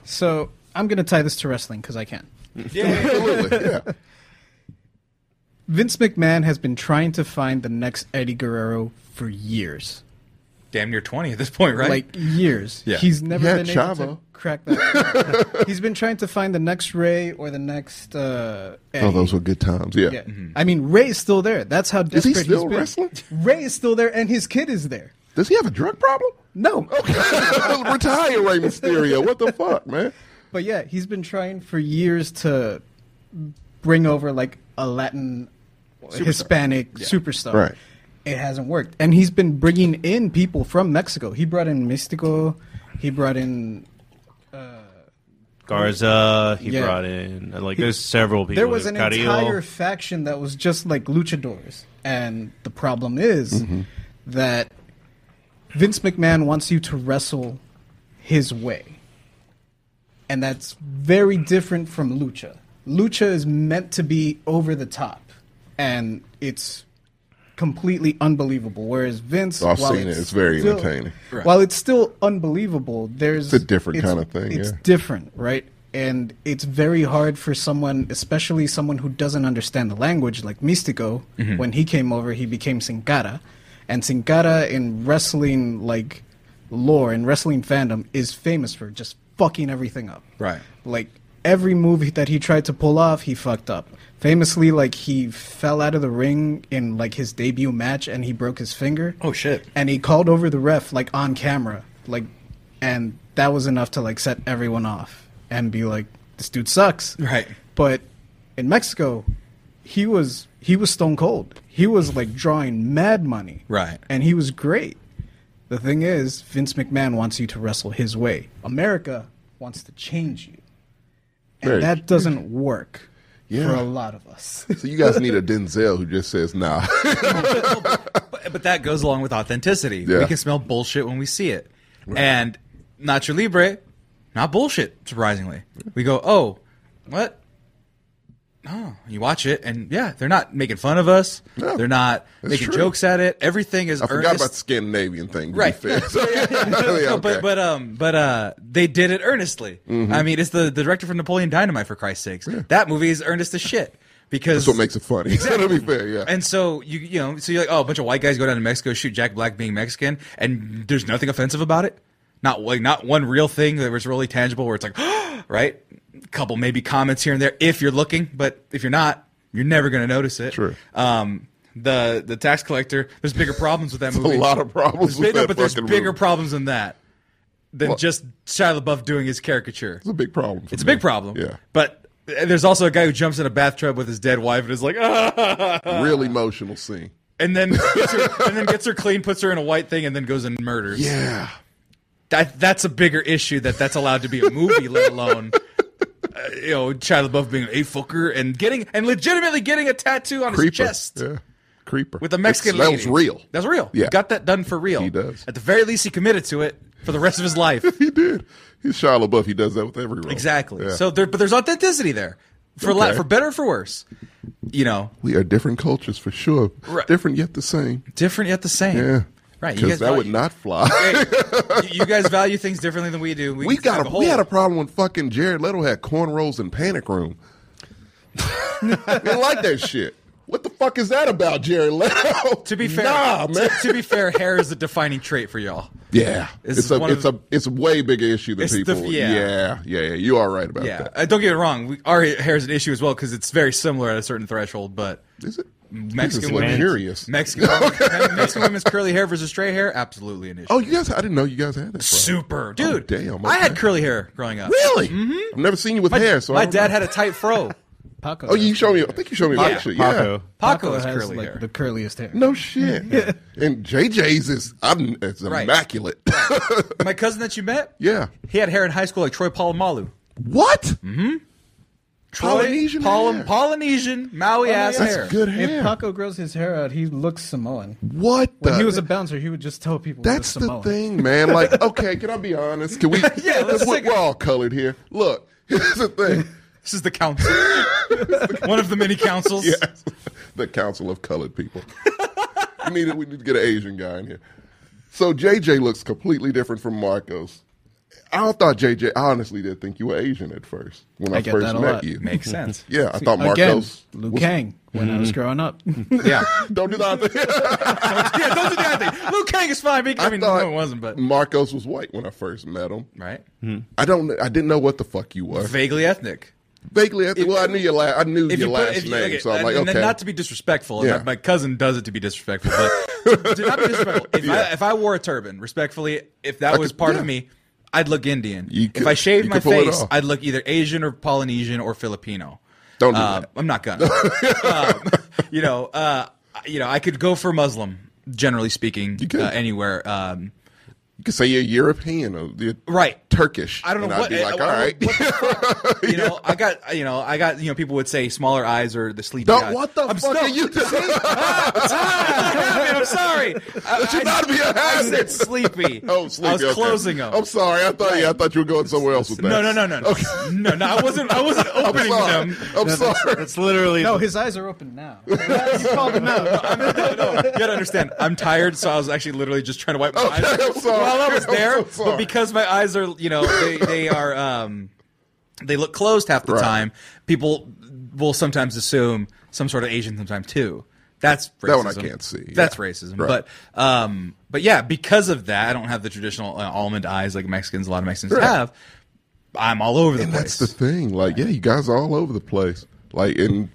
C: so I'm gonna tie this to wrestling because I can.
D: absolutely yeah
C: Vince McMahon has been trying to find the next Eddie Guerrero for years.
B: Damn near twenty at this point, right?
C: Like years.
B: Yeah.
C: He's never
D: Yeah,
C: been able
D: Chavo.
C: to crack that. He's been trying to find the next Ray or the next uh Eddie.
D: oh those were good times yeah,
C: Yeah. I mean Ray's still there. That's how
D: he
C: desperate
D: still
C: has been.
D: wrestling?
C: Ray is still there and his kid is there.
D: does he have a drug problem
C: No.
D: retire ray mysterio what the fuck man
C: But yeah, he's been trying for years to bring over like a Latin, Hispanic superstar.
D: Right.
C: It hasn't worked, and he's been bringing in people from Mexico. He brought in Mystico. He brought in.
A: Garza, he
C: Yeah.
A: brought in uh, like there's several people.
C: There was an
A: Carrillo.
C: entire faction that was just like luchadors, and the problem is
D: Mm-hmm.
C: that Vince McMahon wants you to wrestle his way. and that's very different from lucha. Lucha is meant to be over the top, and it's completely unbelievable. Whereas Vince,
D: I've
C: while
D: seen it. It's very
C: still-
D: entertaining.
B: Right.
C: While it's still unbelievable, there's
D: It's a different kind of thing,
C: It's
D: yeah.
C: different, right? And it's very hard for someone, especially someone who doesn't understand the language, like Mystico.
B: Mm-hmm.
C: When he came over, he became Sin Cara, and Sin Cara in wrestling like lore and wrestling fandom is famous for just fucking everything up.
B: Right.
C: Like every move that he tried to pull off, he fucked up. Famously, like he fell out of the ring in like his debut match and he broke his finger.
B: Oh, shit.
C: And he called over the ref like on camera, like, and that was enough to like set everyone off and be like, this dude sucks.
B: Right.
C: But in Mexico, he was he was stone cold. He was like drawing mad money.
B: Right.
C: And he was great. The thing is, Vince McMahon wants you to wrestle his way. America wants to change you. And
D: Right.
C: that doesn't work for
D: Yeah.
C: a lot of us.
D: so you guys need a denzel who just says nah
B: But, but that goes along with authenticity.
D: Yeah.
B: We can smell bullshit when we see it. And Nacho Libre, not bullshit, surprisingly. We go, oh, what? Oh, you watch it, and yeah, they're not making fun of us.
D: No.
B: they're not
D: It's
B: making
D: true.
B: jokes at it. Everything is
D: I
B: earnest.
D: forgot about the Scandinavian thing. to be
B: Right.
D: fair. So, yeah,
B: no,
D: okay. Mm-hmm.
B: but but um but uh they did it earnestly. I mean, it's the, the director from Napoleon Dynamite for Christ's sakes. That movie is earnest as shit because
D: that's what makes it funny. Exactly. to be fair, yeah.
B: and so you you know so you're like oh a bunch of white guys go down to Mexico shoot Jack Black being Mexican and there's nothing offensive about it. Not like not one real thing that was really tangible where it's like right couple maybe comments here and there if you're looking but if you're not you're never gonna notice it.
D: True.
B: Um. The the tax collector. There's bigger problems with that
D: a
B: movie.
D: lot of problems
B: There's
D: with
B: big-
D: that
B: but there's
D: fucking
B: bigger
D: movie.
B: problems than that than just Shia LaBeouf doing his caricature.
D: it's a big problem. for
B: It's a
D: me.
B: big problem.
D: Yeah.
B: But uh, there's also a guy who jumps in a bathtub with his dead wife and is like, ah,
D: Real emotional scene.
B: and then gets her, and then gets her clean, puts her in a white thing, and then goes and murders.
D: Yeah.
B: That that's a bigger issue that that's allowed to be a movie, let alone. uh, You know, Shia LaBeouf being a fucker and getting and legitimately getting a tattoo on
D: Creeper.
B: his chest
D: Yeah. Creeper.
B: with a Mexican
D: it smells
B: lady.
D: real.
B: That's real.
D: Yeah.
B: He got that done for real.
D: He does.
B: At the very least, he committed to it for the rest of his life.
D: He did. He's Shia LaBeouf. He does that with every role.
B: Exactly.
D: Yeah.
B: So there, but there's authenticity there, for la-
D: Okay.
B: for better or for worse. You know,
D: we are different cultures for sure.
B: Right.
D: Different yet the same.
B: different yet the same.
D: Yeah.
B: Right. You guys,
D: Because that would
B: value-
D: not fly.
B: Hey, you you guys value things differently than we do.
D: we got
B: like
D: a,
B: whole-
D: we had a problem when fucking Jared Leto had cornrows and Panic Room. they like that shit. What the fuck is that about, Jared Leto?
B: To be fair,
D: nah,
B: To,
D: man.
B: to be fair, hair is a defining trait for y'all.
D: Yeah,
B: This
D: it's,
B: is
D: a
B: one
D: it's
B: of-
D: a it's a way bigger issue than
B: It's the-
D: people.
B: yeah.
D: yeah. yeah, yeah, You are right about
B: Yeah.
D: that.
B: Uh, don't get me wrong. We, our hair is an issue as well because it's very similar at a certain threshold. But
D: Is it? just
B: Mexican
D: look
B: women.
D: furious.
B: Mexican, women- Mexican women's curly hair versus straight hair, absolutely an issue.
D: Oh, you guys! I didn't know you guys had that. Problem.
B: super, dude.
D: damn,
B: I had
D: okay.
B: curly hair growing up.
D: Really? Mm-hmm. I've never seen you with hair. So I
B: My
D: don't
B: dad
D: know.
B: had a tight fro.
C: Paco.
D: Oh, you showed me. I think you showed me a
B: Yeah.
D: picture. Yeah.
A: Paco.
B: Paco has
C: has
B: curly
C: like
B: hair.
C: the curliest hair.
D: No shit. And JJ's is I'm, it's
B: Right.
D: immaculate.
B: My cousin that you met,
D: yeah.
B: he had hair in high school like Troy Polamalu.
D: What? Mm-hmm.
B: Troy
D: Polynesian
B: Poly-
D: hair.
B: Polynesian Maui ass
D: That's
B: hair.
D: good
C: If
D: hair.
C: Paco grows his hair out, he looks Samoan.
D: what the?
C: When he was a bouncer, he would just tell people. he was
D: That's the
C: Samoan.
D: thing, man. Like, okay, can I be honest? Can we?
B: Yeah, let's
D: we're,
B: take a-
D: we're all colored here. Look, here's the thing.
B: This is the council. One of the many councils.
D: Yes, the Council of Colored People. we need to- we need to get an Asian guy in here. So JJ looks completely different from Marcos. I thought JJ. I honestly did think you were Asian at first when I,
C: I get
D: first
C: that a
D: met
C: lot.
D: you.
B: Makes sense.
D: Yeah, I thought
C: Again,
D: Marcos.
C: Liu
D: was-
C: Kang when I was growing up.
B: Yeah.
D: Don't do that.
B: yeah, don't do that thing. Luke Kang is fine. because- I, mean, no,
D: thought
B: it wasn't, but.
D: Marcos was white when I first met him.
B: Right?
D: I don't. I didn't know what the fuck you were.
B: Vaguely ethnic.
D: Vaguely, I think- well, I knew your last. I knew your
B: put-
D: last
B: if
D: name,
B: okay,
D: so I'm
B: and-
D: like,
B: and
D: okay.
B: Not to be disrespectful. and
D: Yeah.
B: My, my cousin does it to be disrespectful, but to not be disrespectful. If, I, if I wore a turban, respectfully, if that
D: I
B: was
D: could-
B: part
D: yeah.
B: of me, I'd look Indian.
D: You
B: if
D: could-
B: I shaved
D: you
B: my
D: could pull it
B: face,
D: off.
B: I'd look either Asian or Polynesian or Filipino.
D: Don't do
B: Uh,
D: that.
B: I'm not gonna. um, you know, uh, you know, I could go for Muslim, generally speaking,
D: could.
B: uh, anywhere. Um,
D: you could say you're European or you're
B: right.
D: Turkish.
B: I don't know
D: and
B: what.
D: I'd be
B: I-
D: like,
B: I-
D: all right.
B: what the fuck? you know, I got. You know, I got. You know, people would say smaller eyes or the sleepy.
D: Don't-
B: eyes.
D: what the
B: I'm
D: fuck
B: so-
D: are you doing?
B: Ah, I'm sorry. I,
D: That should
B: I-
D: not be an
B: I
D: accident.
B: said sleepy.
D: Oh, sleepy.
B: I was
D: okay. Oh,
B: closing them.
D: I'm sorry. I thought yeah, I thought you were going somewhere else with that.
B: No, no, no, no, no, no, no. I wasn't. I wasn't
D: I'm
B: opening
D: sorry.
B: them.
D: I'm sorry.
A: That's literally.
C: no, his eyes are open now. He's called him out.
B: no, you gotta understand. I'm tired, so I was actually literally just trying to wipe my
D: Okay,
B: eyes
D: I'm sorry.
B: while I was
D: I'm
B: there.
D: so sorry.
B: but because my eyes are, you know, they, they are, um, they look closed half the
D: Right.
B: time. People will sometimes assume some sort of Asian, sometimes too. That's racism.
D: That one I can't see, yeah.
B: That's racism.
D: Right.
B: But, um, but yeah, because of that, I don't have the traditional uh, almond eyes like Mexicans. A lot of Mexicans
D: Right.
B: have. I'm all over the place.
D: That's the thing. Like, yeah, you guys are all over the place. Like, and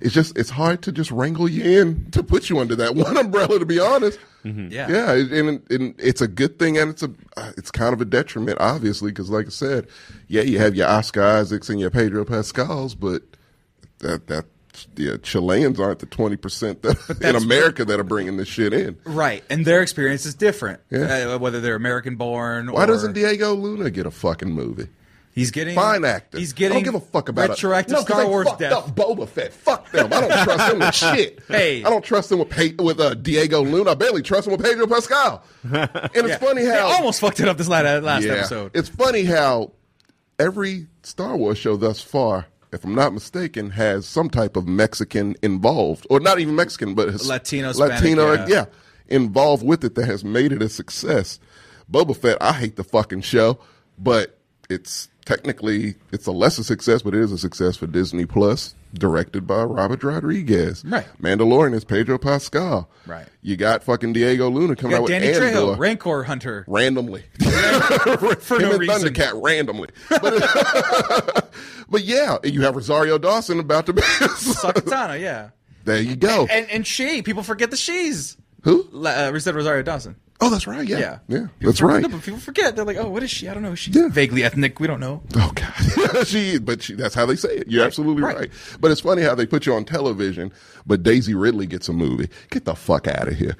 D: it's just it's hard to just wrangle you in to put you under that one umbrella. To be honest,
B: Yeah.
D: yeah, it- and, and it's a good thing, and it's a uh, it's kind of a detriment, obviously, because like I said, yeah, you have your Oscar Isaacs and your Pedro Pascals, but that that. Yeah, Chileans aren't the twenty percent that in
B: that's-
D: America that are bringing this shit in.
B: Right, and their experience is different.
D: Yeah.
B: Uh, whether they're American born,
D: Why doesn't Diego Luna get a fucking movie?
B: He's getting
D: Fine actor.
B: He's getting.
D: I don't give a fuck about
B: retroactive
D: it. No, 'cause
B: Star
D: they
B: Wars
D: fucked
B: death.
D: Up Boba Fett. Fuck them. I don't trust them with shit.
B: Hey.
D: I don't trust them with Pe- with uh, Diego Luna. I barely trust them with Pedro Pascal. And it's funny how
B: They almost fucked it up this last, last
D: yeah.
B: episode.
D: It's funny how every Star Wars show thus far, if I'm not mistaken, has some type of Mexican involved, or not even Mexican, but his-
B: Latino, Hispanic,
D: Latino,
B: yeah.
D: involved with it that has made it a success. Boba Fett, I hate the fucking show, but it's technically it's a lesser success, but it is a success for Disney Plus. Directed by Robert Rodriguez.
B: Right.
D: Mandalorian is Pedro Pascal.
B: Right.
D: You got fucking Diego Luna coming
B: You
D: out
B: got
D: with
B: Danny
D: Andor
B: Trejo, Rancor Hunter.
D: randomly.
B: For
D: Him
B: no
D: and
B: reason.
D: Thundercat randomly. But, but yeah, you have Rosario Dawson about to be.
B: Sakatana, yeah.
D: there you go.
B: And and she, people forget the she's.
D: Who?
B: La- Uh, we said Rosario Dawson.
D: Oh, that's right. Yeah.
B: Yeah,
D: Yeah,
B: People
D: that's
B: forget-
D: right.
B: No, but people forget. They're like, oh, what is she? I don't know. She's
D: Yeah.
B: vaguely ethnic. We don't know.
D: Oh God, she. But she, that's how they say it. You're absolutely
B: right.
D: right. But it's funny how they put you on television, but Daisy Ridley gets a movie. Get the fuck out of here.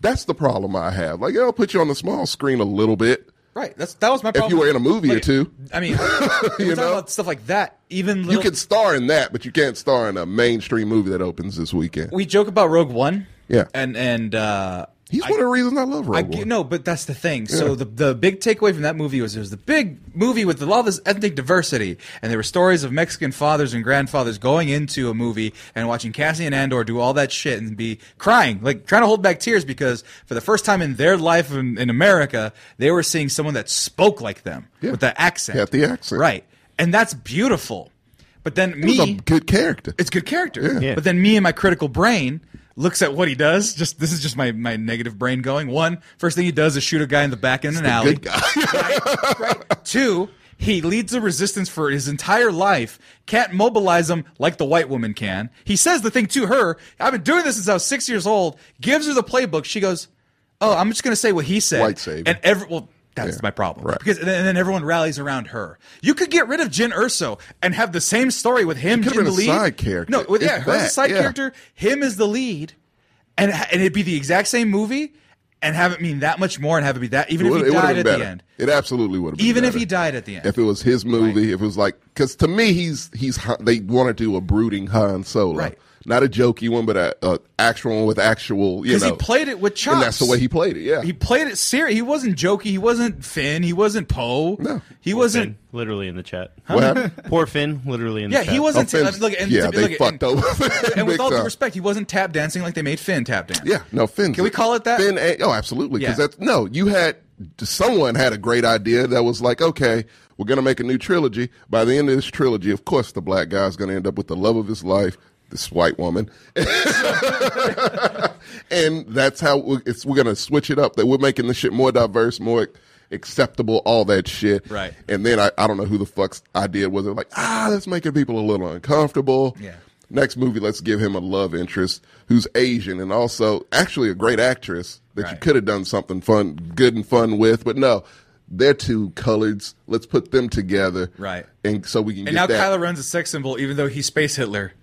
D: That's the problem I have. Like, I'll put you on the small screen a little bit.
B: Right. That's that was my
D: If
B: problem.
D: you were in a movie or two,
B: I mean, we're talking
D: know?
B: about stuff like that. Even
D: you
B: little,
D: can star in that, but you can't star in a mainstream movie that opens this weekend.
B: we joke about Rogue One.
D: Yeah.
B: And and uh,
D: He's one of the reasons I love Rogue
B: I
D: One.
B: get- no, but that's the thing. So the the big takeaway from that movie was there's the big movie with a lot of this ethnic diversity, and there were stories of Mexican fathers and grandfathers going into a movie and watching Cassian Andor do all that shit and be crying, like trying to hold back tears because for the first time in their life in, in America, they were seeing someone that spoke like them
D: Yeah.
B: with that accent,
D: Had the accent.
B: right? And that's beautiful. But then
D: He's a
B: me,
D: good character.
B: it's good character.
D: Yeah.
A: Yeah.
B: But then me and my critical brain looks at what he does. Just this is just my, my negative brain going. One, first thing he does is shoot a guy in the back in an alley.
D: good guy.
B: Right? Right? Two, He leads a resistance for his entire life. Can't mobilize them like the white woman can. He says the thing to her. I've been doing this since I was six years old. Gives her the playbook. She goes, "Oh, I'm just gonna say what he said."
D: White savior.
B: And every well. That's
D: Yeah,
B: my problem.
D: right.
B: Because and then, and then everyone rallies around her. You could get rid of Jin Urso and have the same story with him
D: could've
B: in the
D: been a
B: lead.
D: side character.
B: No, with,
D: It's
B: yeah, her as a
D: that,
B: side
D: yeah.
B: character, him as the lead, and and it'd be the exact same movie, and have it mean that much more, and have it be that even
D: It would
B: if he
D: have
B: died
D: been
B: at
D: better.
B: the end,
D: It absolutely would have.
B: even if
D: better.
B: he died at the end.
D: if it was his movie, if it was like, because to me, he's he's Han- they want to do a brooding Han Solo,
B: Right.
D: Not a jokey one, but a, a actual one with actual. You
B: 'Cause he
D: know,
B: played it with
D: and that's the
B: chops.
D: way he played it. Yeah,
B: He played it serious. He wasn't jokey. He wasn't Finn. He wasn't Poe.
D: No.
B: he wasn't.
A: Finn, literally in the chat.
D: what happened?
A: Poor Finn, literally in the
B: Yeah,
A: chat.
B: he
D: Oh,
B: wasn't.
D: Finn's-
B: look, and,
D: yeah,
B: look,
D: they
B: and-
D: fucked over.
B: And
D: big
B: with all due
D: time.
B: respect, he wasn't tap dancing like they made Finn tap dance.
D: Yeah, no, Finn.
B: Can we call it that?
D: Finn, ain't- oh, absolutely. Because
B: Yeah.
D: that's no, you had someone had a great idea that was like, okay, we're gonna make a new trilogy. By the end of this trilogy, of course, the black guy's gonna end up with the love of his life, this white woman, and that's how we- it's, we're gonna switch it up. That we're making this shit more diverse, more acceptable, all that shit.
B: Right.
D: And then I, I don't know who the fuck's idea it was. They're like, ah, that's making people a little uncomfortable.
B: Yeah.
D: Next movie, let's give him a love interest who's Asian and also actually a great actress that you
B: Right.
D: could have done something fun, good and fun with. But no, they're two coloreds. Let's put them together.
B: Right.
D: And so we can
B: And
D: get
B: now
D: that.
B: Kylo Ren's a sex symbol, even though he's space Hitler.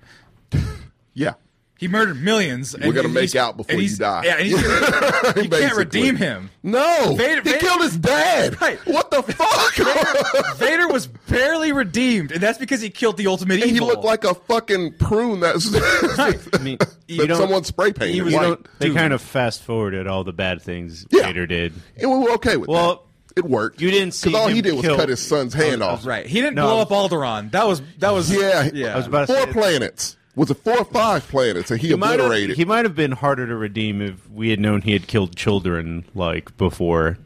D: yeah.
B: He murdered millions. And
D: We're gonna
B: he-
D: make
B: he's-
D: out before
B: and
D: you
B: he's-
D: die.
B: Yeah, and he's gonna- you can't
D: Basically.
B: redeem him.
D: No.
B: Vader-
D: he
B: Vader-
D: killed his dad.
B: Right.
D: What the fuck?
B: Vader was barely redeemed, and that's because he killed the ultimate
D: he
B: evil.
D: looked like a fucking prune that's
A: I mean, you
D: that
A: don't,
D: someone spray painted.
A: you
D: white.
A: don't, they
B: Dude.
A: kind of fast forwarded all the bad things
D: Yeah.
A: Vader did.
D: And we were okay with
A: Well,
D: that. It worked.
A: you didn't see
D: Because all he
A: him
D: did was
A: kill-
D: cut his son's hand off.
B: right. He didn't
A: No,
B: blow
A: I
B: up Alderaan. That was that was
D: Yeah.
B: yeah.
A: I was about to
D: Four
A: say-
D: planets. Was it four or five planets? And he,
A: He might, have,
D: obliterated.
A: he might have been harder to redeem if we had known he had killed children like before.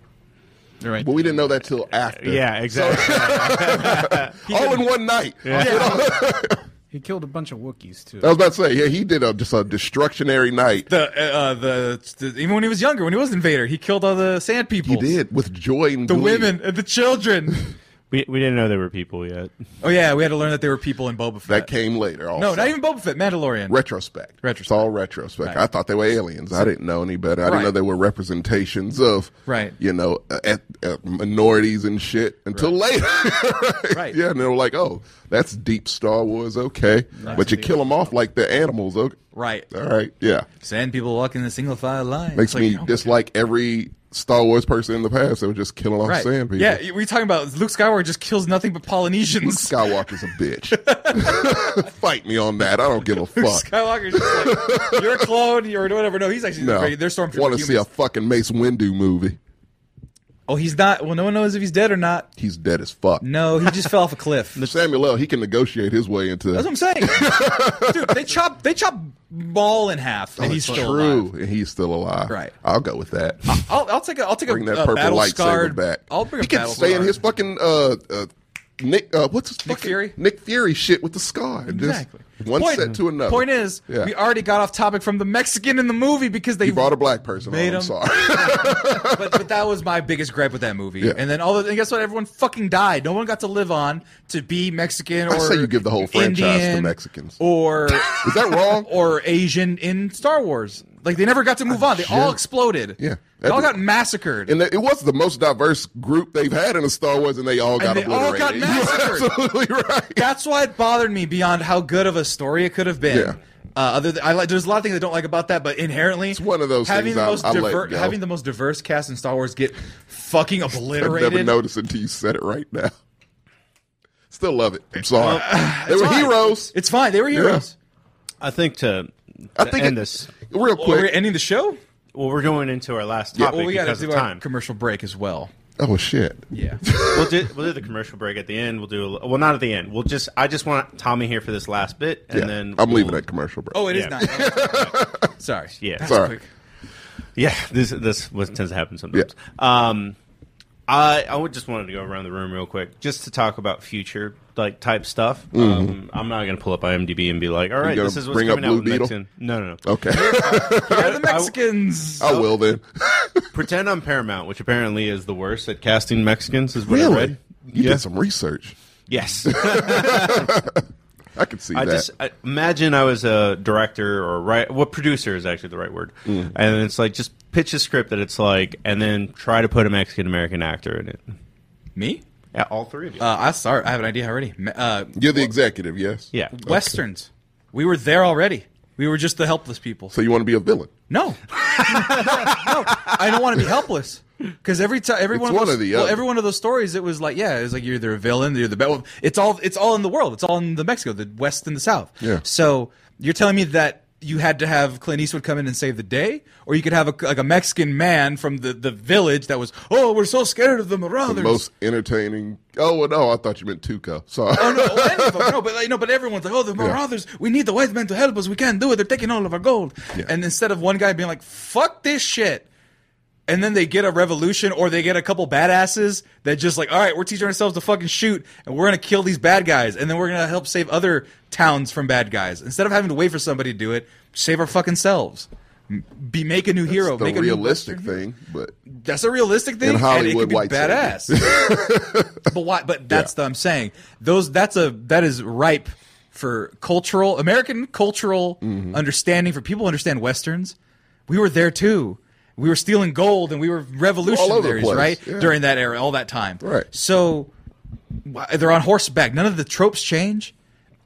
C: Right.
D: but we didn't know that till after.
A: Yeah, exactly.
D: All in one night.
C: He killed a bunch of Wookiees too.
D: I was about to say, yeah, he did a, just a destructionary night.
B: the uh, the, the even when he was younger, when he was Invader, he killed all the Sand people.
D: He did with joy and
B: the
D: glee.
B: women and the children.
A: we, we didn't know there were people yet.
B: oh yeah, we had to learn that they were people in Boba
D: That
B: Fett.
D: came later. Also.
B: no, not even Boba Fett. Mandalorian.
D: retrospect. It's all retrospect. I thought they were aliens. I didn't know any better. I
B: Right.
D: didn't know they were representations of
B: Right.
D: you know, uh, at, uh minorities and shit until later.
B: Right.
D: Yeah, and they were like, "Oh, that's deep Star Wars, okay, but you kill them off like they're animals, okay?
B: Right.
D: All right, yeah.
B: Sand people walk in the single file line. It's
D: Makes
B: like,
D: me
B: oh,
D: dislike every Star Wars person in the past. They were just killing off
B: right.
D: sand people.
B: Yeah, we're talking about Luke Skywalker just kills nothing but Polynesians.
D: Skywalker's a bitch. Fight me on that. I don't give a fuck.
B: Skywalker's just like, you're a clone, you're whatever. No, he's actually
D: No,
B: they're stormtrooper
D: want to see a
B: humans.
D: fucking Mace Windu movie?
B: Oh, he's not. Well, no one knows if he's dead or not.
D: He's dead as fuck.
B: No, he just fell off a cliff.
D: The
B: That's
D: Samuel L. He can negotiate his way into.
B: what I'm saying. Dude, they chop they chop Maul in half, and he's still
D: Oh, true,
B: alive.
D: and he's still alive.
B: Right.
D: I'll go with that.
B: I'll, I'll take a I'll take
D: Bring
B: a,
D: that
B: a
D: purple
B: battle
D: lightsaber
B: scarred
D: back.
B: I'll bring
D: he
B: a
D: can
B: battle
D: stay in
B: scarred.
D: his fucking uh, uh, Nick. Uh, what's his
B: Nick
D: fucking-
B: Fury?
D: Nick Fury shit with the scar. Just
B: Exactly.
D: one
B: point,
D: set to another.
B: Point is,
D: Yeah.
B: we already got off topic from the Mexican in the movie because they
D: he brought a black person.
B: Made him-
D: on, I'm sorry.
B: but, but that was my biggest gripe with that movie.
D: Yeah.
B: And then all the and guess what? Everyone fucking died. No one got to live on to be Mexican or
D: I say you give the whole franchise to
B: Indian
D: Mexicans.
B: or
D: is that wrong?
B: or Asian in Star Wars. Like they never got to move on. They all exploded.
D: Yeah.
B: they all
D: That-
B: got massacred.
D: And it was the most diverse group they've had in a Star Wars, and they all got
B: they all
D: obliterated.
B: got massacred.
D: You're absolutely right.
B: That's why it bothered me beyond how good of a story it could have been.
D: Yeah.
B: Uh, other than, I like, there's a lot of things I don't like about that, but inherently, it's
D: one of those
B: having
D: things
B: the
D: I-
B: most
D: I let
B: diver-
D: go.
B: having the most diverse cast in Star Wars get fucking
D: I
B: obliterated.
D: never noticed until you said it right now. Still love it. I'm sorry. they
B: It's
D: were
B: fine.
D: heroes.
B: It's fine. They were heroes.
A: I think to,
D: I
A: to
D: think
A: end
D: it-
A: this,
B: Well,
D: real
B: we're
D: quick.
B: ending the show.
A: well, we're going into our last
D: Yeah.
A: topic
B: Well, we got to
A: because of
B: do our
A: time.
B: commercial break as well.
D: Oh shit!
B: Yeah.
A: we'll do we'll do the commercial break at the end. We'll do a, li- well, not at the end. We'll just I just want Tommy here for this last bit, and
D: Yeah,
A: then
D: I'm
A: we'll-
D: leaving that commercial break.
B: oh, it is
A: Yeah.
B: not. Sorry.
A: Yeah.
B: That's
D: Sorry.
B: quick.
A: Yeah, this this what tends to happen sometimes. Um, I I would just wanted to go around the room real quick just to talk about future like type stuff. Um, I'm not gonna pull up IMDb and be like, all right,
D: Mm-hmm. gonna
A: this is what's
D: bring up
A: coming out
D: Blue
A: with
D: Beetle? Oh.
A: Mexican. No, no, no.
D: Okay,
B: They're the Mexicans.
D: I will then.
A: Pretend I'm Paramount, which apparently is the worst at casting Mexicans. Is what I
D: Really?
A: read.
D: You
A: Yeah.
D: did some research.
A: Yes.
D: I can see
A: I
D: that.
A: just I, imagine I was a director or right, well, producer is actually the right word,
B: Mm.
A: and it's like just pitch a script that it's like, and then try to put a Mexican American actor in it.
B: Me?
A: Yeah, all three of you.
B: Uh, I start. I have an idea already. Me- Uh,
D: You're the executive, yes?
A: yeah.
B: Westerns. We were there already. We were just the helpless people.
D: So you want to be a villain?
B: No, no, I don't want to be helpless. Because every time, every
D: It's
B: one, of
D: one
B: those,
D: or the
B: well,
D: other.
B: every one of those stories, it was like, yeah, it was like you're either a villain, you're the best. It's all, it's all in the world. It's all in the Mexico, the West and the South.
D: Yeah.
B: So you're telling me that you had to have Clint Eastwood come in and save the day, or you could have a, like a Mexican man from the, the village that was, oh, we're so scared of the marauders.
D: The most entertaining. Oh, well, no, I thought you meant Tuco. Sorry.
B: Oh no, well, any of them. no, but like, no, but everyone's like, oh, the marauders. We need the white men to help us. We can't do it. They're taking all of our gold.
D: Yeah.
B: And instead of one guy being like, fuck this shit, and then they get a revolution or they get a couple badasses that just like, all right, we're teaching ourselves to fucking shoot and we're gonna kill these bad guys and then we're gonna help save other towns from bad guys instead of having to wait for somebody to do it. Save our fucking selves. M- Be make a new hero.
D: the
B: make a new
D: realistic
B: Western hero
D: thing, but
B: that's a realistic thing.
D: In Hollywood,
B: and it could
D: white
B: be badass. but why? But that's the I'm saying those. That's a that is ripe for cultural American cultural
D: Mm-hmm.
B: understanding for people who understand westerns. We were there too. We were stealing gold and we were revolutionaries,
D: place,
B: right?
D: yeah.
B: During that era, all that time,
D: Right.
B: So why- they're on horseback. None of the tropes change.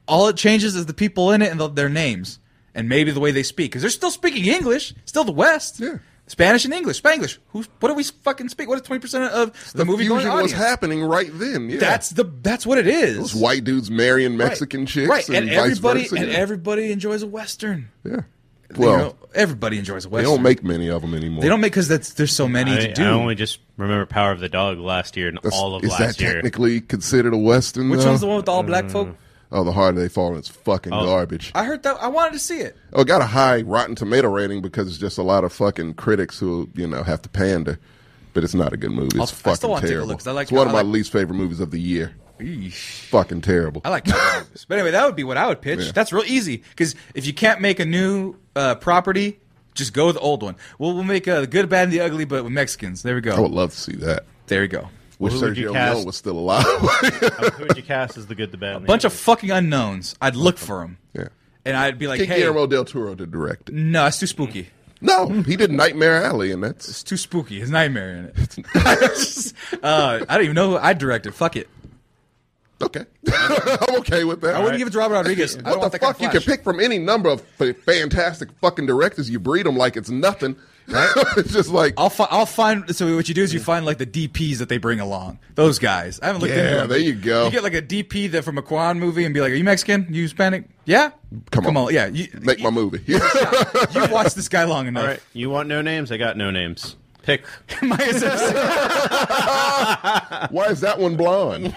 B: All it changes is the people in it and the, their names, and maybe the way they speak, because they're still speaking English, still the West.
D: Yeah.
B: Spanish and English. Spanglish. Who? What do we fucking speak? What is twenty percent of the, movie going
D: fusion was
B: audience?
D: happening right then. Yeah.
B: That's the. That's what it is.
D: Those white dudes marrying
B: Right.
D: Mexican chicks,
B: right? And,
D: vice
B: everybody
D: versa,
B: and
D: yeah.
B: everybody enjoys a western.
D: yeah.
B: You
D: Well,
B: know, everybody enjoys a
D: they
B: western.
D: don't make many of them anymore.
B: They don't make because that's there's so many
A: I,
B: to do.
A: I only just remember Power of the Dog last year and
D: That's-
A: all of
D: is
A: last
D: that
A: year.
D: technically considered a western?
B: Which
D: though?
B: one's the one Oh. with all black
A: Mm.
B: folk?
D: Oh, the harder they fall, it's fucking garbage.
B: I heard that. I wanted to see it.
D: Oh, it got a high Rotten Tomato rating because it's just a lot of fucking critics who you know have to pander. But it's not a good movie. It's
B: I'll- I still
D: fucking
B: wanna take a
D: terrible.
B: look, 'cause I like-
D: it's one
B: I
D: of my
B: like-
D: least favorite movies of the year. Fucking terrible.
B: I like cowboy movies. But anyway, that would be what I would pitch.
D: Yeah.
B: That's real easy because if you can't make a new uh, property, just go with the old one. We'll, we'll make uh, the good, bad, and the ugly, but with Mexicans. There we go.
D: I would love to see that.
B: There we go.
D: Wish
A: Who would you
D: Sergio
A: cast?
D: Leone was still alive.
A: Who would you cast as the good, the bad?
B: A bunch of fucking unknowns. I'd look for them.
D: yeah.
B: And I'd be like,
D: Get
B: hey,
D: Guillermo del Toro to direct it.
B: no, it's too spooky.
D: No, he did Nightmare Alley, and that's
B: It's too spooky. It's nightmare in it. uh, I don't even know who I directed. Fuck it.
D: okay. I'm okay with that.
B: I wouldn't give it to Robert Rodriguez. I don't
D: what
B: want
D: the
B: that kind of
D: fuck? You can
B: flash.
D: pick from any number of f- fantastic fucking directors. You breed them like it's nothing. it's just like
B: I'll, fi- I'll find. So what you do is you find like the DPs that they bring along. Those guys. I haven't looked.
D: Yeah,
B: into them.
D: there you go.
B: You get like a DP that from a Quan movie and be like, "Are you Mexican? You Hispanic? Yeah.
D: Come on.
B: Yeah. You,
D: make my movie. Yeah.
B: You've watched this guy long enough.
A: All right, you want no names? I got no names. Pick.
B: My assistant.
D: Why is that one blonde?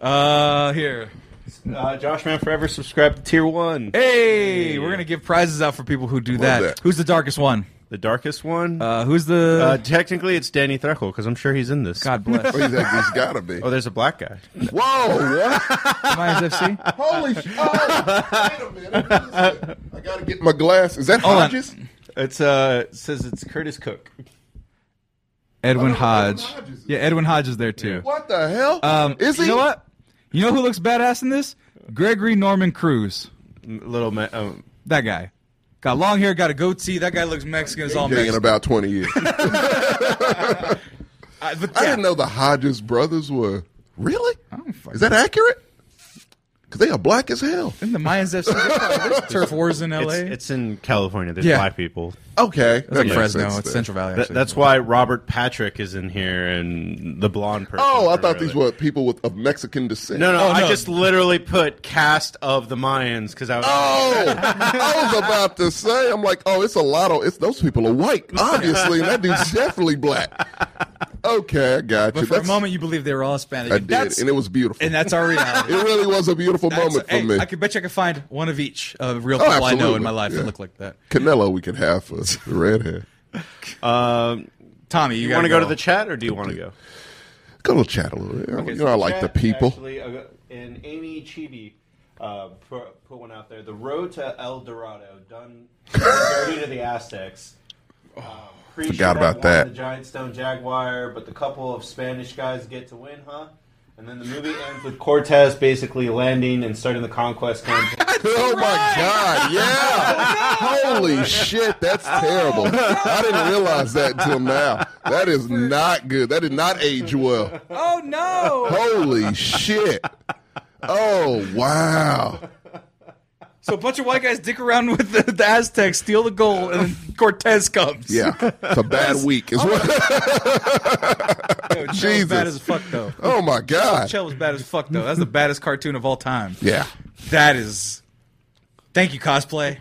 B: Uh, here.
A: Uh, Josh Man forever subscribe to tier one.
B: Hey, we're gonna give prizes out for people who do that.
D: that.
B: Who's the darkest one?
A: The darkest one. Uh,
B: Uh, who's the?
A: technically, it's Danny Trejo because I'm sure he's in this.
B: God bless.
D: He's like, has gotta be.
A: Oh, there's a black guy.
D: Whoa! What?
B: Minus FC.
D: Holy shit! Oh, wait a minute. What is that? I gotta get my glass. Is that
B: on.
D: Hodges?
A: It's uh it says it's Curtis Cook.
B: Edwin
D: Edwin
B: Hodge.
D: Hodge is-
B: Yeah, Edwin Hodge is there too.
D: What the hell?
B: Um,
D: is he?
B: You know what? You know who looks badass in this? Gregory Norman Cruz.
A: M- Little ma- um,
B: That guy. Got long hair, got a goatee. That guy looks Mexican as all
D: Yeah, in
B: Mexican.
D: about twenty years.
B: I, but
D: I
B: yeah.
D: didn't know the Hodges brothers were really.
B: don't fucking-
D: Is that accurate? Because they are black as hell.
B: In the Mayans FC, there's probably- there's turf wars in LA.
A: it's, it's in California. There's
B: Yeah.
A: black people.
D: Okay, that
B: It's like
D: makes
B: Fresno.
D: sense
B: It's
D: then.
B: Central Valley.
A: Th-
B: actually.
A: that's why Robert Patrick is in here and the blonde person.
D: Oh, I
A: from
D: thought these
A: earlier.
D: were people with of Mexican descent.
A: No, no,
B: Oh,
A: I
B: no.
A: just literally put cast of the Mayans because I was.
D: Oh, I was about to say. I'm like, oh, it's a lot of it's those people are white, obviously, and that dude's definitely black. Okay, I got
B: But
D: you.
B: for a
D: That's-
B: moment, you believed they were all Spanish.
D: I
B: And
D: did,
B: that's-
D: and it was beautiful.
B: and that's our reality.
D: it really was a beautiful
B: That's-
D: moment for
B: hey,
D: me.
B: I could bet you I could find one of each of real
D: Oh,
B: people I know in
D: absolutely.
B: my life that
D: Yeah.
B: look like that.
D: Canelo, we could have for the red hair.
A: Um,
B: Tommy, you,
A: you
B: got
A: want
B: to
A: to go to the chat or do you want to go?
D: Go to chat a little bit. you know, I like the people.
A: Actually, uh, and Amy Chibi uh, put, put one out there. The road to El Dorado, done dirty to the Aztecs. Uh, pretty
D: Oh,
A: sure
D: Forgot
A: that
D: about
A: won
D: that.
A: The giant stone jaguar, but the couple of Spanish guys get to win, huh? And then the movie ends with Cortez basically landing and starting the conquest campaign.
D: Oh my God! Yeah, holy shit, that's terrible. I didn't realize that until now. That is not good. That did not age well.
B: Oh no!
D: Holy shit! Oh wow!
B: so a bunch of white guys dick around with the, the Aztecs, steal the gold, and then Cortez comes.
D: Yeah, it's a bad week. Is what?
B: Yo, Chell was
D: Jesus.
B: bad as fuck though.
D: Oh my God!
B: Chell was bad as fuck though. That's the baddest cartoon of all time.
D: Yeah,
B: That is. Thank you, cosplay.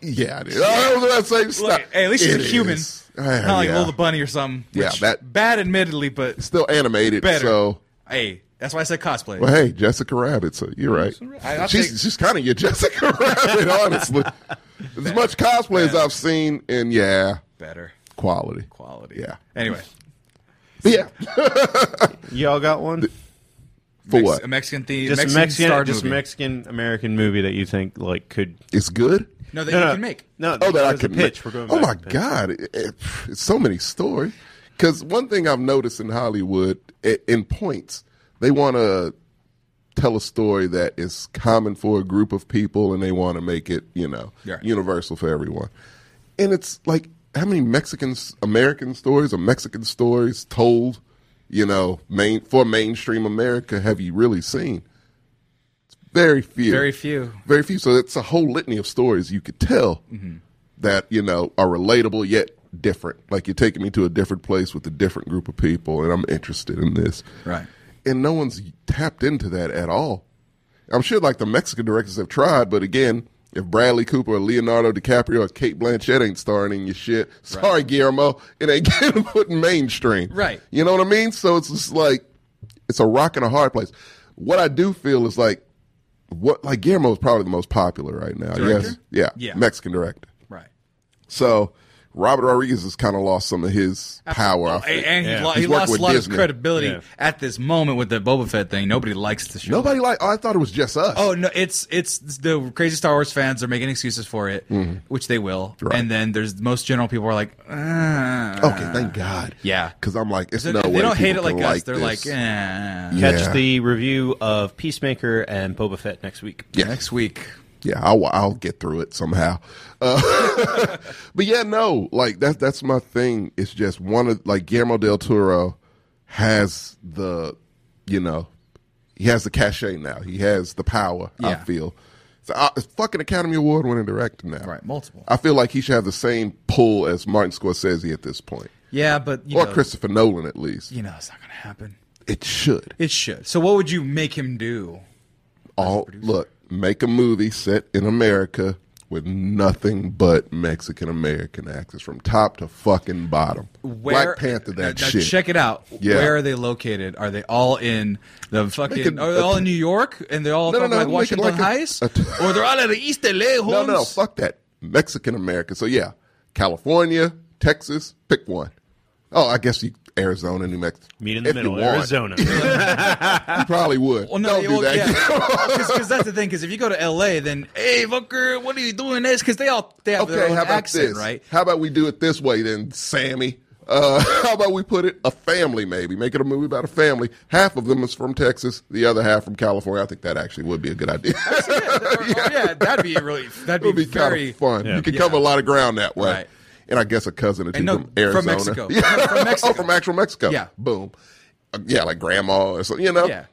D: yeah. It is. Oh, I was about to say,
B: Look,
D: stop.
B: hey, at least she's
D: It
B: a human,
D: is.
B: not
D: Ah,
B: like
D: yeah.
B: Lola Bunny or something.
D: Yeah,
B: which-
D: that-
B: bad, admittedly, but
D: Still animated,
B: better.
D: so.
B: hey, that's why I said cosplay.
D: Well, hey, Jessica Rabbit. So you're right.
B: I- I'll
D: she's
B: take-
D: she's kind of your Jessica Rabbit, honestly. As much cosplay as I've seen, and yeah,
B: Better
D: quality.
B: quality.
D: Yeah.
B: Anyway,
D: But yeah,
A: Y'all got one?
D: for
B: Mex-
D: what?
B: a Mexican theme,
A: Just
B: Mexican, star
A: Mexican, just
B: movie.
A: Mexican American movie that you think like could
D: It's good.
B: no, that
A: no,
B: you
A: no,
B: can make.
A: No,
D: Oh, that I
A: was a
D: could
A: pitch.
D: make-
A: We're going.
D: Oh
A: back
D: my
A: to pitch.
D: God, it- it- it's so many stories. Because one thing I've noticed in Hollywood, i in points, they want to tell a story that is common for a group of people, and they want to make it, you know,
B: Yeah.
D: universal for everyone. And it's like how many Mexican American stories or Mexican stories told, you know, main for mainstream America have you really seen? It's very few.
B: Very few.
D: Very few. So it's a whole litany of stories you could tell
B: Mm-hmm.
D: that you know are relatable yet different. Like you're taking me to a different place with a different group of people, and I'm interested in this.
B: Right.
D: And no one's tapped into that at all. I'm sure like the Mexican directors have tried, but again, if Bradley Cooper or Leonardo DiCaprio or Kate Blanchett ain't starring in your shit, sorry Guillermo, it ain't getting put in mainstream.
B: Right.
D: You know what I mean? So it's just like it's a rock and a hard place. What I do feel is like what like Guillermo is probably the most popular right now.
B: Director?
D: Yes. Yeah.
B: Yeah.
D: Mexican director.
B: Right.
D: So Robert Rodriguez has kind of lost some of his power. I
B: Oh, And,
D: think.
B: and he,
A: Yeah.
B: lo- he
D: He's worked
B: lost
D: with
B: a lot
D: Disney.
B: of credibility
A: Yeah.
B: at this moment with the Boba Fett thing. Nobody likes the show.
D: Nobody like. Oh, I thought it was just us.
B: Oh no! It's it's the crazy Star Wars fans are making excuses for it, which they will.
D: Mm-hmm. Right.
B: And then there's most general people are like, "Ah."
D: okay. Thank God.
B: yeah.
D: Because I'm like, it's
B: So
D: no way.
B: they don't hate it
D: people
B: like
D: can
B: us. They're like,
D: this.
B: eh.
D: Yeah.
A: Catch the review of Peacemaker and Boba Fett next week.
D: Yeah.
B: next week.
D: yeah, I'll, I'll get through it somehow. Uh, but yeah, no, like that's that's my thing. It's just one of like Guillermo del Toro has the, you know, he has the cachet now. He has the power. I
B: Yeah.
D: feel. So uh, it's fucking Academy Award winning director now.
B: Right, multiple.
D: I feel like he should have the same pull as Martin Scorsese at this point,
B: Yeah, but you
D: or
B: know,
D: Christopher Nolan at least.
B: you know, it's not gonna happen.
D: It should.
B: It should. So what would you make him do?
D: all look make a movie set in america with nothing but mexican american actors from top to fucking bottom black panther that
B: now- now
D: shit
B: Check it out.
D: Yeah.
B: Where are they located? Are they all in the fucking?
D: Make it
B: are they all
D: a-
B: in New York? And they're all
D: No, no,
B: fucking
D: no,
B: like
D: make it
B: Washington
D: like a-
B: Heights?
D: a-
B: or they're all out of East LA? Holmes?
D: no no no fuck that mexican america so yeah california texas pick one. Oh, I guess you Arizona, New Mexico.
A: Meet in the
D: If you
A: middle,
D: want.
A: Arizona.
D: You probably would.
B: Well, no,
D: Don't
B: well,
D: do that.
B: Because that's the thing. Because if you go to L.A., then hey, fucker, what are you doing this? Because they all they have their
D: okay,
B: own
D: how about
B: accent,
D: this?
B: right?
D: How about we do it this way then, Sammy? Uh, how about we put it a family maybe? Make it a movie about a family. Half of them is from Texas, the other half from California. I think that actually would be a good idea.
B: Or- or, yeah. that'd be really that'd
D: it would
B: be,
D: be
B: very
D: kind of fun.
A: Yeah.
D: You could cover a lot of ground that way.
B: Right.
D: And I guess a cousin or two
B: And no,
D: from
B: from
D: Arizona,
B: Mexico.
D: yeah,
B: From Mexico.
D: oh, from actual Mexico.
B: Yeah.
D: boom. Uh, yeah, like grandma or something. You know.
B: Yeah.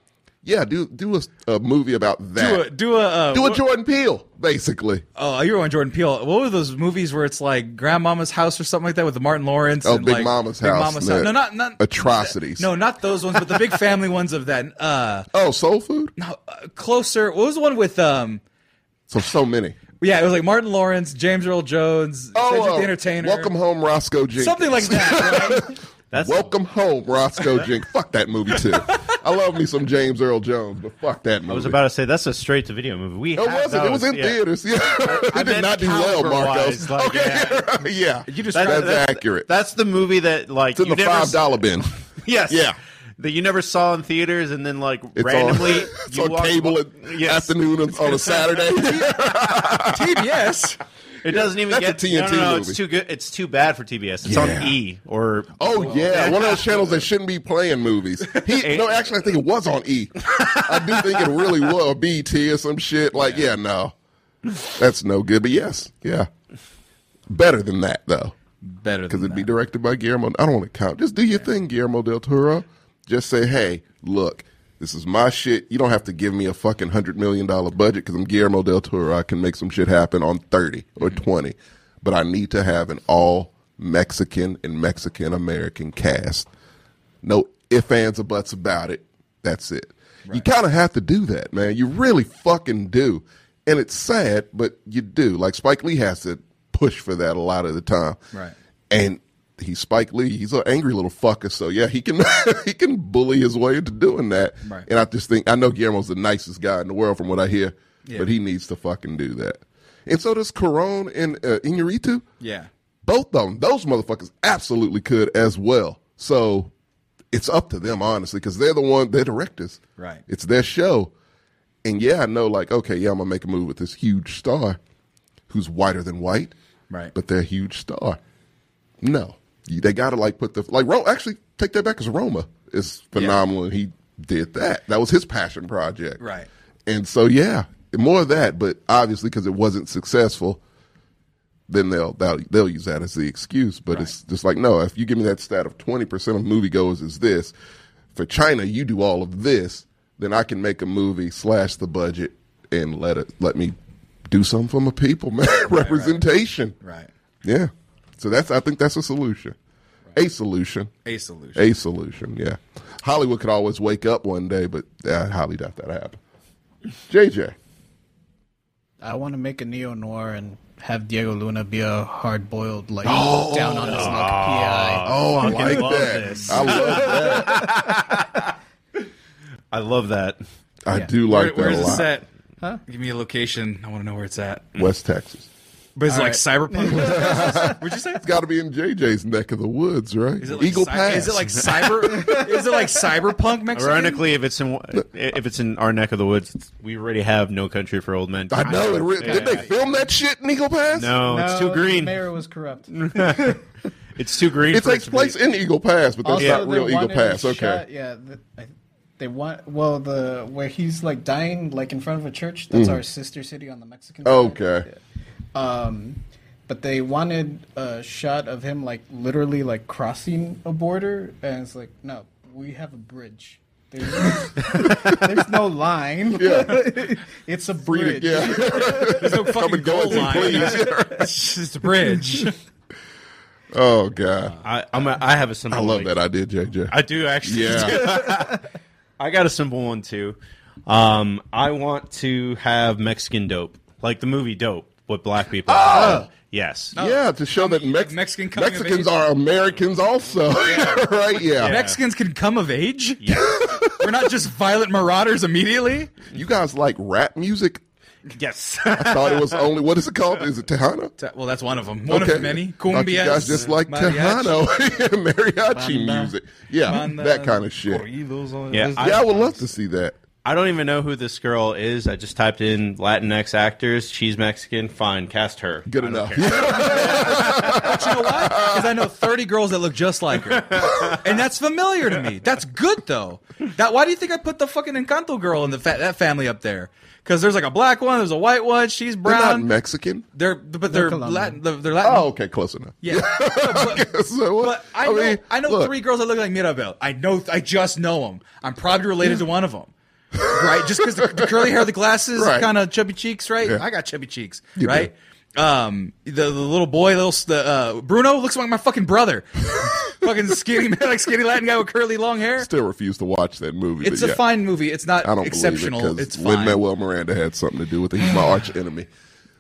D: Yeah, do do a, a movie about that.
B: Do a do a uh,
D: Do a
B: what-
D: Jordan Peele, basically.
B: Oh, you were on Jordan Peele. What were those movies where it's like Grandmama's House or something like that with the Martin Lawrence?
D: Oh,
B: and
D: Big
B: like
D: Mama's
B: Big
D: House,
B: Mama's
D: man.
B: House. No, not not
D: Atrocities.
B: No, not those ones, but the big family ones of that. Uh,
D: Oh, Soul Food.
B: no, uh, closer. What was the one with um?
D: So so many.
B: Yeah, it was like Martin Lawrence, James Earl Jones, Cedric
D: uh,
B: the Entertainer.
D: Welcome home, Roscoe Jenkins.
B: Something like that. Right?
A: That's
D: Welcome home, Roscoe Jenkins. Fuck that movie too. I love me some James Earl Jones, but fuck that movie.
A: I was about to say that's a straight to video movie. We
D: It
A: have
D: wasn't. It was
A: those,
D: in
A: yeah.
D: theaters. Yeah,
A: I
D: it
A: meant
D: did not do well,
A: caliber-wise, like,
D: Marcos. okay, yeah.
B: You just
D: that's,
B: described
A: that's-
D: accurate.
A: That's the movie that like
D: it's in
A: you
D: the
A: never
D: five dollar bin.
A: Yes.
D: Yeah.
A: That you never saw in theaters, and then like
D: It's
A: randomly
D: on, it's
A: you
D: on
A: walk-
D: cable at
A: Yes.
D: afternoon on, on a Saturday.
B: TBS.
A: It doesn't even get
D: That's a TNT
A: no, no, no,
D: movie.
A: It's too good. It's too bad for TBS. It's
D: Yeah.
A: on E or
D: Oh yeah, one of those channels that shouldn't be playing movies. He no, actually, I think it was on E. I do think it really was or BET or some shit. Like, yeah, no, that's no good. But yes, yeah, better than that though,
B: Better
D: because
B: than
D: it'd be
B: that.
D: directed by Guillermo. I don't want to count. Just do your thing, Guillermo del Toro. Just say, hey, look, this is my shit. You don't have to give me a fucking hundred million dollar budget because I'm Guillermo del Toro. I can make some shit happen on thirty or
B: Mm-hmm.
D: twenty, but I need to have an all Mexican and Mexican American cast. No ifs, ands, or buts about it. That's it. You kind of have to do that, man. You really fucking do. And it's sad, but you do. Like Spike Lee has to push for that a lot of the time.
B: Right.
D: And he's Spike Lee. He's an angry little fucker. So yeah, he can he can bully his way into doing that.
B: Right.
D: And I just think I know Guillermo's the nicest guy in the world from what I hear,
B: Yeah.
D: but he needs to fucking do that. And so does Caron and uh, Inarritu
B: Yeah.
D: both of them, those motherfuckers absolutely could as well. So it's up to them, honestly, because they're the one, they're directors.
B: Right.
D: It's their show. And yeah, I know, like, okay, yeah, I'm going to make a move with this huge star who's whiter than white.
B: Right.
D: But they're a huge star. No. You- They got to, like, put the, like, Ro- actually, take that back because Roma is phenomenal. And he did that. That was his passion project.
B: Right.
D: And so, yeah, more of that. But obviously, because it wasn't successful, then they'll they'll, they'll use that as the excuse. But it's just like, no, if you give me that stat of twenty percent of moviegoers is this, for China you do all of this, then I can make a movie slash the budget and let it let me do something for my people, man. Representation,
B: Right.
D: Yeah. So that's I think that's a solution, a solution,
B: A solution.
D: a solution. Yeah, Hollywood could always wake up one day, but I highly doubt that happen. JJ.
C: I want to make a neo noir and have Diego Luna be a hard boiled like down on his luck PI.
D: Oh, I like
A: love
D: that.
A: this.
D: I love that.
A: I love that.
D: I do like
E: Where-
D: that
E: where's
D: a
E: the
D: lot.
E: set? Give me a location. I want to know where it's at.
D: Mm-hmm. West Texas.
E: But it's like cyberpunk. Would you say?
D: It's got to be in JJ's neck of the woods, right?
E: Is it like
D: Eagle
E: cy-
D: Pass.
E: Is it like cyber? is it like cyberpunk
D: Oh.
E: Mexican?
A: Ironically, if it's in if it's in our neck of the woods, it's- we already have no country for old men.
D: I know. It re-
A: Yeah.
D: Did they film that shit in Eagle Pass?
A: No, Oh, it's too
C: the
A: green.
C: mayor was corrupt.
A: It's too green.
D: It
A: for
D: takes
A: to be-
D: place in Eagle Pass, but that's
C: Also,
D: not
C: they
D: real Eagle
C: wanted
D: Pass.
C: a
D: Okay.
C: shot- yeah, th- I- they want well the where he's like dying like in front of a church. That's our sister city on the Mexican. side.
D: Mm. Okay.
C: Um, but they wanted a shot of him like literally like crossing a border, and it's like no, we have a bridge. There's, there's no line. it's a bridge.
D: Yeah.
E: there's no fucking
D: and go
E: goal
D: as you
E: line. it's just a bridge.
D: oh God,
E: Uh,
A: I, I'm a, I have a
D: I
A: simple.
D: love
A: like-
D: that idea, JJ.
A: I do actually.
D: yeah.
A: I got a simple one too. Um, I want to have Mexican dope, like the movie Dope, with black people.
D: Ah!
A: Oh. Yes.
D: Yeah, to show that Mex-
E: Mexican coming of
D: Mexicans
E: age.
D: are Americans also, right? Yeah.
E: Mexicans can come of age.
A: Yes.
E: We're not just violent marauders immediately.
D: You guys like rap music?
A: yes.
D: I thought it was only what is it called? Is it Tejano?
E: Ta- Well, that's one of them. One of many.
D: Like you
E: Cumbias,
D: guys just like Tejano
E: mariachi,
D: mariachi
E: Banda.
D: music. Yeah,
E: banda,
D: that kind of shit.
E: corridos, all
A: Yeah,
E: those-
A: I-
D: yeah, I would love to see that.
A: I don't even know who this girl is. I just typed in Latinx actors. She's Mexican. Fine, cast her.
D: Good
A: I don't
D: enough.
A: care.
B: You know why? Because I know 30 girls that look just like her. And that's familiar to me. That's good, though. That Why do you think I put the fucking Encanto girl in the fa- that family up there? Because there's like a black one, there's a white one, she's
D: They're not
B: brown.
D: Mexican.
B: They're, but they're,
C: They're Colombian.
B: Latin. They're, they're Latin.
D: Oh, okay, close enough.
B: Yeah. But-
D: So what-
B: But I, know
D: mean,
B: I know
D: look,
B: three girls that look like Mirabel. I know I just know them. I'm probably related to one of them. right? Just because the, the curly hair, the glasses,
D: Right.
B: kind of chubby cheeks, right?
D: Yeah.
B: I got chubby cheeks,
D: You
B: right? Um, the, the little boy, little s- the uh, Bruno looks like my fucking brother. fucking skinny man, like skinny Latin guy with curly long hair.
D: Still refuse to watch that movie.
B: It's
D: but
B: a
D: yeah,
B: fine movie. It's not
D: I don't
B: exceptional.
D: believe it
B: it's
D: because
B: fine.
D: Lin Manuel Miranda had something to do with it. He's my arch enemy.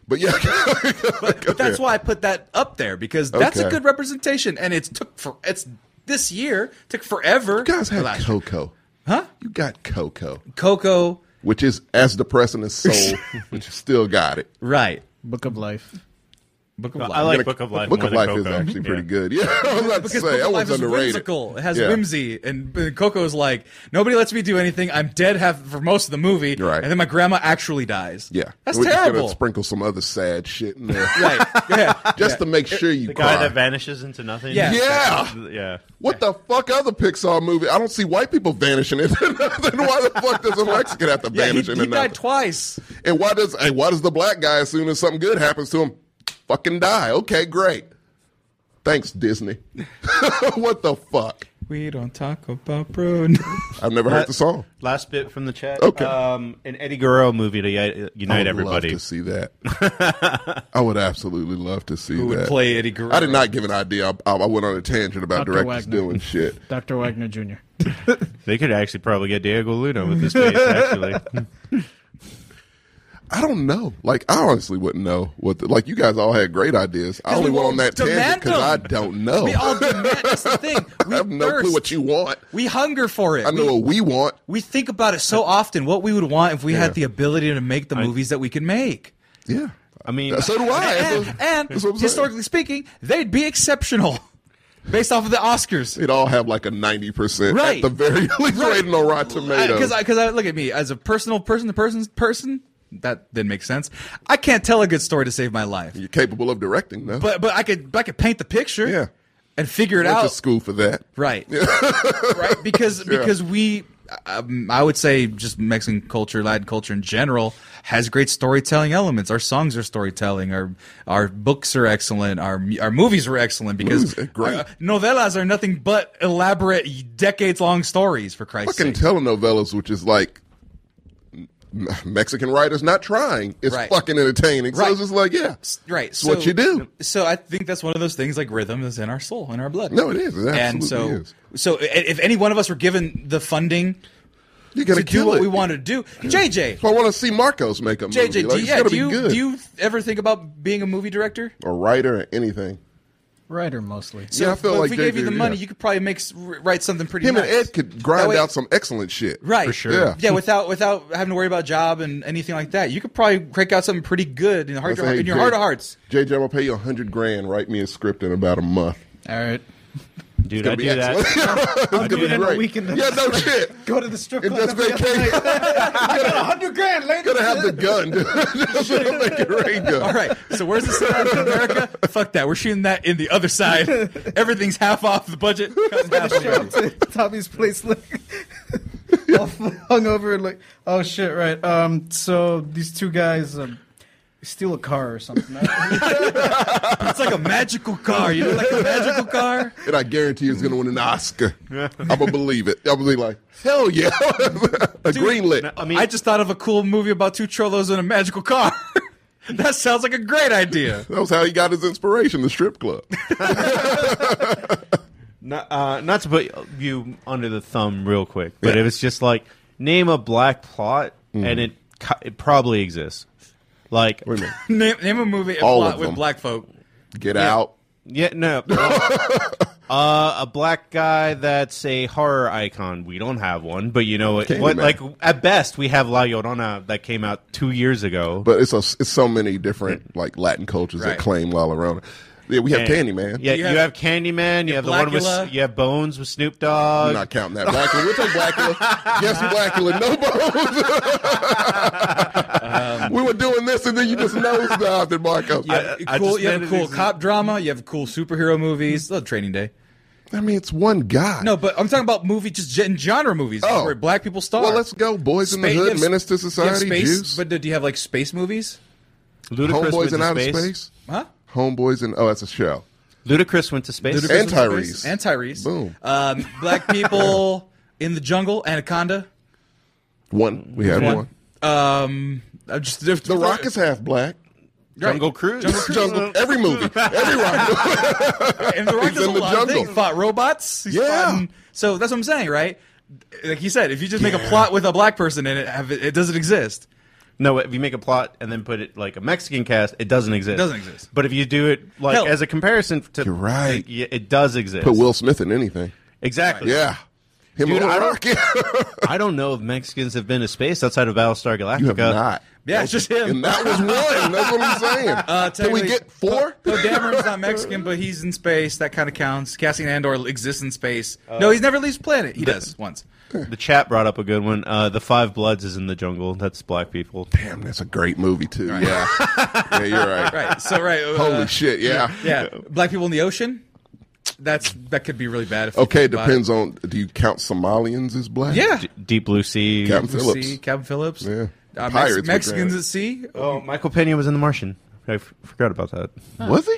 D: But yeah,
B: but that's why I put that up there because that's a
D: Okay.
B: good representation, and it's took for it's this year took forever.
D: you guys had
B: Last-
D: Coco,
B: Huh?
D: You got Coco,
B: Coco,
D: which is as depressing as Soul, but you still got it.
B: right?
C: Book of Life.
F: Book of Life.
A: I like Book of Life.
D: Book
A: more
D: of
A: than
D: Life
A: Coco.
D: is actually
A: Yeah.
D: pretty good. Yeah, I was about to
B: Because
D: say
B: Book
D: that
B: of
D: one's
B: Life is
D: underrated.
B: whimsical. It has
D: Yeah.
B: whimsy, and, and Coco's like nobody lets me do anything. I'm dead half for most of the movie,
D: Right.
B: and then my grandma actually dies.
D: Yeah,
B: that's
D: we're just
B: terrible.
D: gonna sprinkle some other sad shit in there,
B: right? Yeah,
D: just to make sure you
A: The guy
D: cry.
A: that vanishes into nothing.
B: Yeah.
D: Yeah.
A: yeah.
D: What the fuck other Pixar movie? I don't see white people vanishing in there. then why the fuck does a Mexican have to
B: yeah. He,
D: vanish in
B: he
D: another?
B: died twice.
D: and why does and why does the black guy as soon as something good happens to him fucking die? Okay, great. Thanks, Disney. what the fuck?
B: We don't talk about Bruno.
D: I've never heard the song.
A: Last bit from the chat.
D: Okay.
A: Um, an Eddie Guerrero movie to y-
D: I
A: unite
D: would
A: everybody.
D: love to see that. I would absolutely love to see
B: Who
D: that.
B: would play uh, Eddie Guerrero?
D: I did not give an idea. I, I went on a tangent about
C: Dr.
D: directors
C: Wagner.
D: doing shit.
C: Dr. Wagner Jr.
A: They could actually probably get Diego Luna with this face. Actually,
D: I don't know. Like I honestly wouldn't know what. The, like you guys all had great ideas. I only
B: we
D: went on
B: won't
D: that tangent
B: demand
D: because I
B: them.
D: don't know.
B: We all demand. That's the thing. We
D: I have no
B: thirst.
D: clue what you want.
B: We hunger for it.
D: I know
B: We-
D: what we want.
B: we think about it so often what we would want if we
D: Yeah.
B: had the ability to make the movies that we can make.
D: Yeah. Uh,
A: I mean,
D: So do I. That's
B: And,
D: what-
B: and
D: that's what I'm saying.
B: historically speaking, they'd be exceptional based off of the Oscars.
D: They'd all have like a ninety percent at
B: Right.
D: the very least
B: Right.
D: rating on Rotten
B: Because
D: Tomatoes.
B: I, because I look at me as a personal person, the person's person that didn't make sense. I can't tell a good story to save my life,
D: You're capable of directing, though.
B: but but I could I could paint the picture,
D: Yeah.
B: and figure it
D: went
B: out.
D: to school for that.
B: right right because because we um, i would say just mexican culture latin culture in general has great storytelling elements our songs are storytelling our our books are excellent our mu- our movies were excellent because
D: Movies are great.
B: uh, novellas are nothing but elaborate decades long stories for christ's
D: Fucking
B: sake
D: telenovelas, which is like m- Mexican writers not trying, it's
B: Right.
D: fucking entertaining. So
B: Right.
D: it's just like, yeah,
B: right
D: It's what you do.
B: so i think that's one of those things like rhythm is in our soul in our blood
D: No, it is. It
B: and
D: absolutely
B: so
D: is.
B: so i- if any one of us were given the funding
D: You're gonna
B: to do
D: kill
B: what
D: it.
B: we wanted to do jj
D: If I want to see Marcos make a movie,
B: JJ,
D: like,
B: do, you,
D: it's
B: yeah,
D: gotta
B: do, you,
D: be good.
B: do you ever think about being a movie director?
D: or writer or anything.
C: Writer mostly.
B: So
D: Yeah, I feel
B: if- if
D: like
B: we gave
D: JJ
B: you the
D: yeah.
B: money, you could probably make s- r- write something pretty.
D: Him
B: nice.
D: and Ed could grind
B: That way-
D: out some excellent shit.
B: right?
A: For sure.
D: Yeah.
B: Yeah, without without having to worry about job and anything like that, you could probably crank out something pretty good in, the
D: I
B: heart,
D: say, hey,
B: in your
D: J-
B: heart of hearts.
D: JJ, I'm gonna pay you a hundred grand. Write me a script in about a month.
C: All right.
A: dude,
D: Gonna
A: I
D: be
A: do that.
D: excellent. it's gonna be
C: in a
D: great.
C: weekend.
D: yeah, no shit.
C: Go to the strip
D: It just been cake.
C: hundred grand, ladies.
D: Gonna have the gun. Just gonna make it rain gun.
B: All right, so where's the side in America? Fuck that. We're shooting that in the other side. Everything's half off the budget. Comes half away.
C: Tommy's place, like all hungover, and like oh shit, right? Um, so these two guys um, steal a car or something.
B: it's like a magical car. You know, like a magical car.
D: And I guarantee you it's gonna win an Oscar. I'm gonna believe it. I'm gonna be like, hell yeah. a green lit.
A: I
B: I
A: mean,
B: just thought of a cool movie about two cholos and a magical car. that sounds like a great idea.
D: That was how he got his inspiration, the strip club.
A: not, uh, not to put you under the thumb real quick, but it was just like name a black plot, and it co- it probably exists. Like,
D: Mm-hmm. Wait a minute.
B: Name, name a movie and
D: All
B: plot
D: of
B: with
D: them.
B: black folk.
D: Get out.
A: yeah, no, uh, a black guy that's a horror icon. We don't have one, but you know what? what
D: Candyman.
A: like at best, we have La Llorona that came out two years ago.
D: But it's a, it's so many different like Latin cultures that
B: Right.
D: claim La Llorona. Yeah, we have
A: And-
D: Candyman.
A: Yeah, you
B: You
A: have,
B: have-
A: Candyman. You have the one
B: Blackula.
A: with you have Bones with Snoop
D: I'm
A: Dogg.
D: not counting that. Blackula. We'll take Blackula. Yes, Blackula. No bones.
B: Um,
D: we were doing this, and then you just nose dived at Marco.
B: You have,
A: I
B: cool,
A: just
B: you have a
A: meant
B: cool
A: it as-
B: cop drama. You have cool superhero movies. Oh, Training Day.
D: I mean, it's one guy.
B: No, but I'm talking about movie, just gen- genre movies
D: Oh.
B: where black people star.
D: Well, let's go. Boys in the
B: Spa- you
D: Hood,
B: have-
D: Menace to
B: you have
D: Society,
B: space,
D: Juice,
B: But do, do you have like space movies?
A: Ludacris
D: Homeboys
A: went
D: in
A: to
D: Outer
A: space.
D: Space.
B: Huh?
D: Homeboys in oh, that's a show.
A: Ludacris went to space.
B: Ludacris
D: And
B: in space?
D: Tyrese.
B: And Tyrese.
D: Boom.
B: Um, black people in the jungle. Anaconda.
D: One. We have one.
B: One. Um, I'm just the
D: The Rock is half black.
A: Jungle Cruise.
D: Jungle. Every movie. Every Rock. movie.
B: And The Rock
D: He's
B: does
D: in
B: a
D: the
B: lot of
D: jungle.
B: things. Fought robots. He's
D: Yeah.
B: fought in- so that's what I'm saying, right? Like you said, if you just make a plot with a black person in it, have it, it doesn't exist.
A: No, if you make a plot and then put it like a Mexican cast, it doesn't exist. It
B: doesn't exist.
A: But if you do it like
B: Hell-
A: as a comparison to,
D: You're right.
A: It, it does exist.
D: Put Will Smith in anything.
A: exactly.
D: Yeah. Him
A: Dude,
D: and
A: I
D: Rocket.
A: I don't know if Mexicans have been to space outside of Battlestar Galactica.
D: you have not.
G: Yeah, it's just him.
D: And that was one. That's what I'm saying. Can we
B: technically-
D: get four?
B: Poe Dameron's not Mexican, but he's in space. That kind of counts. Cassian Andor exists in space.
D: Oh.
B: no, he's never leaves planet. He does once.
A: The chat brought up a good one. Uh, the Five Bloods is in the jungle. That's black people.
D: Damn, that's a great movie too. Yeah, yeah, you're right.
B: Right. So right. uh,
D: Holy shit, yeah.
B: Yeah. Black people in the ocean. That's that could be really bad. If you
D: Okay,
B: think about
D: depends on. Do you count Somalians as black?
B: Yeah.
A: D- Deep Blue Sea.
D: Captain
B: Blue
D: Phillips.
B: Sea, Captain Phillips.
D: Yeah.
B: Uh, Mex-
D: Pirates would
B: Mexicans
D: grant it.
B: at sea.
A: Oh, Michael Pena was in The Martian. I f- forgot about that.
D: Was he?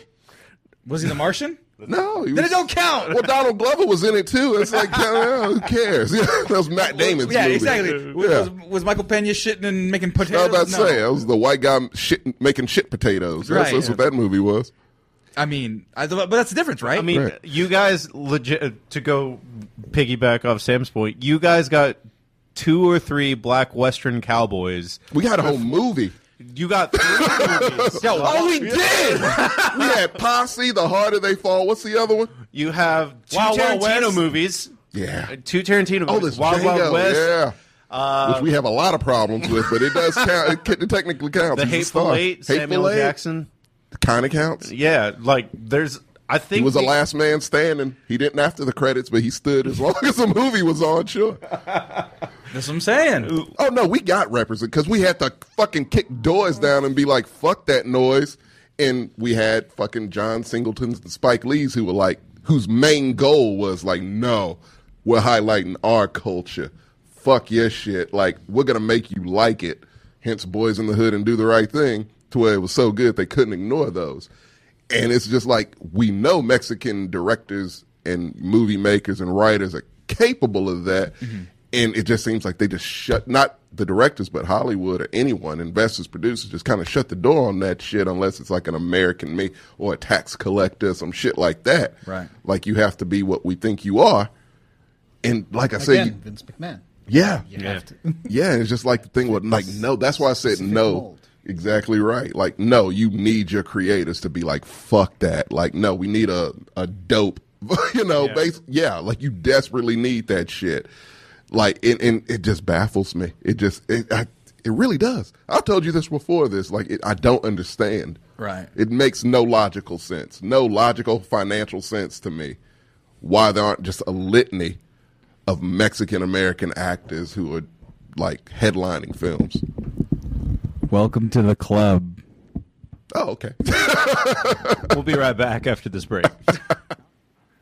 B: Was he the Martian?
D: No, he
B: then it
D: was-
B: don't count.
D: Well, Donald Glover was in it too. It's like, oh, who cares? that was Matt Damon's
B: yeah,
D: movie.
B: exactly. Was,
D: Yeah.
B: was, was Michael Pena shitting and making
D: I
B: potatoes?
D: was about to
B: No.
D: say, that was the white guy shit, making shit potatoes. That's,
B: Right.
D: that's what that movie was.
B: I mean, I, but that's the difference, right?
A: I mean,
D: Right.
A: you guys legit to go piggyback off Sam's point. You guys got two or three black Western cowboys.
D: We had a whole movie.
A: You got three movies.
D: oh, we did. we had Posse, The Harder They Fall. What's the other one?
A: You have two
B: Wild Wild
A: Tarantino
B: West.
A: movies. Uh,
D: Yeah.
A: Two Tarantino
D: Oh,
A: movies.
D: this
A: Wild Wild
D: Django,
A: West.
D: Yeah.
A: Uh,
D: Which we have a lot of problems with, but it does count. It, ca- it technically counts.
A: The
D: He's a
A: Hateful
D: star.
A: Eight. Samuel
D: Eight
A: Jackson.
D: kind of counts.
A: Yeah, like there's. I think
D: He was the
A: the-
D: last man standing. He didn't after the credits, but he stood as long as the movie was on. Sure.
B: that's what I'm saying.
D: Oh no, we got represented because we had to fucking kick doors down and be like, "Fuck that noise," and we had fucking John Singletons and Spike Lee's who were like, whose main goal was like, "No, we're highlighting our culture. Fuck your shit. Like we're gonna make you like it." Hence, Boys in the Hood and Do the Right Thing, to where it was so good they couldn't ignore those. And it's just like we know Mexican directors and movie makers and writers are capable of that. And it just seems like they just shut not the directors, but Hollywood or anyone, investors, producers, just kind of shut the door on that shit unless it's like an American me or a tax collector, some shit like that.
B: Right.
D: Like you have to be what we think you are. And like I said,
C: Again,
D: you-
C: Vince McMahon.
D: yeah,
A: Yeah.
D: yeah, it's just like the thing with like no. That's why I said
C: specific
D: no.
C: mold.
D: Exactly right. Like no, you need your creators to be like fuck that. Like no, we need a a dope. you know,
A: Yeah.
D: yeah. base. Yeah, like you desperately need that shit. Like and, and it just baffles me. It just it I, it really does. I told you this before. This like it, I don't understand.
B: Right.
D: It makes no logical sense. No logical financial sense to me. Why there aren't just a litany of Mexican American actors who are like headlining films.
B: Welcome to the club.
D: Oh, okay.
A: We'll be right back after this break.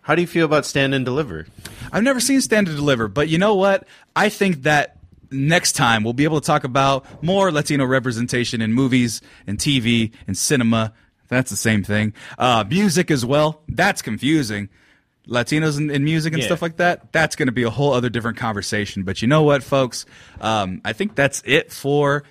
A: How do you feel about Stand and Deliver?
B: I've never seen Stand and Deliver, but you know what? I think that next time we'll be able to talk about more Latino representation in movies and TV and cinema. That's the same thing. Uh, music as well. That's confusing. Latinos in, in music and
A: Yeah.
B: stuff like that. That's going to be a whole other different conversation. But you know what, folks? Um, I think that's it for.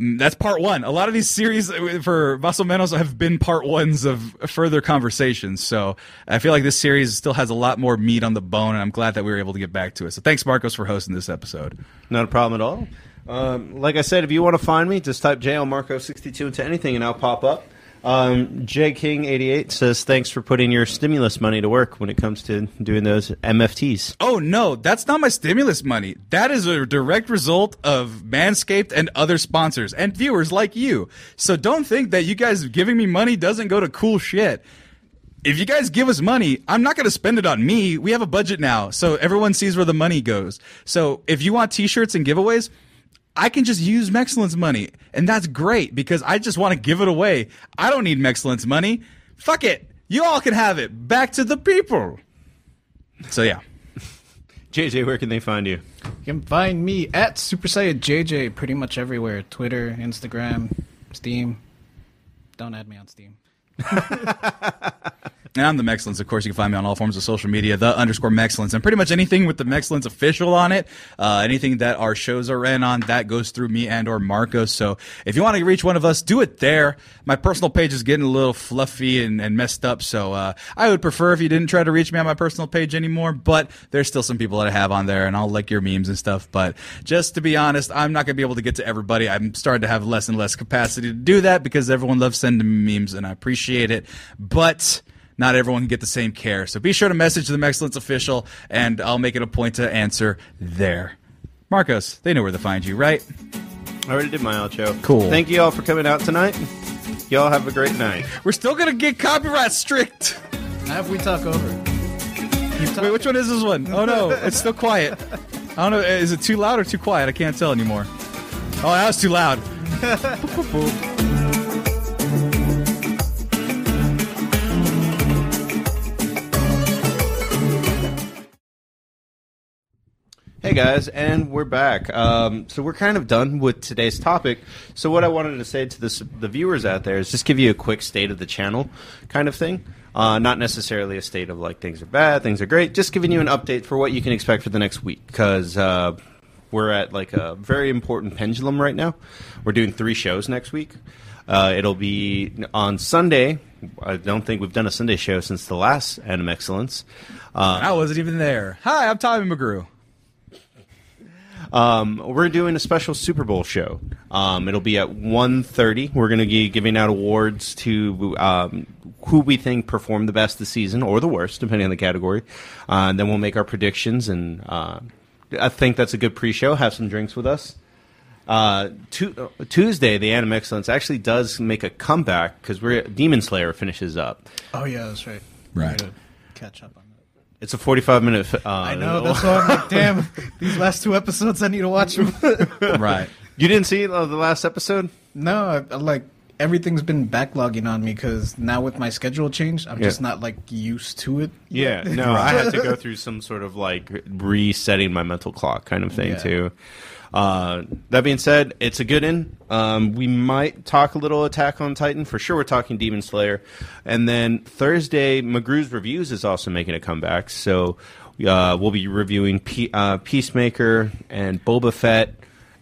B: Mm, That's part one. A lot of these series uh, for Muscle Menos have been part ones of further conversations. So I feel like this series still has a lot more meat on the bone, and I'm glad that we were able to get back to it. So thanks, Marcos, for hosting this episode.
A: Not a problem at all. Um, like I said, if you want to find me, just type JL Marco 62 into anything and I'll pop up. Um, J King 88 says, Thanks for putting your stimulus money to work when it comes to doing those MFTs.
B: Oh no, that's not my stimulus money. That is a direct result of Manscaped and other sponsors and viewers like you. So don't think that you guys giving me money doesn't go to cool shit. If you guys give us money, I'm not going to spend it on me. We have a budget now, so everyone sees where the money goes. So if you want t-shirts and giveaways, I can just use Mexcellence money, and that's great because I just want to give it away. I don't need Mexcellence money. Fuck it. You all can have it. Back to the people. So yeah.
A: JJ, where can they find you?
C: You can find me at Super Saiyan JJ pretty much everywhere: Twitter, Instagram, Steam. Don't add me on Steam.
B: And I'm the Mexcellence. Of course, you can find me on all forms of social media, the underscore Mexcellence, and pretty much anything with the Mexcellence official on it. Uh, anything that our shows are ran on, that goes through me and or Marcos. So if you want to reach one of us, do it there. My personal page is getting a little fluffy and, and messed up. So uh, I would prefer if you didn't try to reach me on my personal page anymore, but there's still some people that I have on there and I'll like your memes and stuff. But just to be honest, I'm not going to be able to get to everybody. I'm starting to have less and less capacity to do that because everyone loves sending me memes and I appreciate it. But Not everyone can get the same care. So be sure to message the Excellence official, and I'll make it a point to answer there. Marcos, they know where to find you, right?
E: I already did my outro.
B: Cool.
E: Thank you all for coming out tonight. Y'all have a great night.
B: We're still gonna get copyright strict.
C: Now if we talk over. it.
B: Wait, which one is this one? Oh no, it's still quiet. I don't know, is it too loud or too quiet? I can't tell anymore. Oh, that was too loud.
E: Hey guys, and we're back. Um, so we're kind of done with today's topic. So what I wanted to say to this, the viewers out there is just give you a quick state of the channel kind of thing. Uh, not necessarily a state of like things are bad, things are great. Just giving you an update for what you can expect for the next week because uh, we're at like a very important pendulum right now. We're doing three shows next week. Uh, it'll be on Sunday. I don't think we've done a Sunday show since the last Anime Excellence. Uh,
B: I wasn't even there. Hi, I'm Tommy McGrew.
E: Um, we're doing a special Super Bowl show. Um, it'll be at 1.30. We're going to be giving out awards to um, who we think performed the best this season or the worst, depending on the category. Uh, and then we'll make our predictions. And uh, I think that's a good pre-show. Have some drinks with us. Uh, tu- uh, Tuesday, the Anime Excellence actually does make a comeback because we're Demon Slayer finishes up.
C: Oh yeah, that's right.
B: Right.
C: I gotta Catch up on that.
E: It's a forty-five minute. fi- Uh,
C: I know. That's why I'm like, damn. These last two episodes, I need to watch them.
B: Right.
E: you didn't see uh, the last episode.
C: no, I, I, like everything's been backlogging on me because now with my schedule change, I'm
E: Yeah.
C: just not like used to it.
E: Yeah, no, I had to go through some sort of like resetting my mental clock kind of thing
C: Yeah.
E: too. Uh, that being said, it's a good in. Um, we might talk a little Attack on Titan for sure. We're talking Demon Slayer, and then Thursday, McGrew's reviews is also making a comeback. So uh, we'll be reviewing P- uh, Peacemaker and Boba Fett.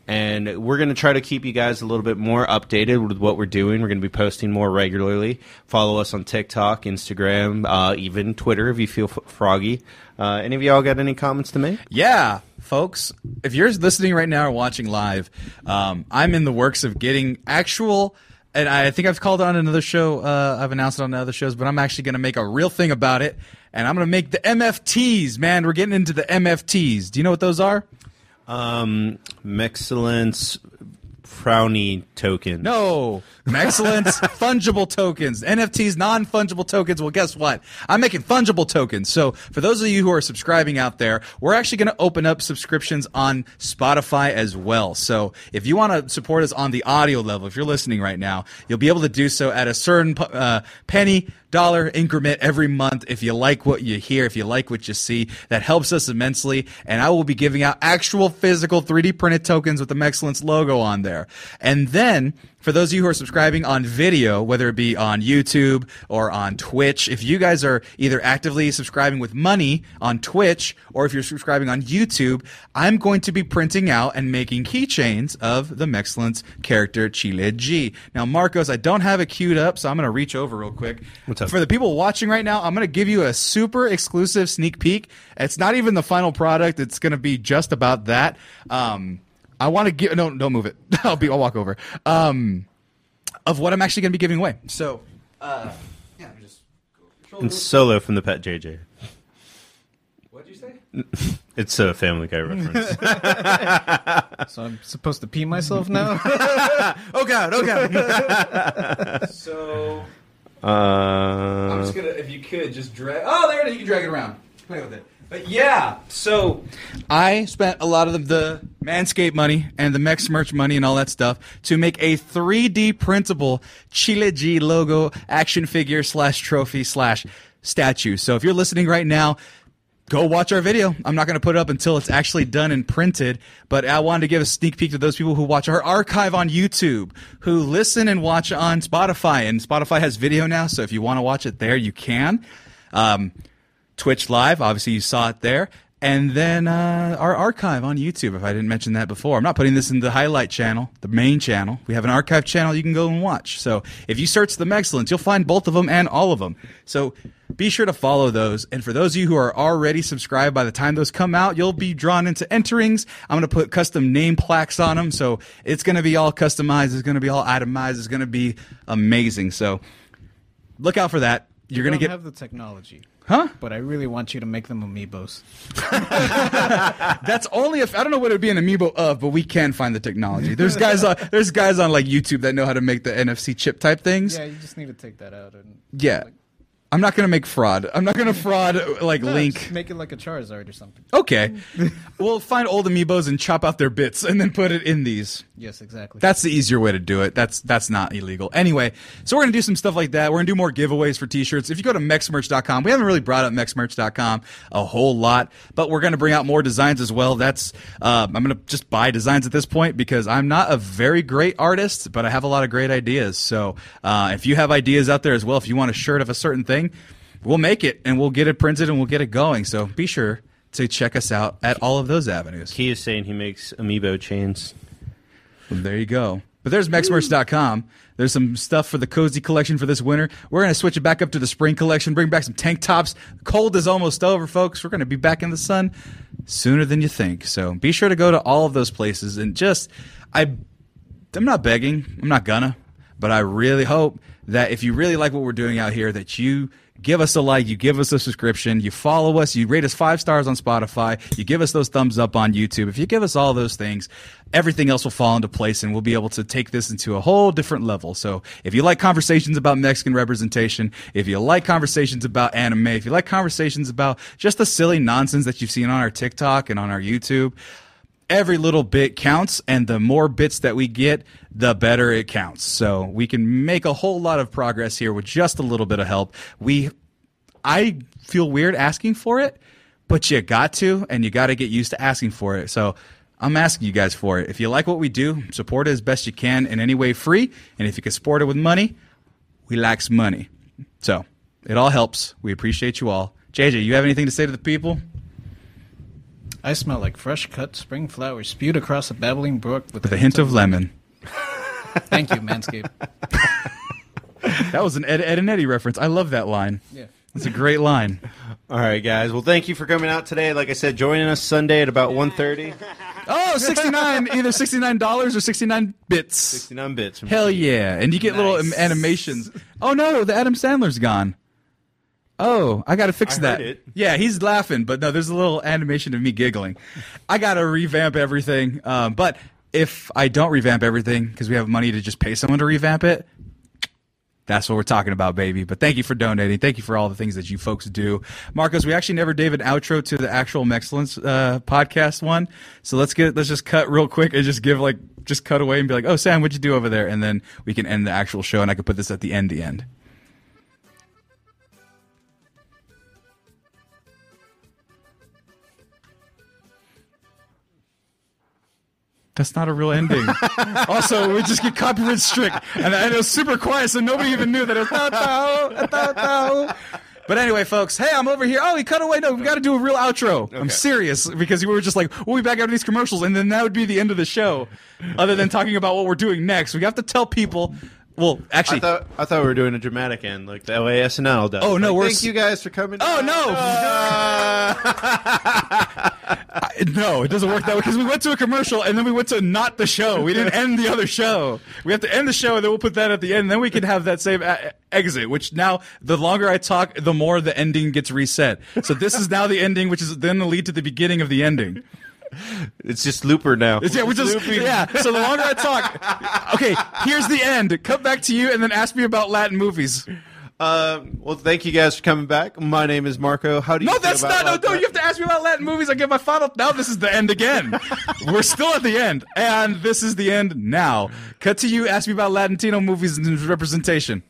E: And we're going to try to keep you guys a little bit more updated with what we're doing. We're going to be posting more regularly. Follow us on TikTok, Instagram, uh, even Twitter if you feel f- froggy. Uh, any of y'all got any comments to make?
B: Yeah, folks. If you're listening right now or watching live, um, I'm in the works of getting actual. And I think I've called it on another show. Uh, I've announced it on other shows, but I'm actually going to make a real thing about it. And I'm going to make the MFTs, man. We're getting into the MFTs. Do you know what those are?
E: Um, Mexcellence frowny token.
B: No. Excellence, fungible tokens. NFTs, non fungible tokens. Well, guess what? I'm making fungible tokens. So, for those of you who are subscribing out there, we're actually going to open up subscriptions on Spotify as well. So, if you want to support us on the audio level, if you're listening right now, you'll be able to do so at a certain uh, penny dollar increment every month if you like what you hear if you like what you see that helps us immensely and i will be giving out actual physical 3d printed tokens with the excellence logo on there and then for those of you who are subscribing on video whether it be on youtube or on twitch if you guys are either actively subscribing with money on twitch or if you're subscribing on youtube i'm going to be printing out and making keychains of the excellence character chile g now marcos i don't have it queued up so i'm going to reach over real quick
E: What's up?
B: for the people watching right now, I'm going to give you a super exclusive sneak peek. It's not even the final product. It's going to be just about that. Um, I want to give. No, don't move it. I'll be. I'll walk over. Um, of what I'm actually going to be giving away. So, uh, yeah, I'm just.
E: It's solo from the Pet JJ.
B: What did you say?
E: It's a Family Guy reference.
C: So I'm supposed to pee myself now.
B: Oh god! Oh god! so I'm
E: uh,
B: just gonna, if you could, just drag. Oh, there it is. You can drag it around. Play with it. But yeah, so I spent a lot of the, the Manscaped money and the Mex merch money and all that stuff to make a 3D printable Chile G logo action figure slash trophy slash statue. So if you're listening right now, go watch our video. I'm not going to put it up until it's actually done and printed, but I wanted to give a sneak peek to those people who watch our archive on YouTube, who listen and watch on Spotify. And Spotify has video now, so if you want to watch it there, you can. Um, Twitch Live, obviously, you saw it there. And then uh, our archive on YouTube, if I didn't mention that before. I'm not putting this in the highlight channel, the main channel. We have an archive channel you can go and watch. So if you search the Excellence, you'll find both of them and all of them. So be sure to follow those. And for those of you who are already subscribed, by the time those come out, you'll be drawn into enterings. I'm going to put custom name plaques on them. So it's going to be all customized. It's going to be all itemized. It's going to be amazing. So look out for that. you're gonna
C: don't
B: get
C: have the technology,
B: huh?
C: but I really want you to make them amiibos.
B: That's only if I don't know what it would be an amiibo of, but we can find the technology. There's guys on there's guys on like YouTube that know how to make the NFC chip type things.
C: Yeah, you just need to take that out and
B: Yeah. I'm not gonna make fraud. I'm not gonna fraud like
C: No,
B: Link.
C: just make it like a Charizard or something.
B: Okay, we'll find old amiibos and chop out their bits and then put it in these.
C: Yes, exactly.
B: That's the easier way to do it. That's that's not illegal. Anyway, so we're gonna do some stuff like that. We're gonna do more giveaways for t-shirts. If you go to mexmerch.com, we haven't really brought up mexmerch.com a whole lot, but we're gonna bring out more designs as well. That's uh, I'm gonna just buy designs at this point because I'm not a very great artist, but I have a lot of great ideas. So uh, if you have ideas out there as well, if you want a shirt of a certain thing, we'll make it and we'll get it printed and we'll get it going. So be sure to check us out at all of those avenues.
E: He is saying he makes amiibo chains.
B: Well, there you go. But there's MexMerch.com. There's some stuff for the cozy collection for this winter. We're going to switch it back up to the spring collection, bring back some tank tops. Cold is almost over, folks. We're going to be back in the sun sooner than you think. So be sure to go to all of those places and just, I, I'm not begging. I'm not gonna. But I really hope that if you really like what we're doing out here, that you give us a like, you give us a subscription, you follow us, you rate us five stars on Spotify, you give us those thumbs up on YouTube. If you give us all those things, everything else will fall into place and we'll be able to take this into a whole different level. So if you like conversations about Mexican representation, if you like conversations about anime, if you like conversations about just the silly nonsense that you've seen on our TikTok and on our YouTube, every little bit counts and the more bits that we get the better it counts so we can make a whole lot of progress here with just a little bit of help we i feel weird asking for it but you got to and you got to get used to asking for it so i'm asking you guys for it if you like what we do support it as best you can in any way free and if you can support it with money we lacks money so it all helps we appreciate you all jj you have anything to say to the people
C: I smell like fresh cut spring flowers spewed across a babbling brook with,
B: with a hint of lemon
C: Thank you, Manscaped.
B: That was an Ed, Ed and Eddie reference. I love that line.
C: Yeah.
B: That's a great line.
E: All right, guys. Well, thank you for coming out today. Like I said, joining us Sunday at about 1.30.
B: Oh, 69, either $69 or 69 bits.
E: 69 bits.
B: Hell yeah. And you get little um,
E: Nice.
B: animations. Oh no, the Adam Sandler's gone. Oh, I got to fix
E: I
B: that.
E: heard it.
B: Yeah, he's laughing, but no, there's a little animation of me giggling. I got to revamp everything. Um, but if I don't revamp everything because we have money to just pay someone to revamp it, that's what we're talking about, baby. But thank you for donating. Thank you for all the things that you folks do. Marcos, we actually never gave an outro to the actual Mexcellence uh, podcast one. So let's get let's just cut real quick and just give like just cut away and be like, oh Sam, what'd you do over there? And then we can end the actual show and I could put this at the end the end. That's not a real ending. also, we just get copyright strict, and, and it was super quiet, so nobody even knew that it was "Tao, tao, tao, tao." But anyway, folks, hey, I'm over here. Oh, he cut away. No, we've got to do a real outro. I'm serious because we were just like, we'll be back after these commercials, and then that would be the end of the show. Other than talking about what we're doing next, we have to tell people. Well,
E: I
B: actually,
E: thought, I thought we were doing a dramatic end, like the LASNL does.
B: Oh, no,
E: Like,
B: we're
E: Thank
B: s-
E: you guys for coming.
B: Oh, no. I- no, it doesn't work that way because we went to a commercial and then we went to not the show. We didn't end the other show. We have to end the show and then we'll put that at the end. then we can have that same a- exit. Which now, the longer I talk, the more the ending gets reset. So this is now the ending, which is then the lead to the beginning of the ending.
E: It's just Looper now.
B: It's- yeah, we're just yeah. So the longer I talk, okay, here's the end. Cut back to you and then ask me about Latin movies.
E: Um, well, thank you guys for coming back. My name is Marco. How do you
B: No,
E: feel
B: that's not.
E: about
B: No,
E: Lock
B: no,
E: Up?
B: you have to ask me about Latin movies. I get my final. Now this is the end again. We're still at the end, and this is the end now. Cut to you. Ask me about Latino movies and representation.